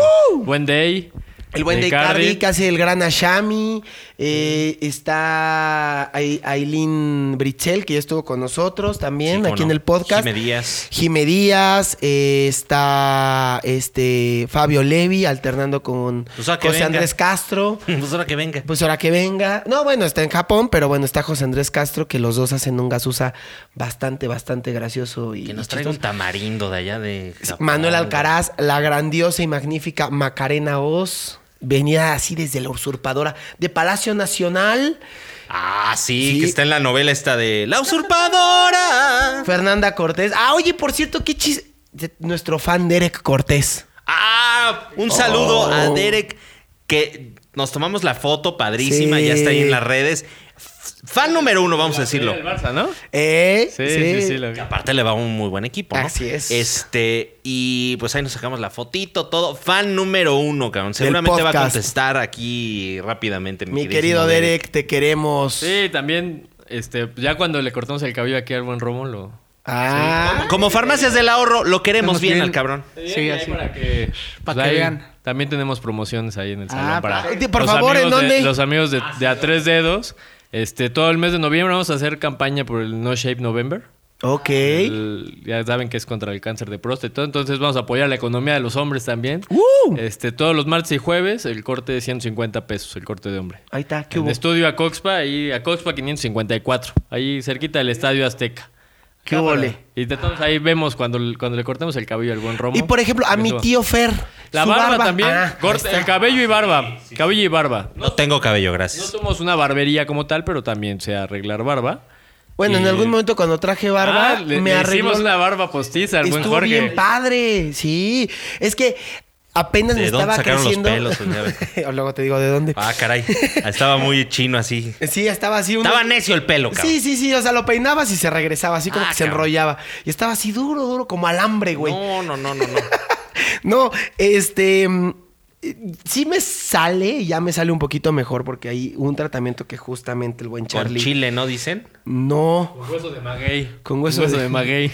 [SPEAKER 4] buen Day.
[SPEAKER 2] El
[SPEAKER 1] Eh,
[SPEAKER 2] buen de Cardi,
[SPEAKER 4] Cardi.
[SPEAKER 2] que hace el gran Ashami. eh, está Ai- Aileen Britzel, que ya estuvo con nosotros también,
[SPEAKER 1] Sí, cómo
[SPEAKER 2] aquí en
[SPEAKER 1] no.
[SPEAKER 2] el podcast.
[SPEAKER 1] Jime Díaz.
[SPEAKER 2] Jime Díaz, eh, está este Fabio Levi alternando con
[SPEAKER 1] Pues ahora que
[SPEAKER 2] José
[SPEAKER 1] venga.
[SPEAKER 2] Andrés Castro.
[SPEAKER 1] *laughs* Pues ahora que venga.
[SPEAKER 2] Pues ahora que venga. No, bueno, está en Japón, pero bueno, está José Andrés Castro, que los dos hacen un gasusa bastante, bastante gracioso y
[SPEAKER 1] Que nos
[SPEAKER 2] y
[SPEAKER 1] traiga un
[SPEAKER 2] chistoso.
[SPEAKER 1] tamarindo de allá de. Japón.
[SPEAKER 2] Manuel Alcaraz, la grandiosa y magnífica Macarena Oz. Venía así desde la usurpadora de Palacio Nacional.
[SPEAKER 1] Ah, sí,
[SPEAKER 2] Sí.
[SPEAKER 1] que está en la novela esta de La usurpadora.
[SPEAKER 2] Fernanda Cortés. Ah, oye, por cierto, qué chis... de- Nuestro fan Derek Cortés.
[SPEAKER 1] Ah, un saludo a
[SPEAKER 2] Oh.
[SPEAKER 1] Derek que nos tomamos la foto padrísima,
[SPEAKER 2] Sí.
[SPEAKER 1] ya está ahí en las redes. F- Fan número uno, vamos a decirlo.
[SPEAKER 4] El Barça, ¿no?
[SPEAKER 2] ¿Eh?
[SPEAKER 4] Sí, sí, sí, la
[SPEAKER 1] Y
[SPEAKER 4] vi.
[SPEAKER 1] aparte le va a un muy buen equipo, ¿no?
[SPEAKER 2] Así es.
[SPEAKER 1] Este, y pues ahí nos sacamos la fotito, todo. Fan número uno, cabrón. Seguramente va a
[SPEAKER 2] podcast.
[SPEAKER 1] contestar aquí rápidamente.
[SPEAKER 2] Mi
[SPEAKER 1] queridísimo
[SPEAKER 2] querido Derek, te queremos.
[SPEAKER 4] Sí, también, este, ya cuando le cortamos el cabello aquí al buen Romo, lo...
[SPEAKER 2] Ah,
[SPEAKER 1] Como farmacias del ahorro, lo queremos
[SPEAKER 3] Estamos
[SPEAKER 1] bien,
[SPEAKER 3] bien.
[SPEAKER 1] al cabrón.
[SPEAKER 3] Sí, así.
[SPEAKER 4] Para que,
[SPEAKER 3] Para
[SPEAKER 4] pues,
[SPEAKER 3] que
[SPEAKER 4] ahí
[SPEAKER 3] vean.
[SPEAKER 4] También tenemos promociones ahí en el salón
[SPEAKER 3] Ah,
[SPEAKER 4] para...
[SPEAKER 2] perfecto. Por
[SPEAKER 4] los
[SPEAKER 2] favor, ¿en
[SPEAKER 4] amigos de-
[SPEAKER 2] dónde?
[SPEAKER 4] los amigos de, de A Tres Dedos. Este, todo el mes de noviembre vamos a hacer campaña por el No Shape November.
[SPEAKER 2] ok.
[SPEAKER 4] El- ya saben que es contra el cáncer de próstata. y todo, Entonces vamos a apoyar la economía de los hombres también.
[SPEAKER 2] ¡Uh!
[SPEAKER 4] Este, todos los martes y jueves, el corte de 150 pesos, el corte de hombre.
[SPEAKER 2] Ahí está, ¿qué
[SPEAKER 4] En
[SPEAKER 2] hubo?
[SPEAKER 4] estudio a Coxpa, ahí a Coxpa 554, ahí cerquita del Estadio Azteca.
[SPEAKER 2] ¿Qué
[SPEAKER 4] Ah,
[SPEAKER 2] hubo,
[SPEAKER 4] para-
[SPEAKER 2] le?
[SPEAKER 4] Y tratamos, ahí vemos cuando, cuando le cortamos el cabello al buen Romo.
[SPEAKER 2] Y por ejemplo, a
[SPEAKER 4] Eso
[SPEAKER 2] mi
[SPEAKER 4] va.
[SPEAKER 2] tío Fer.
[SPEAKER 4] La
[SPEAKER 2] su
[SPEAKER 4] barba, también.
[SPEAKER 2] Ah,
[SPEAKER 4] corte-
[SPEAKER 2] ahí
[SPEAKER 4] el
[SPEAKER 2] está.
[SPEAKER 4] cabello y barba. Cabello y barba.
[SPEAKER 1] No tengo cabello,
[SPEAKER 4] No
[SPEAKER 1] gracias.
[SPEAKER 4] somos una barbería como tal, pero también sé arreglar barba.
[SPEAKER 2] Bueno, en
[SPEAKER 4] Y-
[SPEAKER 2] algún momento cuando traje barba,
[SPEAKER 4] Ah, le,
[SPEAKER 2] me
[SPEAKER 4] le
[SPEAKER 2] arregló.
[SPEAKER 4] hicimos una barba postiza al buen
[SPEAKER 2] Estuvo
[SPEAKER 4] Jorge.
[SPEAKER 2] bien padre, sí. Es que apenas
[SPEAKER 1] ¿De
[SPEAKER 2] me
[SPEAKER 1] dónde
[SPEAKER 2] estaba
[SPEAKER 1] sacaron los
[SPEAKER 2] creciendo.
[SPEAKER 1] pelos? Pues, ya ves.
[SPEAKER 2] *laughs* O Luego te digo de dónde.
[SPEAKER 1] Ah, caray. Estaba muy chino así.
[SPEAKER 2] *laughs* Sí, estaba así un.
[SPEAKER 1] Estaba necio el pelo, cabrón.
[SPEAKER 2] Sí, sí, sí, o sea, lo peinabas y se regresaba, así como
[SPEAKER 1] Ah,
[SPEAKER 2] que se
[SPEAKER 1] cabrón.
[SPEAKER 2] enrollaba. Y estaba así duro, duro, como alambre, güey.
[SPEAKER 1] No, no, no, no, no.
[SPEAKER 2] No, este. mm, eh, Sí me sale, ya me sale un poquito mejor porque hay un tratamiento que justamente el buen
[SPEAKER 1] Con
[SPEAKER 2] Charlie.
[SPEAKER 1] chile, ¿no dicen?
[SPEAKER 2] No. *laughs*
[SPEAKER 4] Hueso de maguey.
[SPEAKER 2] Con hueso de- *laughs*
[SPEAKER 4] de maguey.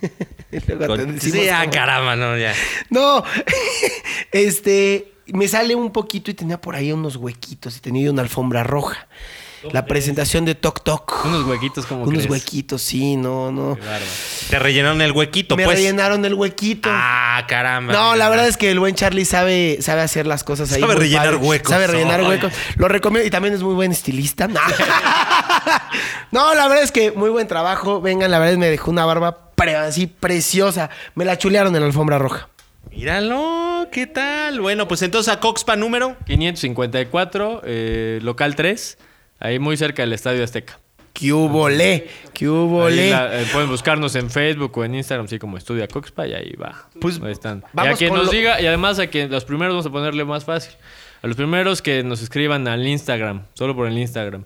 [SPEAKER 4] *laughs*
[SPEAKER 2] Luego te
[SPEAKER 1] Con...
[SPEAKER 2] decimos
[SPEAKER 1] Sí, ah,
[SPEAKER 2] cómo.
[SPEAKER 1] caramba, no, ya.
[SPEAKER 2] No, *laughs* este, me sale un poquito y tenía por ahí unos huequitos y tenía una alfombra roja. La presentación de Tok Tok.
[SPEAKER 4] Unos huequitos como
[SPEAKER 2] Unos
[SPEAKER 4] crees.
[SPEAKER 2] huequitos, sí, no, no.
[SPEAKER 4] Qué bárbaro.
[SPEAKER 1] Te rellenaron el huequito,
[SPEAKER 2] Me
[SPEAKER 1] pues.
[SPEAKER 2] rellenaron el huequito.
[SPEAKER 1] Ah, caramba.
[SPEAKER 2] No, la verdad es que el buen Charlie sabe, sabe hacer las cosas ahí.
[SPEAKER 1] Sabe
[SPEAKER 2] muy
[SPEAKER 1] rellenar huecos.
[SPEAKER 2] Sabe rellenar
[SPEAKER 1] Ay.
[SPEAKER 2] huecos. Lo recomiendo y también es muy buen estilista. No. *laughs* No, la verdad es que muy buen trabajo. Vengan, la verdad me dejó una barba pre- así preciosa. Me la chulearon en la alfombra roja.
[SPEAKER 1] Míralo, ¿qué tal? Bueno, pues entonces a Coxpa número.
[SPEAKER 4] 554, eh, local 3, ahí muy cerca del Estadio Azteca.
[SPEAKER 2] ¡Qué hubo le! ¡Qué hubo
[SPEAKER 4] Ahí
[SPEAKER 2] le!
[SPEAKER 4] la- eh, pueden buscarnos en Facebook o en Instagram, así como Estudia Coxpa, y ahí va.
[SPEAKER 2] Pues,
[SPEAKER 4] ahí están. y
[SPEAKER 2] vamos
[SPEAKER 4] a quien
[SPEAKER 2] con
[SPEAKER 4] nos
[SPEAKER 2] lo-
[SPEAKER 4] diga, y además a que los primeros vamos a ponerle más fácil. A los primeros que nos escriban al Instagram, solo por el Instagram,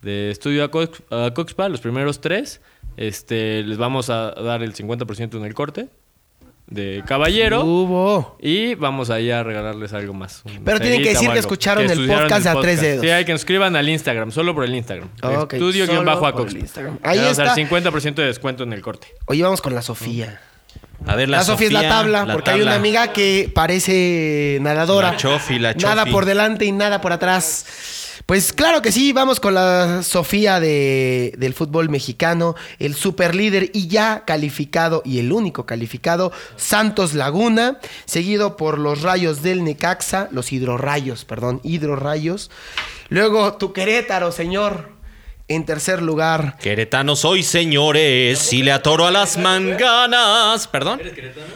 [SPEAKER 4] de Estudio a Cox- a Coxpa, los primeros tres, este, les vamos a dar el 50% en el corte de
[SPEAKER 2] Uh.
[SPEAKER 4] caballero.
[SPEAKER 2] Hubo.
[SPEAKER 4] Y vamos ahí a regalarles algo más. un
[SPEAKER 2] Pero tienen que decir
[SPEAKER 4] ceguita o
[SPEAKER 2] que
[SPEAKER 4] algo.
[SPEAKER 2] escucharon el
[SPEAKER 4] estudiaron
[SPEAKER 2] podcast de A Tres Dedos.
[SPEAKER 4] Sí, hay que nos escriban al Instagram, solo por el Instagram.
[SPEAKER 2] Ok,
[SPEAKER 4] Estudio guión
[SPEAKER 2] solo
[SPEAKER 4] bajo a
[SPEAKER 2] por
[SPEAKER 4] Cox.
[SPEAKER 2] el Instagram. Ahí
[SPEAKER 4] Le vamos a dar
[SPEAKER 2] está.
[SPEAKER 4] 50% de descuento en el corte.
[SPEAKER 2] Oye, vamos con la Sofía.
[SPEAKER 1] A ver,
[SPEAKER 2] La,
[SPEAKER 1] la,
[SPEAKER 2] Sofía, es la tabla, porque hay una
[SPEAKER 1] tabla.
[SPEAKER 2] amiga que parece nadadora.
[SPEAKER 1] La chofi, la
[SPEAKER 2] Nada
[SPEAKER 1] chofi.
[SPEAKER 2] por delante y nada por atrás. Pues claro que sí, vamos con la Sofía de- del fútbol mexicano, el super líder y ya calificado y el único calificado, Santos Laguna, seguido por los rayos del Necaxa, los hidrorrayos, perdón, hidrorrayos. Luego tu Querétaro, señor. En tercer lugar,
[SPEAKER 1] Queretano soy, señores, y le atoro a las manganas. ¿Perdón? ¿Eres queretano?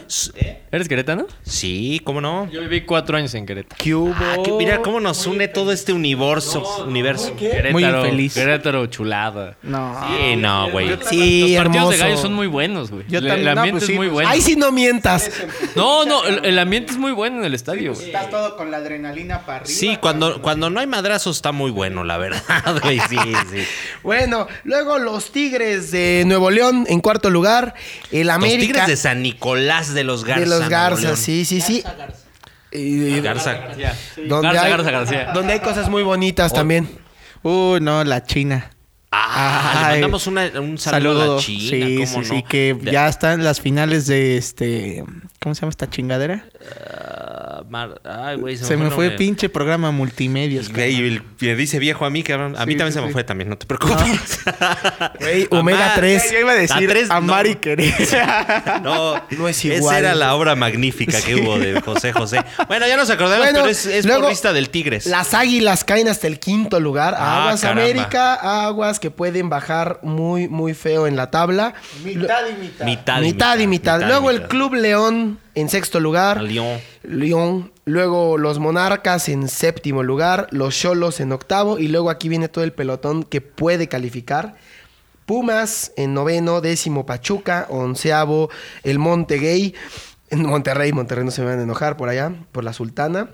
[SPEAKER 4] ¿Eres queretano?
[SPEAKER 1] Sí, ¿cómo no?
[SPEAKER 4] Yo viví cuatro años en Querétaro.
[SPEAKER 2] Cubo.
[SPEAKER 1] Ah, que mira cómo nos une todo este universo. universo.
[SPEAKER 4] Querétaro,
[SPEAKER 3] Muy infeliz.
[SPEAKER 4] Querétaro chulada.
[SPEAKER 3] No.
[SPEAKER 1] Sí, no, güey.
[SPEAKER 2] Sí,
[SPEAKER 4] Los partidos de
[SPEAKER 2] hermoso.
[SPEAKER 4] gallos son muy buenos, güey.
[SPEAKER 3] Yo
[SPEAKER 4] El,
[SPEAKER 3] también-
[SPEAKER 4] el
[SPEAKER 3] no,
[SPEAKER 4] ambiente
[SPEAKER 3] pues
[SPEAKER 4] es
[SPEAKER 3] sí,
[SPEAKER 4] muy
[SPEAKER 3] pues,
[SPEAKER 4] bueno.
[SPEAKER 2] Ahí sí no
[SPEAKER 3] *laughs*
[SPEAKER 2] mientas.
[SPEAKER 4] No, no, el, el ambiente es muy bueno en el estadio, güey.
[SPEAKER 3] Estás todo con la adrenalina para arriba.
[SPEAKER 1] Sí, cuando, cuando no hay madrazos está muy bueno, la verdad, *laughs* güey. Sí, sí.
[SPEAKER 2] Bueno, luego los Tigres de Nuevo León en cuarto lugar. El América.
[SPEAKER 1] Los Tigres de San Nicolás de los Garza.
[SPEAKER 2] de los
[SPEAKER 1] Nuevo
[SPEAKER 2] Garzas,
[SPEAKER 1] León. Ah,
[SPEAKER 2] sí, sí, sí. Y-
[SPEAKER 1] Garza.
[SPEAKER 2] donde
[SPEAKER 4] Garza,
[SPEAKER 2] hay,
[SPEAKER 4] Garza, García.
[SPEAKER 2] Donde hay cosas muy bonitas también.
[SPEAKER 3] Uy, no, la China.
[SPEAKER 1] Ah, le
[SPEAKER 3] Ay.
[SPEAKER 1] mandamos una- un saludo, a la China,
[SPEAKER 3] sí,
[SPEAKER 1] ¿cómo
[SPEAKER 3] sí,
[SPEAKER 1] no?
[SPEAKER 3] sí, que
[SPEAKER 1] De-
[SPEAKER 3] ya están las finales de este... ¿Cómo se llama esta chingadera?
[SPEAKER 1] Ah, mar- ay, güey,
[SPEAKER 3] se me fue
[SPEAKER 1] el
[SPEAKER 3] pinche programa multimedia.
[SPEAKER 1] Güey, el- me dice viejo a mí, cabrón. A mí
[SPEAKER 3] Sí,
[SPEAKER 1] también
[SPEAKER 3] sí,
[SPEAKER 1] se me
[SPEAKER 3] sí.
[SPEAKER 1] fue también, no te
[SPEAKER 3] *laughs*
[SPEAKER 1] preocupes.
[SPEAKER 2] Güey, Omega
[SPEAKER 1] Amar.
[SPEAKER 2] 3.
[SPEAKER 3] Yo iba a
[SPEAKER 1] decir
[SPEAKER 3] decir
[SPEAKER 1] tres, no.
[SPEAKER 3] amar y querer.
[SPEAKER 1] No,
[SPEAKER 2] No es igual.
[SPEAKER 1] Esa era la obra magnífica que hubo de José José. Bueno, ya nos acordamos,
[SPEAKER 2] Bueno,
[SPEAKER 1] pero es, es
[SPEAKER 2] luego-
[SPEAKER 1] por vista del Tigres.
[SPEAKER 2] *laughs* Las águilas caen hasta el quinto lugar.
[SPEAKER 1] Ah,
[SPEAKER 2] Aguas
[SPEAKER 1] caramba.
[SPEAKER 2] América, aguas que pueden bajar muy, muy feo en la tabla.
[SPEAKER 3] mitad y mitad.
[SPEAKER 1] Mitad,
[SPEAKER 2] mitad y mitad. Luego
[SPEAKER 1] y
[SPEAKER 2] el Club León en sexto lugar.
[SPEAKER 1] León.
[SPEAKER 2] León. Luego los Monarcas en séptimo lugar. Los Cholos en octavo. Y luego aquí viene todo el pelotón que puede calificar. Pumas en noveno, décimo Pachuca, onceavo el Montegay. En Monterrey, Monterrey no se me van a enojar por allá, por la Sultana.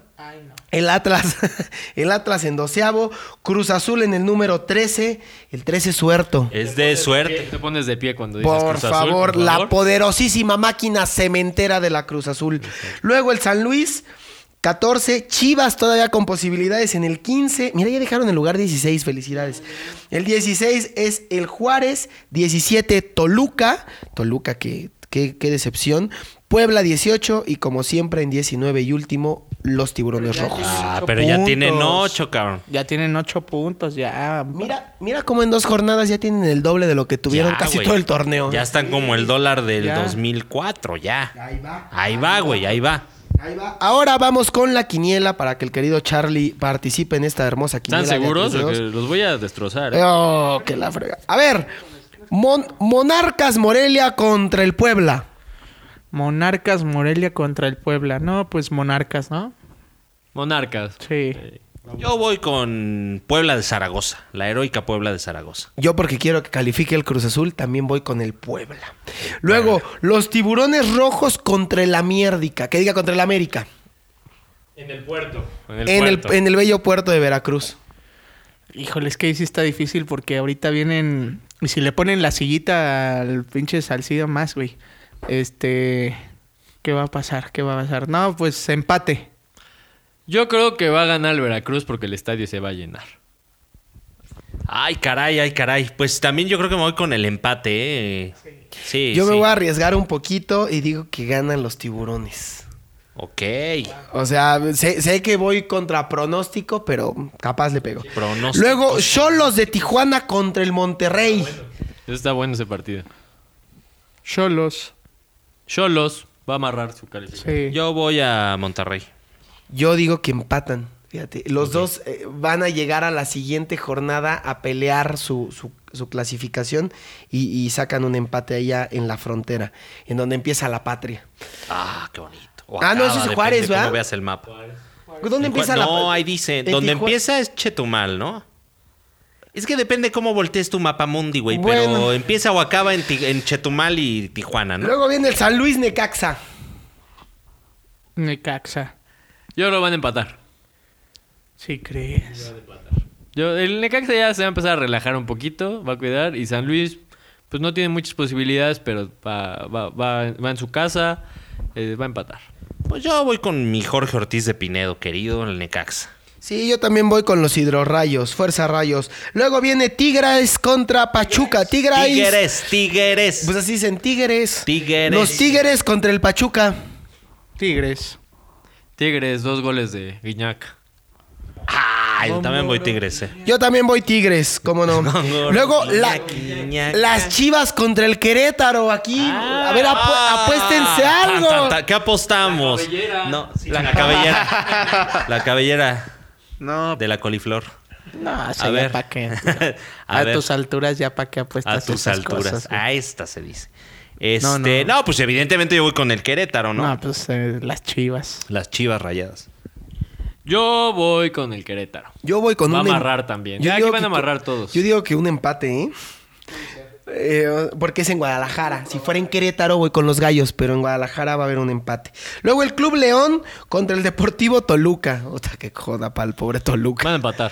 [SPEAKER 2] El Atlas, *laughs* el Atlas en doceavo, Cruz Azul en el número 13, el 13 suerto.
[SPEAKER 1] Es de suerte.
[SPEAKER 4] Te pones de pie cuando dices
[SPEAKER 2] Por
[SPEAKER 4] Cruz Azul,
[SPEAKER 2] favor,
[SPEAKER 4] por
[SPEAKER 2] la poderosísima máquina cementera de la Cruz Azul. Luego el San Luis, 14. Chivas todavía con posibilidades en el 15. Mira, ya dejaron el lugar 16, felicidades. El 16 es el Juárez, 17 Toluca. Toluca, qué, qué, qué decepción. Puebla 18 y como siempre en 19 y último, los tiburones rojos.
[SPEAKER 1] Ah,
[SPEAKER 3] Ocho
[SPEAKER 1] pero ya
[SPEAKER 3] puntos.
[SPEAKER 1] tienen ocho, cabrón.
[SPEAKER 3] Ya tienen ocho puntos, ya.
[SPEAKER 2] Mira, mira cómo en dos jornadas ya tienen el doble de lo que tuvieron
[SPEAKER 1] Ya,
[SPEAKER 2] casi
[SPEAKER 1] güey.
[SPEAKER 2] todo el torneo.
[SPEAKER 1] Ya están como el dólar del
[SPEAKER 3] Ya.
[SPEAKER 1] 2004, ya.
[SPEAKER 2] Ahí va.
[SPEAKER 1] Ahí va, güey, ahí va.
[SPEAKER 2] Ahí va. Ahora vamos con la quiniela para que el querido Charlie participe en esta hermosa quiniela.
[SPEAKER 4] ¿Están
[SPEAKER 2] de
[SPEAKER 4] seguros?
[SPEAKER 2] tres
[SPEAKER 4] Porque
[SPEAKER 2] dedos.
[SPEAKER 4] los voy a destrozar. ¿eh?
[SPEAKER 2] Oh, que la frega. A ver, Mon- Monarcas Morelia contra el Puebla.
[SPEAKER 3] Monarcas Morelia contra el Puebla. No, pues Monarcas, ¿no?
[SPEAKER 4] Monarcas.
[SPEAKER 3] Sí.
[SPEAKER 1] Yo voy con Puebla de Zaragoza, la heroica Puebla de Zaragoza.
[SPEAKER 2] Yo porque quiero que califique el Cruz Azul, también voy con el Puebla. Luego, los tiburones rojos contra la miérdica. Que diga contra el América.
[SPEAKER 4] En el puerto. En el
[SPEAKER 2] en, el,
[SPEAKER 4] puerto.
[SPEAKER 2] en el bello puerto de Veracruz.
[SPEAKER 3] Híjole, es que ahí sí está difícil porque ahorita vienen. Y si le ponen la sillita al pinche Salcido más, güey. Este. ¿Qué va a pasar? ¿Qué va a pasar? No, pues empate.
[SPEAKER 4] Yo creo que va a ganar el Veracruz porque el estadio se va a llenar.
[SPEAKER 1] Ay, caray, ay, caray. Pues también yo creo que me voy con el empate, ¿eh? Sí, sí.
[SPEAKER 2] Yo me voy a arriesgar un poquito y digo que ganan los tiburones.
[SPEAKER 1] Ok.
[SPEAKER 2] O sea, sé, sé que voy contra pronóstico, pero capaz le pego.
[SPEAKER 1] Pronóstico.
[SPEAKER 2] Luego, Cholos de Tijuana contra el Monterrey.
[SPEAKER 4] Eso está bueno ese partido.
[SPEAKER 3] Cholos.
[SPEAKER 4] Cholos va a amarrar su calificación.
[SPEAKER 3] Sí.
[SPEAKER 1] Yo voy a Monterrey.
[SPEAKER 2] Yo digo que empatan. Fíjate, los dos eh, van a llegar a la siguiente jornada a pelear su, su- su clasificación y, y sacan un empate allá en la frontera, en donde empieza la patria.
[SPEAKER 1] Ah, qué bonito. O
[SPEAKER 2] Ah, no, eso es
[SPEAKER 1] depende
[SPEAKER 2] Juárez, ¿verdad?
[SPEAKER 1] cómo veas el mapa.
[SPEAKER 2] ¿Dónde empieza la
[SPEAKER 1] No,
[SPEAKER 2] pa-
[SPEAKER 1] ahí dice.
[SPEAKER 2] en
[SPEAKER 1] Donde
[SPEAKER 2] Tijuana?
[SPEAKER 1] empieza es Chetumal, ¿no? Es que depende cómo voltees tu mapa mundi, güey.
[SPEAKER 2] Bueno.
[SPEAKER 1] Pero empieza o acaba en, Ti- en Chetumal y Tijuana, ¿no?
[SPEAKER 2] Luego viene el San Luis Necaxa.
[SPEAKER 3] Necaxa.
[SPEAKER 4] Yo lo van a empatar.
[SPEAKER 3] ¿Sí crees?
[SPEAKER 4] Yo, el Necaxa ya se va a empezar a relajar un poquito, va a cuidar. Y San Luis, pues no tiene muchas posibilidades, pero va, va, va, va en su casa, eh, va a empatar.
[SPEAKER 1] Pues yo voy con mi Jorge Ortiz de Pinedo, querido, el Necaxa.
[SPEAKER 2] Sí, yo también voy con los hidrorrayos, fuerza rayos. Luego viene Tigres contra Pachuca. Tigres.
[SPEAKER 1] Tigres, Tigres.
[SPEAKER 2] Pues así dicen Tigres.
[SPEAKER 1] Tigres.
[SPEAKER 2] Los Tigres contra el Pachuca.
[SPEAKER 3] Tigres.
[SPEAKER 4] Tigres, dos goles de Guiñac.
[SPEAKER 1] Ay, yo también
[SPEAKER 2] Ah.
[SPEAKER 1] voy Tigres, eh.
[SPEAKER 2] Yo también voy Tigres, cómo no. Luego la-
[SPEAKER 1] Iñaki.
[SPEAKER 2] las Chivas contra el Querétaro aquí. a ver, apu-
[SPEAKER 1] Ah,
[SPEAKER 2] apuéstense
[SPEAKER 1] ta,
[SPEAKER 2] algo.
[SPEAKER 1] ta, ta, ¿Qué apostamos? La cabellera. No, sí, la cabellera. la cabellera
[SPEAKER 3] No,
[SPEAKER 1] de la coliflor.
[SPEAKER 3] No, o
[SPEAKER 1] A
[SPEAKER 3] sea,
[SPEAKER 1] ver.
[SPEAKER 3] ya para qué.
[SPEAKER 1] *laughs* A
[SPEAKER 3] A,
[SPEAKER 1] ver.
[SPEAKER 3] tus alturas, ya para qué
[SPEAKER 1] A
[SPEAKER 3] apuestas.
[SPEAKER 1] tus
[SPEAKER 3] esas
[SPEAKER 1] alturas.
[SPEAKER 3] cosas, güey.
[SPEAKER 1] a esta se dice. Este, no,
[SPEAKER 3] no.
[SPEAKER 1] pues evidentemente yo voy con el Querétaro, ¿no?
[SPEAKER 3] no, pues eh, las chivas.
[SPEAKER 1] Las chivas rayadas.
[SPEAKER 4] Yo voy con el Querétaro.
[SPEAKER 2] Yo voy con
[SPEAKER 4] Va a
[SPEAKER 2] un em-
[SPEAKER 4] amarrar también. Ya aquí
[SPEAKER 2] digo
[SPEAKER 4] van a
[SPEAKER 2] que-
[SPEAKER 4] amarrar todos.
[SPEAKER 2] Yo digo que un empate, ¿eh? Eh, porque es en Guadalajara. Si fuera en Querétaro voy con los gallos, pero en Guadalajara va a haber un empate. Luego el Club León contra el Deportivo Toluca. *laughs* Otra que joda para el pobre Toluca.
[SPEAKER 4] Van a empatar.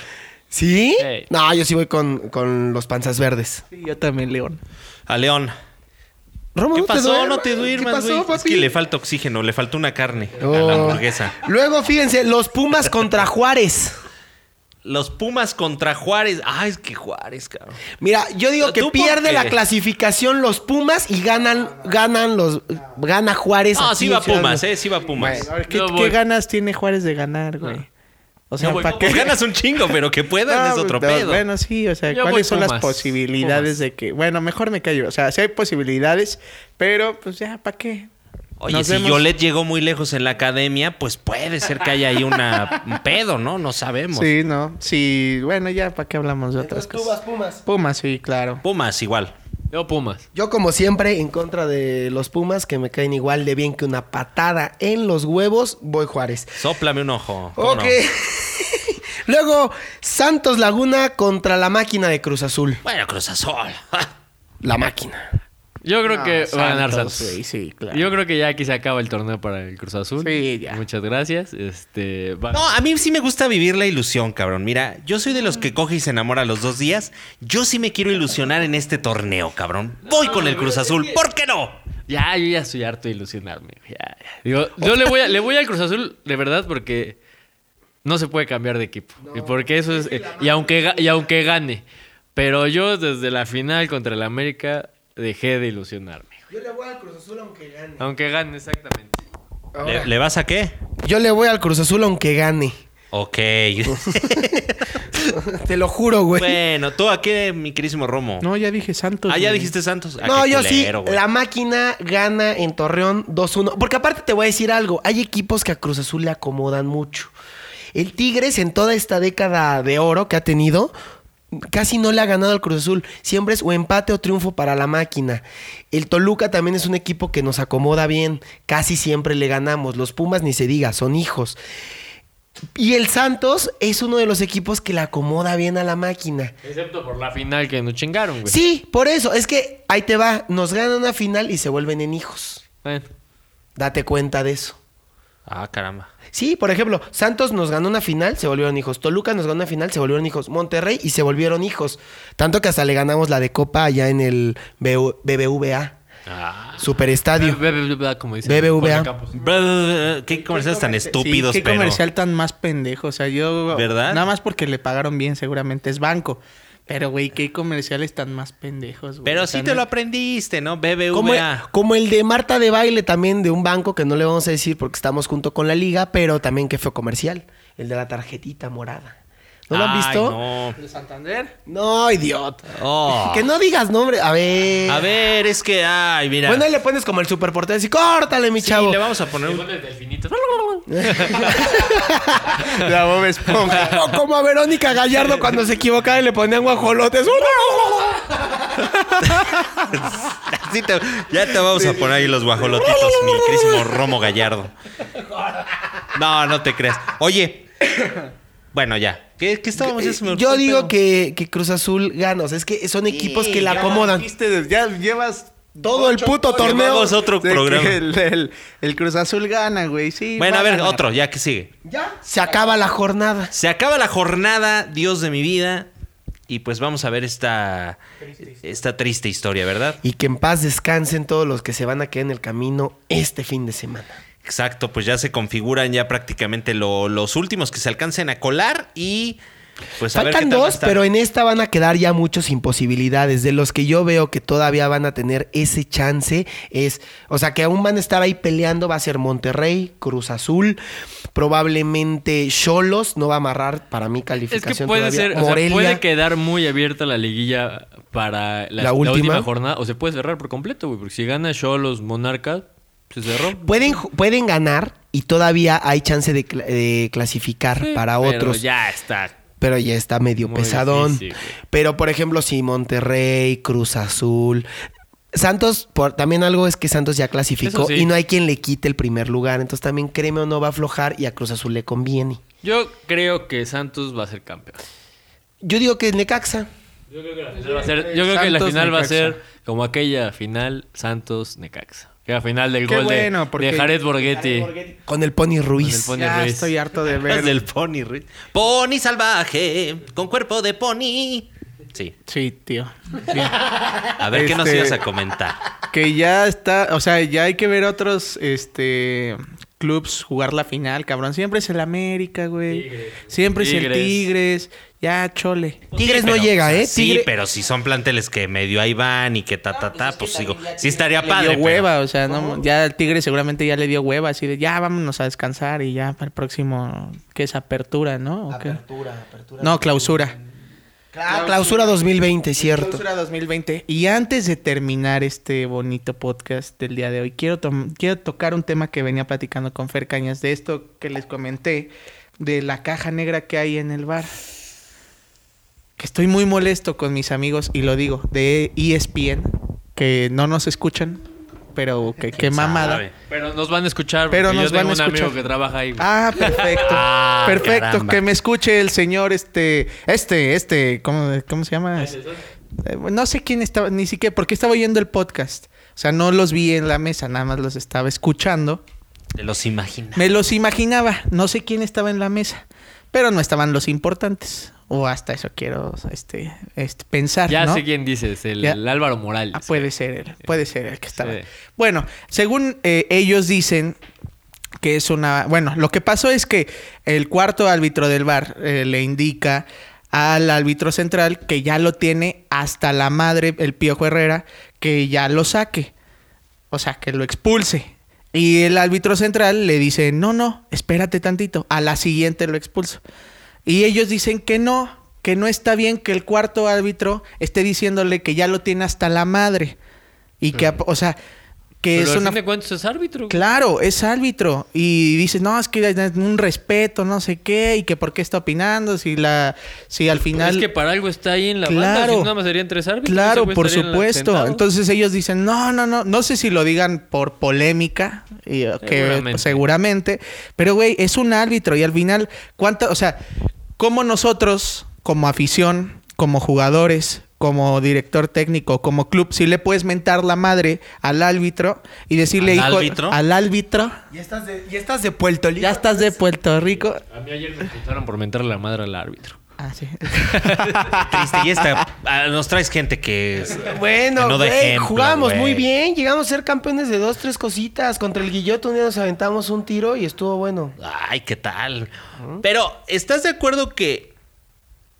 [SPEAKER 2] ¿Sí?
[SPEAKER 4] Ey.
[SPEAKER 2] No, yo sí voy con, con los panzas verdes.
[SPEAKER 3] Sí, yo también, León.
[SPEAKER 1] A León.
[SPEAKER 2] Romo,
[SPEAKER 1] ¿Qué
[SPEAKER 2] no te
[SPEAKER 1] pasó?
[SPEAKER 2] duermas.
[SPEAKER 1] no te duermas,
[SPEAKER 2] ¿Qué pasó,
[SPEAKER 1] güey. Es que
[SPEAKER 2] papi?
[SPEAKER 1] le falta oxígeno, le faltó una carne a
[SPEAKER 2] Oh.
[SPEAKER 1] la hamburguesa.
[SPEAKER 2] Luego, fíjense, los Pumas contra Juárez.
[SPEAKER 1] Los Pumas contra Juárez. Ay, es que Juárez, cabrón.
[SPEAKER 2] Mira, yo digo
[SPEAKER 1] ¿Tú
[SPEAKER 2] que
[SPEAKER 1] por
[SPEAKER 2] pierde
[SPEAKER 1] qué?
[SPEAKER 2] la clasificación los Pumas y ganan, ganan los, gana Juárez.
[SPEAKER 1] No,
[SPEAKER 2] aquí
[SPEAKER 1] sí
[SPEAKER 2] en
[SPEAKER 1] va
[SPEAKER 2] Ciudad de
[SPEAKER 1] Pumas,
[SPEAKER 2] México.
[SPEAKER 1] eh, sí va Pumas.
[SPEAKER 3] A ver, ¿qué,
[SPEAKER 4] Yo
[SPEAKER 3] qué
[SPEAKER 4] voy.
[SPEAKER 3] ganas tiene Juárez de ganar, güey? O sea,
[SPEAKER 1] No, güey,
[SPEAKER 3] ¿para qué?
[SPEAKER 1] pues
[SPEAKER 3] *laughs*
[SPEAKER 1] ganas un chingo, pero que puedas
[SPEAKER 3] Ah,
[SPEAKER 1] es otro
[SPEAKER 2] pues,
[SPEAKER 3] no,
[SPEAKER 1] pedo.
[SPEAKER 3] Bueno, sí, o sea,
[SPEAKER 4] Yo voy
[SPEAKER 3] ¿cuáles son las
[SPEAKER 4] Pumas.
[SPEAKER 3] posibilidades de que... Bueno, mejor me callo. O sea, sí hay posibilidades, pero pues ya, ¿para qué?
[SPEAKER 1] Oye,
[SPEAKER 3] Nos
[SPEAKER 1] si
[SPEAKER 3] vemos.
[SPEAKER 1] Yolet llegó muy lejos en la academia, pues puede ser que haya ahí una, *laughs* un pedo, ¿no? No sabemos.
[SPEAKER 3] Sí, no. Sí, bueno, ya, ¿para qué hablamos de otras
[SPEAKER 1] eh.
[SPEAKER 2] Entonces, tú vas
[SPEAKER 3] cosas?
[SPEAKER 2] Pumas.
[SPEAKER 3] Pumas, sí, claro.
[SPEAKER 1] Pumas igual.
[SPEAKER 4] Yo Pumas.
[SPEAKER 2] Yo, como siempre, en contra de los Pumas, que me caen igual de bien que una patada en los huevos, voy Juárez.
[SPEAKER 1] Sóplame un ojo. ¿cómo
[SPEAKER 2] Ok. *laughs*
[SPEAKER 1] no?
[SPEAKER 2] Luego, Santos Laguna contra la máquina de Cruz Azul.
[SPEAKER 1] Bueno, Cruz Azul. *laughs*
[SPEAKER 2] La máquina.
[SPEAKER 4] Yo creo
[SPEAKER 3] No,
[SPEAKER 4] que va a ganar
[SPEAKER 3] Santos,
[SPEAKER 4] Santos.
[SPEAKER 3] güey, sí, claro.
[SPEAKER 4] Yo creo que ya aquí se acaba el torneo para el Cruz Azul.
[SPEAKER 3] Sí, ya.
[SPEAKER 4] Muchas gracias. Este, va-
[SPEAKER 1] No, a mí sí me gusta vivir la ilusión, cabrón. Mira, yo soy de los que coge y se enamora a los dos días. Yo sí me quiero ilusionar en este torneo, cabrón. Voy con el Cruz Azul. ¿Por qué no?
[SPEAKER 4] Ya, yo ya estoy harto de ilusionarme. Ya, ya. Digo, yo le voy, a- le voy al Cruz Azul, de verdad, porque no se puede cambiar de equipo. y porque eso es. eh, y, aunque, ga- y aunque gane. Pero yo desde la final contra el América dejé de ilusionarme.
[SPEAKER 2] Yo le voy al Cruz Azul aunque gane.
[SPEAKER 4] Aunque gane, exactamente.
[SPEAKER 1] ¿Le, le vas a qué?
[SPEAKER 2] Yo le voy al Cruz Azul aunque gane. *laughs*
[SPEAKER 1] Ok.
[SPEAKER 2] Te lo juro,
[SPEAKER 1] *laughs*
[SPEAKER 2] güey.
[SPEAKER 1] bueno, tú a qué, mi querísimo Romo.
[SPEAKER 3] No, ya dije Santos.
[SPEAKER 1] ah, ya
[SPEAKER 3] güey.
[SPEAKER 1] dijiste Santos. Ah,
[SPEAKER 2] pues No,
[SPEAKER 1] qué
[SPEAKER 2] yo
[SPEAKER 1] culero,
[SPEAKER 2] sí.
[SPEAKER 1] güey.
[SPEAKER 2] La máquina gana en Torreón 2-1. Porque aparte te voy a decir algo. Hay equipos que a Cruz Azul le acomodan mucho. El Tigres en toda esta década de oro que ha tenido, casi no le ha ganado al Cruz Azul. Siempre es o empate o triunfo para la máquina. El Toluca también es un equipo que nos acomoda bien. Casi siempre le ganamos. Los Pumas ni se diga, son hijos. Y el Santos es uno de los equipos que le acomoda bien a la máquina.
[SPEAKER 4] Excepto por la final que nos chingaron, güey.
[SPEAKER 2] Sí, por eso. Es que ahí te va. Nos ganan una final y se vuelven en hijos.
[SPEAKER 4] Bueno.
[SPEAKER 2] Date cuenta de eso.
[SPEAKER 1] Ah, caramba.
[SPEAKER 2] Sí, por ejemplo, Santos nos ganó una final, se volvieron hijos. Toluca nos ganó una final, se volvieron hijos. Monterrey y se volvieron hijos. Tanto que hasta le ganamos la de Copa allá en el BU BBVA.
[SPEAKER 1] Ah.
[SPEAKER 2] Superestadio.
[SPEAKER 4] Be- be- be- be- como dicen.
[SPEAKER 2] BBVA.
[SPEAKER 4] Jorge Campos.
[SPEAKER 1] Qué comerciales tan
[SPEAKER 3] Sí,
[SPEAKER 1] estúpidos,
[SPEAKER 3] qué
[SPEAKER 1] pero-
[SPEAKER 3] comercial tan más pendejo. O sea, yo...
[SPEAKER 1] ¿Verdad?
[SPEAKER 3] Nada más porque le pagaron bien, seguramente. Es banco. Pero, güey, qué comerciales tan más pendejos, güey.
[SPEAKER 1] Pero
[SPEAKER 3] O sea,
[SPEAKER 1] sí te
[SPEAKER 3] no-
[SPEAKER 1] lo aprendiste, ¿no? BBVA.
[SPEAKER 2] Como, como el de Marta de Baile también, de un banco que no le vamos a decir porque estamos junto con la liga, pero también que fue comercial. El de la tarjetita morada. ¿No lo han
[SPEAKER 1] Ay,
[SPEAKER 2] visto? No,
[SPEAKER 1] no.
[SPEAKER 3] ¿De Santander?
[SPEAKER 2] idiota.
[SPEAKER 1] Oh.
[SPEAKER 2] Que no digas nombre. Ah. A ver.
[SPEAKER 1] A ver, es que, ay, mira.
[SPEAKER 2] Bueno, ahí le pones como el superportero así, córtale, mi
[SPEAKER 1] Sí,
[SPEAKER 2] chavo.
[SPEAKER 1] le
[SPEAKER 2] *laughs*
[SPEAKER 1] vamos a poner *laughs*
[SPEAKER 4] Se
[SPEAKER 1] un...
[SPEAKER 4] pone el delfinito.
[SPEAKER 3] La Bob Esponja.
[SPEAKER 2] No, como a Verónica Gallardo cuando se equivocaba y le ponían *laughs* guajolotes.
[SPEAKER 1] Sí te- ya te vamos a poner ahí los guajolotitos, mi querísimo Romo Gallardo. No, no te creas. Oye, bueno, ya. ¿Qué, qué estábamos? Ya se me fue
[SPEAKER 2] Eh, Yo
[SPEAKER 1] el
[SPEAKER 2] digo
[SPEAKER 1] pedo.
[SPEAKER 2] que, que Cruz Azul gana. O sea, es que son equipos que la acomodan.
[SPEAKER 3] Ya llevas
[SPEAKER 2] Todo el puto torneo.
[SPEAKER 1] Llevamos otro
[SPEAKER 3] de que
[SPEAKER 1] programa.
[SPEAKER 3] El, el- el Cruz Azul gana, güey. Sí.
[SPEAKER 1] Bueno,
[SPEAKER 3] va
[SPEAKER 1] a ver,
[SPEAKER 3] ganar.
[SPEAKER 1] otro, ya que sigue.
[SPEAKER 2] Ya. Se acaba la jornada.
[SPEAKER 1] Se acaba la jornada, Dios de mi vida. Y pues vamos a ver esta, esta triste historia, ¿verdad?
[SPEAKER 2] Y que en paz descansen todos los que se van a quedar en el camino este fin de semana.
[SPEAKER 1] Exacto, pues ya se configuran ya prácticamente lo- los últimos que se alcancen a colar y pues a ver qué
[SPEAKER 2] Faltan
[SPEAKER 1] tal va a
[SPEAKER 2] dos,
[SPEAKER 1] estar.
[SPEAKER 2] pero en esta van a quedar ya muchos sin posibilidades. De los que yo veo que todavía van a tener ese chance, es. O sea, que aún van a estar ahí peleando, va a ser Monterrey, Cruz Azul, probablemente Cholos, no va a amarrar para mí
[SPEAKER 4] Es
[SPEAKER 2] calificación.
[SPEAKER 4] que puede
[SPEAKER 2] todavía.
[SPEAKER 4] ser, o sea,
[SPEAKER 2] Morelia.
[SPEAKER 4] puede quedar muy abierta la liguilla para la,
[SPEAKER 2] ¿La
[SPEAKER 4] la última?
[SPEAKER 2] última?
[SPEAKER 4] jornada, o se puede cerrar por completo, güey, porque si gana Cholos Monarcas, se cerró.
[SPEAKER 2] Pueden, ju- pueden ganar y todavía hay chance de, cla- de clasificar para
[SPEAKER 4] Pero
[SPEAKER 2] otros.
[SPEAKER 4] Ya está
[SPEAKER 2] pero ya está medio
[SPEAKER 4] Muy
[SPEAKER 2] pesadón.
[SPEAKER 4] difícil, güey.
[SPEAKER 2] Pero, por ejemplo, si Monterrey, Cruz Azul. Santos, por, también algo es que Santos ya clasificó
[SPEAKER 4] Eso sí.
[SPEAKER 2] y no hay quien le quite el primer lugar. Entonces también créeme o no va a aflojar y a Cruz Azul le conviene.
[SPEAKER 4] Yo creo que Santos va a ser campeón.
[SPEAKER 2] Yo digo que es Necaxa.
[SPEAKER 4] Yo creo que la final va a ser, yo creo que la
[SPEAKER 3] Santos,
[SPEAKER 4] final va a
[SPEAKER 3] Necaxa.
[SPEAKER 4] ser como aquella final Santos-Necaxa. Que la final del
[SPEAKER 3] Qué
[SPEAKER 4] gol de-
[SPEAKER 3] bueno,
[SPEAKER 4] de,
[SPEAKER 3] porque-
[SPEAKER 4] Jared Borghetti.
[SPEAKER 2] Con el Pony Ruiz.
[SPEAKER 4] Con el Pony
[SPEAKER 3] Ya
[SPEAKER 4] Ruiz.
[SPEAKER 3] estoy harto de
[SPEAKER 1] Es
[SPEAKER 3] ver.
[SPEAKER 1] del pony, Ruiz. Pony salvaje, con cuerpo de pony. Sí,
[SPEAKER 3] Sí, tío.
[SPEAKER 1] a ver qué nos
[SPEAKER 3] Este-
[SPEAKER 1] ibas a comentar.
[SPEAKER 3] Que ya está, o sea, ya hay que ver otros este clubs jugar la final, cabrón. Siempre es el América, güey. Siempre es el
[SPEAKER 4] Tigres.
[SPEAKER 3] Tigres. Ya, chole.
[SPEAKER 2] *laughs* Tigres no llega, ¿eh?
[SPEAKER 1] Sí,
[SPEAKER 2] Tigre-
[SPEAKER 1] pero si son planteles que medio ahí van y que ta, ta, ta, pues digo, sí estaría
[SPEAKER 3] Le
[SPEAKER 1] padre.
[SPEAKER 3] dio
[SPEAKER 1] pero-
[SPEAKER 3] hueva, o sea, no, ya el Tigre seguramente ya le dio hueva, así de ya vámonos a descansar y ya para el próximo, ¿qué es apertura, no? ¿O qué?
[SPEAKER 2] Apertura, apertura.
[SPEAKER 3] No, clausura.
[SPEAKER 2] Ah, clausura 2020, cierto.
[SPEAKER 3] Clausura 2020. Y antes de terminar este bonito podcast del día de hoy, quiero, tom- quiero tocar un tema que venía platicando con Fer Cañas de esto que les comenté, de la caja negra que hay en el bar. Que estoy muy molesto con mis amigos, y lo digo, de E ESPN, que no nos escuchan, pero que qué
[SPEAKER 1] ¿Quién
[SPEAKER 3] mamada.
[SPEAKER 1] sabe?
[SPEAKER 4] Pero nos van a escuchar.
[SPEAKER 3] Pero
[SPEAKER 4] porque
[SPEAKER 3] nos
[SPEAKER 4] yo tengo
[SPEAKER 3] van a
[SPEAKER 4] un amigo
[SPEAKER 3] escuchar.
[SPEAKER 4] que trabaja ahí. güey.
[SPEAKER 3] Ah, perfecto.
[SPEAKER 1] Ah,
[SPEAKER 3] perfecto.
[SPEAKER 1] caramba.
[SPEAKER 3] Que me escuche el señor este, este, este, ¿cómo, cómo se llama? Eh, No sé quién estaba, ni siquiera, porque estaba oyendo el podcast. O sea, no los vi en la mesa, nada más los estaba escuchando.
[SPEAKER 1] Te los imaginas.
[SPEAKER 3] Me los imaginaba, no sé quién estaba en la mesa, pero no estaban los importantes. O hasta eso quiero este, este, pensar.
[SPEAKER 4] ya
[SPEAKER 3] ¿no?
[SPEAKER 4] sé quién dices, el,
[SPEAKER 3] Ya.
[SPEAKER 4] el Álvaro Morales.
[SPEAKER 3] Ah, puede ser él, puede ser el que estaba.
[SPEAKER 4] Sí.
[SPEAKER 3] Bueno, según eh, ellos dicen que es una... Bueno, lo que pasó es que el cuarto árbitro del bar le indica al árbitro central que ya lo tiene hasta la madre, el Piojo Herrera, que ya lo saque. O sea, que lo expulse. Y el árbitro central le dice, no, no, espérate tantito, a la siguiente lo expulso. Y ellos dicen que no, que no está bien que el cuarto árbitro esté diciéndole que ya lo tiene hasta la madre. Y que, o sea, que
[SPEAKER 4] Pero
[SPEAKER 3] es
[SPEAKER 4] al
[SPEAKER 3] una...
[SPEAKER 4] fin de cuentas es árbitro. güey.
[SPEAKER 3] Claro, es árbitro. Y dices, no, es que es un respeto, no sé qué, y que por qué está opinando, si la, si al final.
[SPEAKER 4] Es que para algo está ahí en la banda.
[SPEAKER 3] Claro.
[SPEAKER 4] Si no, nada más serían tres árbitros.
[SPEAKER 3] Claro,
[SPEAKER 4] ese güey
[SPEAKER 3] por
[SPEAKER 4] estaría en la-
[SPEAKER 3] supuesto.
[SPEAKER 4] sentado.
[SPEAKER 3] Entonces ellos dicen, no, no, no, no sé si lo digan por polémica, y, eh, que
[SPEAKER 4] Seguramente.
[SPEAKER 3] seguramente, pero güey, es un árbitro y al final, ¿cuánto? O sea, ¿cómo nosotros, como afición, como jugadores, como director técnico, como club, si le puedes mentar la madre al árbitro y decirle,
[SPEAKER 1] ¿Al
[SPEAKER 3] hijo,
[SPEAKER 1] árbitro?
[SPEAKER 3] al árbitro,
[SPEAKER 2] Ya estás de, ya estás de Puerto Rico.
[SPEAKER 3] ya estás de Puerto Rico.
[SPEAKER 4] A mí ayer me expulsaron por mentar la madre al árbitro.
[SPEAKER 3] Ah, sí.
[SPEAKER 1] Triste. Y esta, ah, nos traes gente que. es-
[SPEAKER 2] Bueno,
[SPEAKER 1] que no da
[SPEAKER 2] güey,
[SPEAKER 1] ejemplo,
[SPEAKER 2] jugamos
[SPEAKER 1] güey.
[SPEAKER 2] muy bien. Llegamos a ser campeones de dos, tres cositas. Contra el Guillote un día nos aventamos un tiro y estuvo bueno.
[SPEAKER 1] Ay, qué tal. Pero, ¿estás de acuerdo que.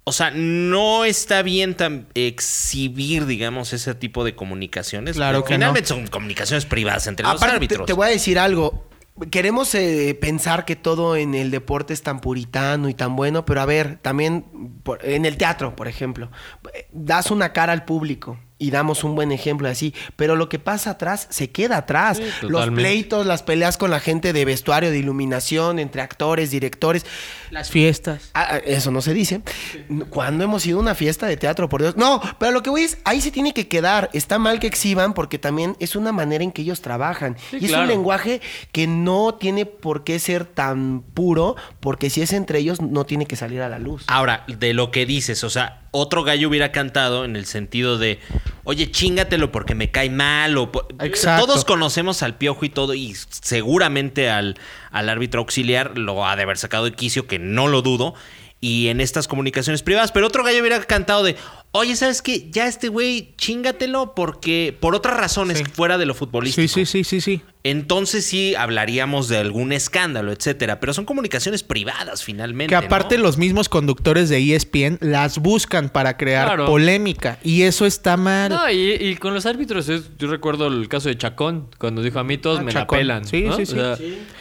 [SPEAKER 1] O sea, no está bien tan exhibir, digamos, ese tipo de comunicaciones.
[SPEAKER 3] Claro
[SPEAKER 1] Porque
[SPEAKER 3] que no.
[SPEAKER 1] Finalmente son comunicaciones privadas entre los
[SPEAKER 2] Aparte,
[SPEAKER 1] árbitros.
[SPEAKER 2] Te, te voy a decir algo. Queremos eh, pensar que todo en el deporte es tan puritano y tan bueno, pero a ver, también por- en el teatro, por ejemplo, eh, das una cara al público y damos un buen ejemplo así, pero lo que pasa atrás se queda atrás.
[SPEAKER 4] Sí,
[SPEAKER 2] Los
[SPEAKER 4] totalmente.
[SPEAKER 2] pleitos, las peleas con la gente de vestuario, de iluminación, entre actores, directores.
[SPEAKER 3] Las fiestas.
[SPEAKER 2] Ah, ah, eso no se dice. Cuando hemos ido a una fiesta de teatro, por Dios. No, pero lo que voy es, ahí se tiene que quedar. Está mal que exhiban porque también es una manera en que ellos trabajan.
[SPEAKER 4] Sí,
[SPEAKER 2] y es
[SPEAKER 4] claro.
[SPEAKER 2] un lenguaje que no tiene por qué ser tan puro porque si es entre ellos no tiene que salir a la luz.
[SPEAKER 1] Ahora, de lo que dices, o sea, otro gallo hubiera cantado en el sentido de, oye, chingatelo porque me cae mal. O po-
[SPEAKER 3] Exacto.
[SPEAKER 1] Todos conocemos al piojo y todo, y seguramente al, al árbitro auxiliar lo ha de haber sacado de quicio, que no lo dudo, y en estas comunicaciones privadas. Pero otro gallo hubiera cantado de, oye, ¿sabes qué? Ya este güey, chingatelo porque, por otras razones,
[SPEAKER 3] Sí.
[SPEAKER 1] fuera de lo futbolístico.
[SPEAKER 3] Sí, sí, sí, sí, sí.
[SPEAKER 1] Entonces sí hablaríamos de algún escándalo, etcétera. Pero son comunicaciones privadas, finalmente.
[SPEAKER 3] Que aparte
[SPEAKER 1] ¿no?
[SPEAKER 3] los mismos conductores de E ESPN las buscan para crear
[SPEAKER 4] Claro.
[SPEAKER 3] polémica. Y eso está mal.
[SPEAKER 4] No, y, y con los árbitros, es- yo recuerdo el caso de Chacón, cuando dijo a mí todos
[SPEAKER 3] Ah,
[SPEAKER 4] me
[SPEAKER 3] Chacón.
[SPEAKER 4] la pelan.
[SPEAKER 3] Sí,
[SPEAKER 4] ¿no?
[SPEAKER 3] sí,
[SPEAKER 4] O
[SPEAKER 3] sí.
[SPEAKER 4] sea,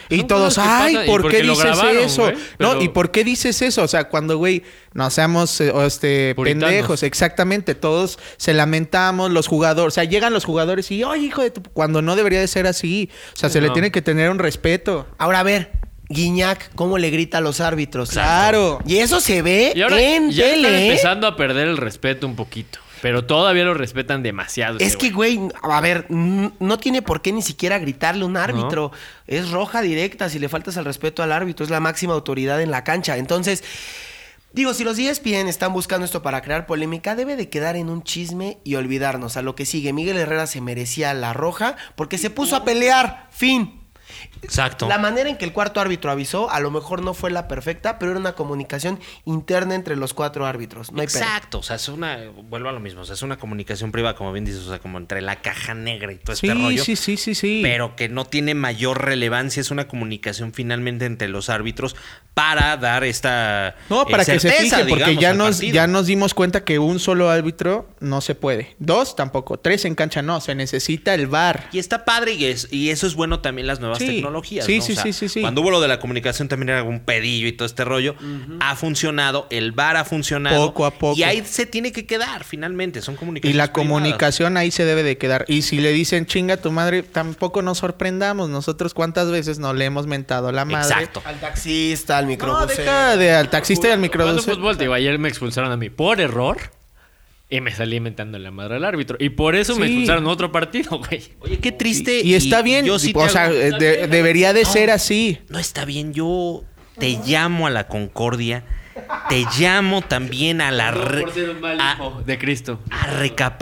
[SPEAKER 3] Y
[SPEAKER 4] son
[SPEAKER 3] todos,
[SPEAKER 4] cosas que
[SPEAKER 3] ay,
[SPEAKER 4] pasan, y
[SPEAKER 3] ¿por
[SPEAKER 4] porque
[SPEAKER 3] qué
[SPEAKER 4] lo
[SPEAKER 3] dices
[SPEAKER 4] grabaron,
[SPEAKER 3] eso?
[SPEAKER 4] güey,
[SPEAKER 3] No,
[SPEAKER 4] pero-
[SPEAKER 3] ¿y por qué dices eso? O sea, cuando, güey, no seamos eh, o este,
[SPEAKER 4] Puritanos.
[SPEAKER 3] pendejos, exactamente. Todos se lamentamos, los jugadores. O sea, llegan los jugadores y, oye, hijo de tu. Cuando no debería de ser así. O sea, se le
[SPEAKER 4] no.
[SPEAKER 3] tiene que tener un respeto.
[SPEAKER 2] Ahora, a ver, Guiñac, cómo le grita a los árbitros.
[SPEAKER 3] Claro.
[SPEAKER 2] Y eso se ve
[SPEAKER 4] Y ahora
[SPEAKER 2] en
[SPEAKER 4] ya le están
[SPEAKER 2] tele. ¿eh?
[SPEAKER 4] empezando a perder el respeto un poquito. Pero todavía lo respetan demasiado.
[SPEAKER 1] Pues
[SPEAKER 2] Es
[SPEAKER 4] este
[SPEAKER 2] que,
[SPEAKER 4] güey.
[SPEAKER 2] güey, a ver, n- no tiene por qué ni siquiera gritarle a un árbitro. Es roja directa si le faltas al respeto al árbitro. Es la máxima autoridad en la cancha. Entonces, digo, si los E ESPN están buscando esto para crear polémica, debe de quedar en un chisme y olvidarnos. A lo que sigue, Miguel Herrera se merecía la roja porque se puso a pelear. Fin.
[SPEAKER 1] Exacto.
[SPEAKER 2] La manera en que el cuarto árbitro avisó, a lo mejor no fue la perfecta, pero era una comunicación interna entre los cuatro árbitros. No hay pedo.
[SPEAKER 1] Exacto, o sea, es una, vuelvo a lo mismo, o sea, es una comunicación privada, como bien dices, o sea, como entre la caja negra y todo
[SPEAKER 4] Pues
[SPEAKER 1] este
[SPEAKER 3] sí,
[SPEAKER 1] rollo.
[SPEAKER 3] sí, sí, sí, sí.
[SPEAKER 1] Pero que no tiene mayor relevancia, es una comunicación finalmente entre los árbitros para dar esta.
[SPEAKER 3] No, para
[SPEAKER 1] eh,
[SPEAKER 3] que se
[SPEAKER 1] certeza,
[SPEAKER 3] fije, porque
[SPEAKER 1] digamos,
[SPEAKER 3] ya
[SPEAKER 1] al
[SPEAKER 3] nos,
[SPEAKER 1] partido.
[SPEAKER 3] ya nos dimos cuenta que un solo árbitro no se puede. Dos tampoco. Tres en cancha no. Se necesita el bar.
[SPEAKER 1] Y está padre y, es- y eso es bueno también las nuevas
[SPEAKER 3] Sí.
[SPEAKER 1] tecnologías.
[SPEAKER 3] Sí,
[SPEAKER 1] ¿no? O
[SPEAKER 3] sí,
[SPEAKER 1] sea,
[SPEAKER 3] sí, sí, sí.
[SPEAKER 1] Cuando hubo lo de la comunicación también era un pedillo y todo este rollo. Ha funcionado, el VAR ha funcionado.
[SPEAKER 3] Poco a poco.
[SPEAKER 1] Y ahí se tiene que quedar finalmente, son
[SPEAKER 3] Y
[SPEAKER 1] comunicaciones.
[SPEAKER 3] la
[SPEAKER 1] privadas.
[SPEAKER 3] comunicación ahí se debe de quedar. Y si le dicen chinga tu madre, tampoco nos sorprendamos. Nosotros cuántas veces no le hemos mentado la madre.
[SPEAKER 1] Exacto.
[SPEAKER 2] Al taxista, al
[SPEAKER 3] No,
[SPEAKER 2] microbusero.
[SPEAKER 3] deja de al taxista y al
[SPEAKER 4] Jugando
[SPEAKER 3] microbús.
[SPEAKER 4] fútbol, te digo, ayer me expulsaron a mí por error y me salí inventando la madre al árbitro. Y por eso me
[SPEAKER 3] Sí.
[SPEAKER 4] expulsaron otro partido, *laughs* güey.
[SPEAKER 1] Oye, qué triste.
[SPEAKER 3] Y está bien.
[SPEAKER 1] yo sí
[SPEAKER 3] o
[SPEAKER 1] te
[SPEAKER 3] sea,
[SPEAKER 1] hago-
[SPEAKER 3] eh, de- debería de ser así.
[SPEAKER 1] no está bien, yo te llamo a la concordia, te llamo también a la... re-
[SPEAKER 4] Por ser un mal
[SPEAKER 1] a-
[SPEAKER 4] hijo de Cristo.
[SPEAKER 1] a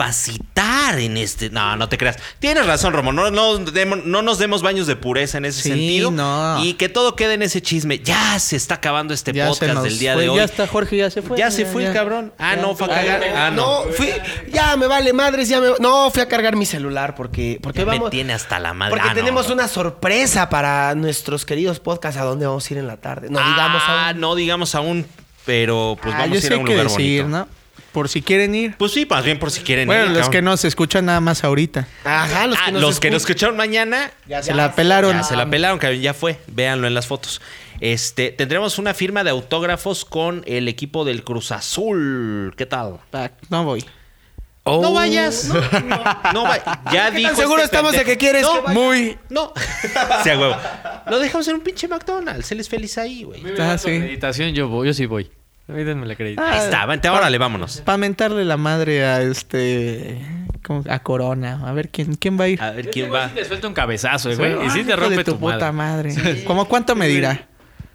[SPEAKER 1] recapacitar en este. No, no te creas. Tienes razón, Romo. No, no, demo- no nos demos baños de pureza en ese
[SPEAKER 3] Sí,
[SPEAKER 1] sentido.
[SPEAKER 3] no.
[SPEAKER 1] Y que todo quede en ese chisme. Ya se está acabando este
[SPEAKER 3] Ya se
[SPEAKER 1] podcast
[SPEAKER 3] nos
[SPEAKER 1] del día
[SPEAKER 3] fue.
[SPEAKER 1] de hoy.
[SPEAKER 3] Ya está Jorge, ya se fue.
[SPEAKER 1] Ya se fue el cabrón. Ah, no, fue a cagar. Ah, no.
[SPEAKER 2] no, fui, ya me vale madres, ya me no, fui a cargar mi celular porque porque
[SPEAKER 1] Ya me
[SPEAKER 2] vamos
[SPEAKER 1] tiene hasta la madre.
[SPEAKER 2] porque
[SPEAKER 1] Ah, no.
[SPEAKER 2] tenemos una sorpresa para nuestros queridos podcasts a dónde vamos a ir en la tarde. No digamos
[SPEAKER 1] Ah,
[SPEAKER 2] aún.
[SPEAKER 1] no digamos aún. Pero pues
[SPEAKER 3] Ah,
[SPEAKER 1] vamos a
[SPEAKER 3] yo
[SPEAKER 1] ir a
[SPEAKER 3] sé
[SPEAKER 1] un
[SPEAKER 3] qué
[SPEAKER 1] lugar
[SPEAKER 3] decir,
[SPEAKER 1] bonito.
[SPEAKER 3] ¿no? Por si quieren ir.
[SPEAKER 1] Pues sí, más bien por si quieren.
[SPEAKER 3] Bueno,
[SPEAKER 1] ir,
[SPEAKER 3] los
[SPEAKER 1] cabrón.
[SPEAKER 3] que nos escuchan nada más ahorita.
[SPEAKER 2] Ajá, los
[SPEAKER 1] Ah,
[SPEAKER 2] que nos
[SPEAKER 1] los que nos
[SPEAKER 2] escuchan.
[SPEAKER 1] escucharon mañana,
[SPEAKER 3] se la pelaron.
[SPEAKER 1] Ya se la pelaron, cabrón, ya fue. Véanlo en las fotos. Este, tendremos una firma de autógrafos con el equipo del Cruz Azul. ¿Qué tal?
[SPEAKER 2] Ah,
[SPEAKER 3] Pa- No voy.
[SPEAKER 1] No
[SPEAKER 2] *laughs*
[SPEAKER 1] vayas. No, no, no va- Ya
[SPEAKER 2] Oh. ¿Qué tan
[SPEAKER 1] dijo este
[SPEAKER 2] seguro estamos de
[SPEAKER 1] pendejo.
[SPEAKER 2] que quieres que vaya?
[SPEAKER 1] muy.
[SPEAKER 2] *laughs*
[SPEAKER 1] No. Sea huevo. Lo dejamos en un pinche McDonald's. Él es feliz ahí, güey.
[SPEAKER 4] Me
[SPEAKER 3] Ah,
[SPEAKER 4] dan
[SPEAKER 3] sí.
[SPEAKER 4] la acreditación, yo voy, yo sí voy. A mí denme la acreditación.
[SPEAKER 1] Ahí está, vente, órale,
[SPEAKER 2] *laughs*
[SPEAKER 1] vámonos.
[SPEAKER 3] Para mentarle Ah, la madre a este. ¿cómo? A Corona. A ver quién, quién va Ah, a ir.
[SPEAKER 1] A ver quién va.
[SPEAKER 4] Sí te suelta un cabezazo, güey. Y sí te
[SPEAKER 3] Hijo
[SPEAKER 4] rompe
[SPEAKER 3] de
[SPEAKER 4] tu,
[SPEAKER 3] tu puta
[SPEAKER 4] madre.
[SPEAKER 3] madre. ¿Cómo cuánto me dirá?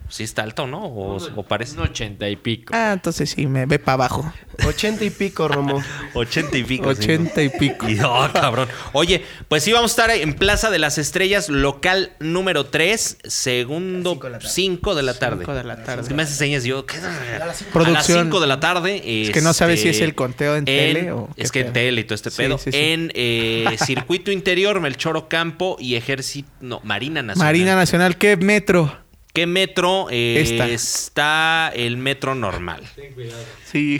[SPEAKER 1] Sí está alto, ¿no? O, o parece.
[SPEAKER 4] Un ochenta y pico.
[SPEAKER 3] Ah, entonces sí, me ve para abajo.
[SPEAKER 2] 80 y pico, Romo. *laughs*
[SPEAKER 1] 80 y pico. sí, ¿no?
[SPEAKER 3] 80 y pico.
[SPEAKER 1] Y, oh, cabrón. Oye, pues sí, vamos a estar en Plaza de las Estrellas, local número 3, segundo 5 de la tarde.
[SPEAKER 3] Cinco de la tarde.
[SPEAKER 1] Es que me haces señas yo. ¿qué? A las
[SPEAKER 3] Producción.
[SPEAKER 1] 5 de la tarde.
[SPEAKER 3] Es que no sabe si es el conteo en tele o
[SPEAKER 1] Es
[SPEAKER 3] qué
[SPEAKER 1] que en
[SPEAKER 3] pedo.
[SPEAKER 1] tele y todo este
[SPEAKER 3] Sí,
[SPEAKER 1] pedo.
[SPEAKER 3] sí, sí.
[SPEAKER 1] En eh, Circuito Interior, Melchoro Campo y Ejército. No, Marina Nacional.
[SPEAKER 3] Marina Nacional, ¿qué metro?
[SPEAKER 1] ¿Qué metro eh,
[SPEAKER 3] Esta.
[SPEAKER 1] está el metro normal? *laughs*
[SPEAKER 3] Sí,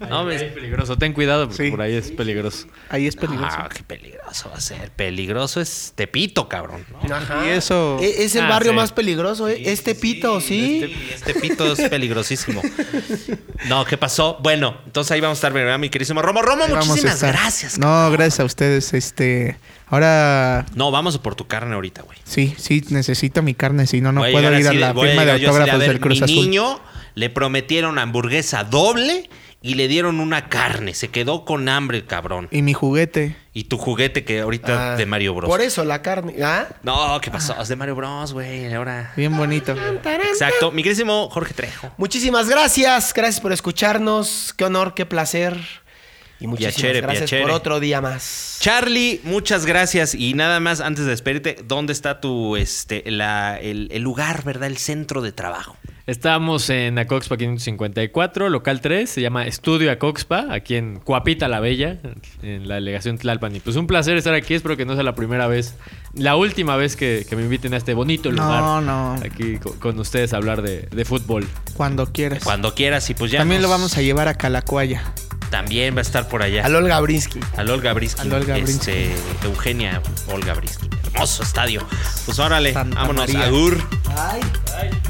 [SPEAKER 1] No,
[SPEAKER 4] Ahí
[SPEAKER 1] me-
[SPEAKER 4] es peligroso. Ten cuidado porque
[SPEAKER 3] Ah, Sí.
[SPEAKER 4] por ahí es peligroso.
[SPEAKER 3] ahí es peligroso.
[SPEAKER 1] Ah, qué peligroso va a ser. Peligroso es Tepito, cabrón. ¿no?
[SPEAKER 2] Ajá.
[SPEAKER 3] Y eso-
[SPEAKER 1] Eh,
[SPEAKER 2] E- es el
[SPEAKER 4] Ah,
[SPEAKER 2] barrio
[SPEAKER 4] sí.
[SPEAKER 2] más peligroso, ¿eh? este pito, sí.
[SPEAKER 1] Este, este pito es
[SPEAKER 3] *laughs*
[SPEAKER 1] peligrosísimo. No, ¿qué pasó? Bueno, entonces ahí vamos a estar, ¿verdad, mi querísimo Romo. Romo,
[SPEAKER 3] Ahí vamos a
[SPEAKER 1] muchísimas
[SPEAKER 3] estar.
[SPEAKER 1] gracias. No.
[SPEAKER 3] No, gracias a ustedes. Este, ahora
[SPEAKER 1] vamos por tu carne ahorita, güey.
[SPEAKER 3] sí, sí necesito mi carne, si no no
[SPEAKER 1] Voy a
[SPEAKER 3] puedo
[SPEAKER 1] llegar
[SPEAKER 3] ir a
[SPEAKER 1] así
[SPEAKER 3] la
[SPEAKER 1] voy
[SPEAKER 3] firma de
[SPEAKER 1] llegar yo así
[SPEAKER 3] autógrafos
[SPEAKER 1] a ver,
[SPEAKER 3] del Cruz
[SPEAKER 1] mi
[SPEAKER 3] Azul.
[SPEAKER 1] niño le prometieron hamburguesa doble y le dieron una carne. Se quedó con hambre el cabrón.
[SPEAKER 3] Y mi juguete.
[SPEAKER 1] Y tu juguete que ahorita
[SPEAKER 2] Ah,
[SPEAKER 1] de Mario Bros.
[SPEAKER 2] Por eso la carne, ¿ah?
[SPEAKER 1] No, ¿qué pasó? Es de Mario Bros, güey, ahora.
[SPEAKER 3] Bien bonito.
[SPEAKER 1] Exacto. Mi querísimo Jorge Trejo.
[SPEAKER 2] Muchísimas gracias, gracias por escucharnos, qué honor, qué placer. Y muchísimas
[SPEAKER 1] Piacere,
[SPEAKER 2] gracias
[SPEAKER 1] piacere.
[SPEAKER 2] por otro día más.
[SPEAKER 1] Charlie, muchas gracias. Y nada más, antes de despedirte, ¿dónde está tu este la- el, el lugar, verdad? El centro de trabajo.
[SPEAKER 4] Estamos en Acoxpa 554, local 3, se llama Estudio Acoxpa, aquí en Cuapita la Bella, en la delegación Tlalpan. Y pues un placer estar aquí, espero que no sea la primera vez, la última vez que, que me inviten a este bonito lugar.
[SPEAKER 3] No, no.
[SPEAKER 4] Aquí co- con, ustedes a hablar de, de fútbol.
[SPEAKER 3] Cuando quieras.
[SPEAKER 1] Cuando quieras, y pues ya.
[SPEAKER 3] También lo
[SPEAKER 1] nos-
[SPEAKER 3] vamos a llevar a Calacuaya.
[SPEAKER 1] También va a estar por allá.
[SPEAKER 2] Al Olga Brinsky.
[SPEAKER 1] Al Olga Brisky.
[SPEAKER 3] Al Olga Brinsky.
[SPEAKER 1] Este, Eugenia Olga Brisky. Hermoso estadio. Pues órale,
[SPEAKER 3] Santa
[SPEAKER 1] vámonos.
[SPEAKER 3] María.
[SPEAKER 1] Agur.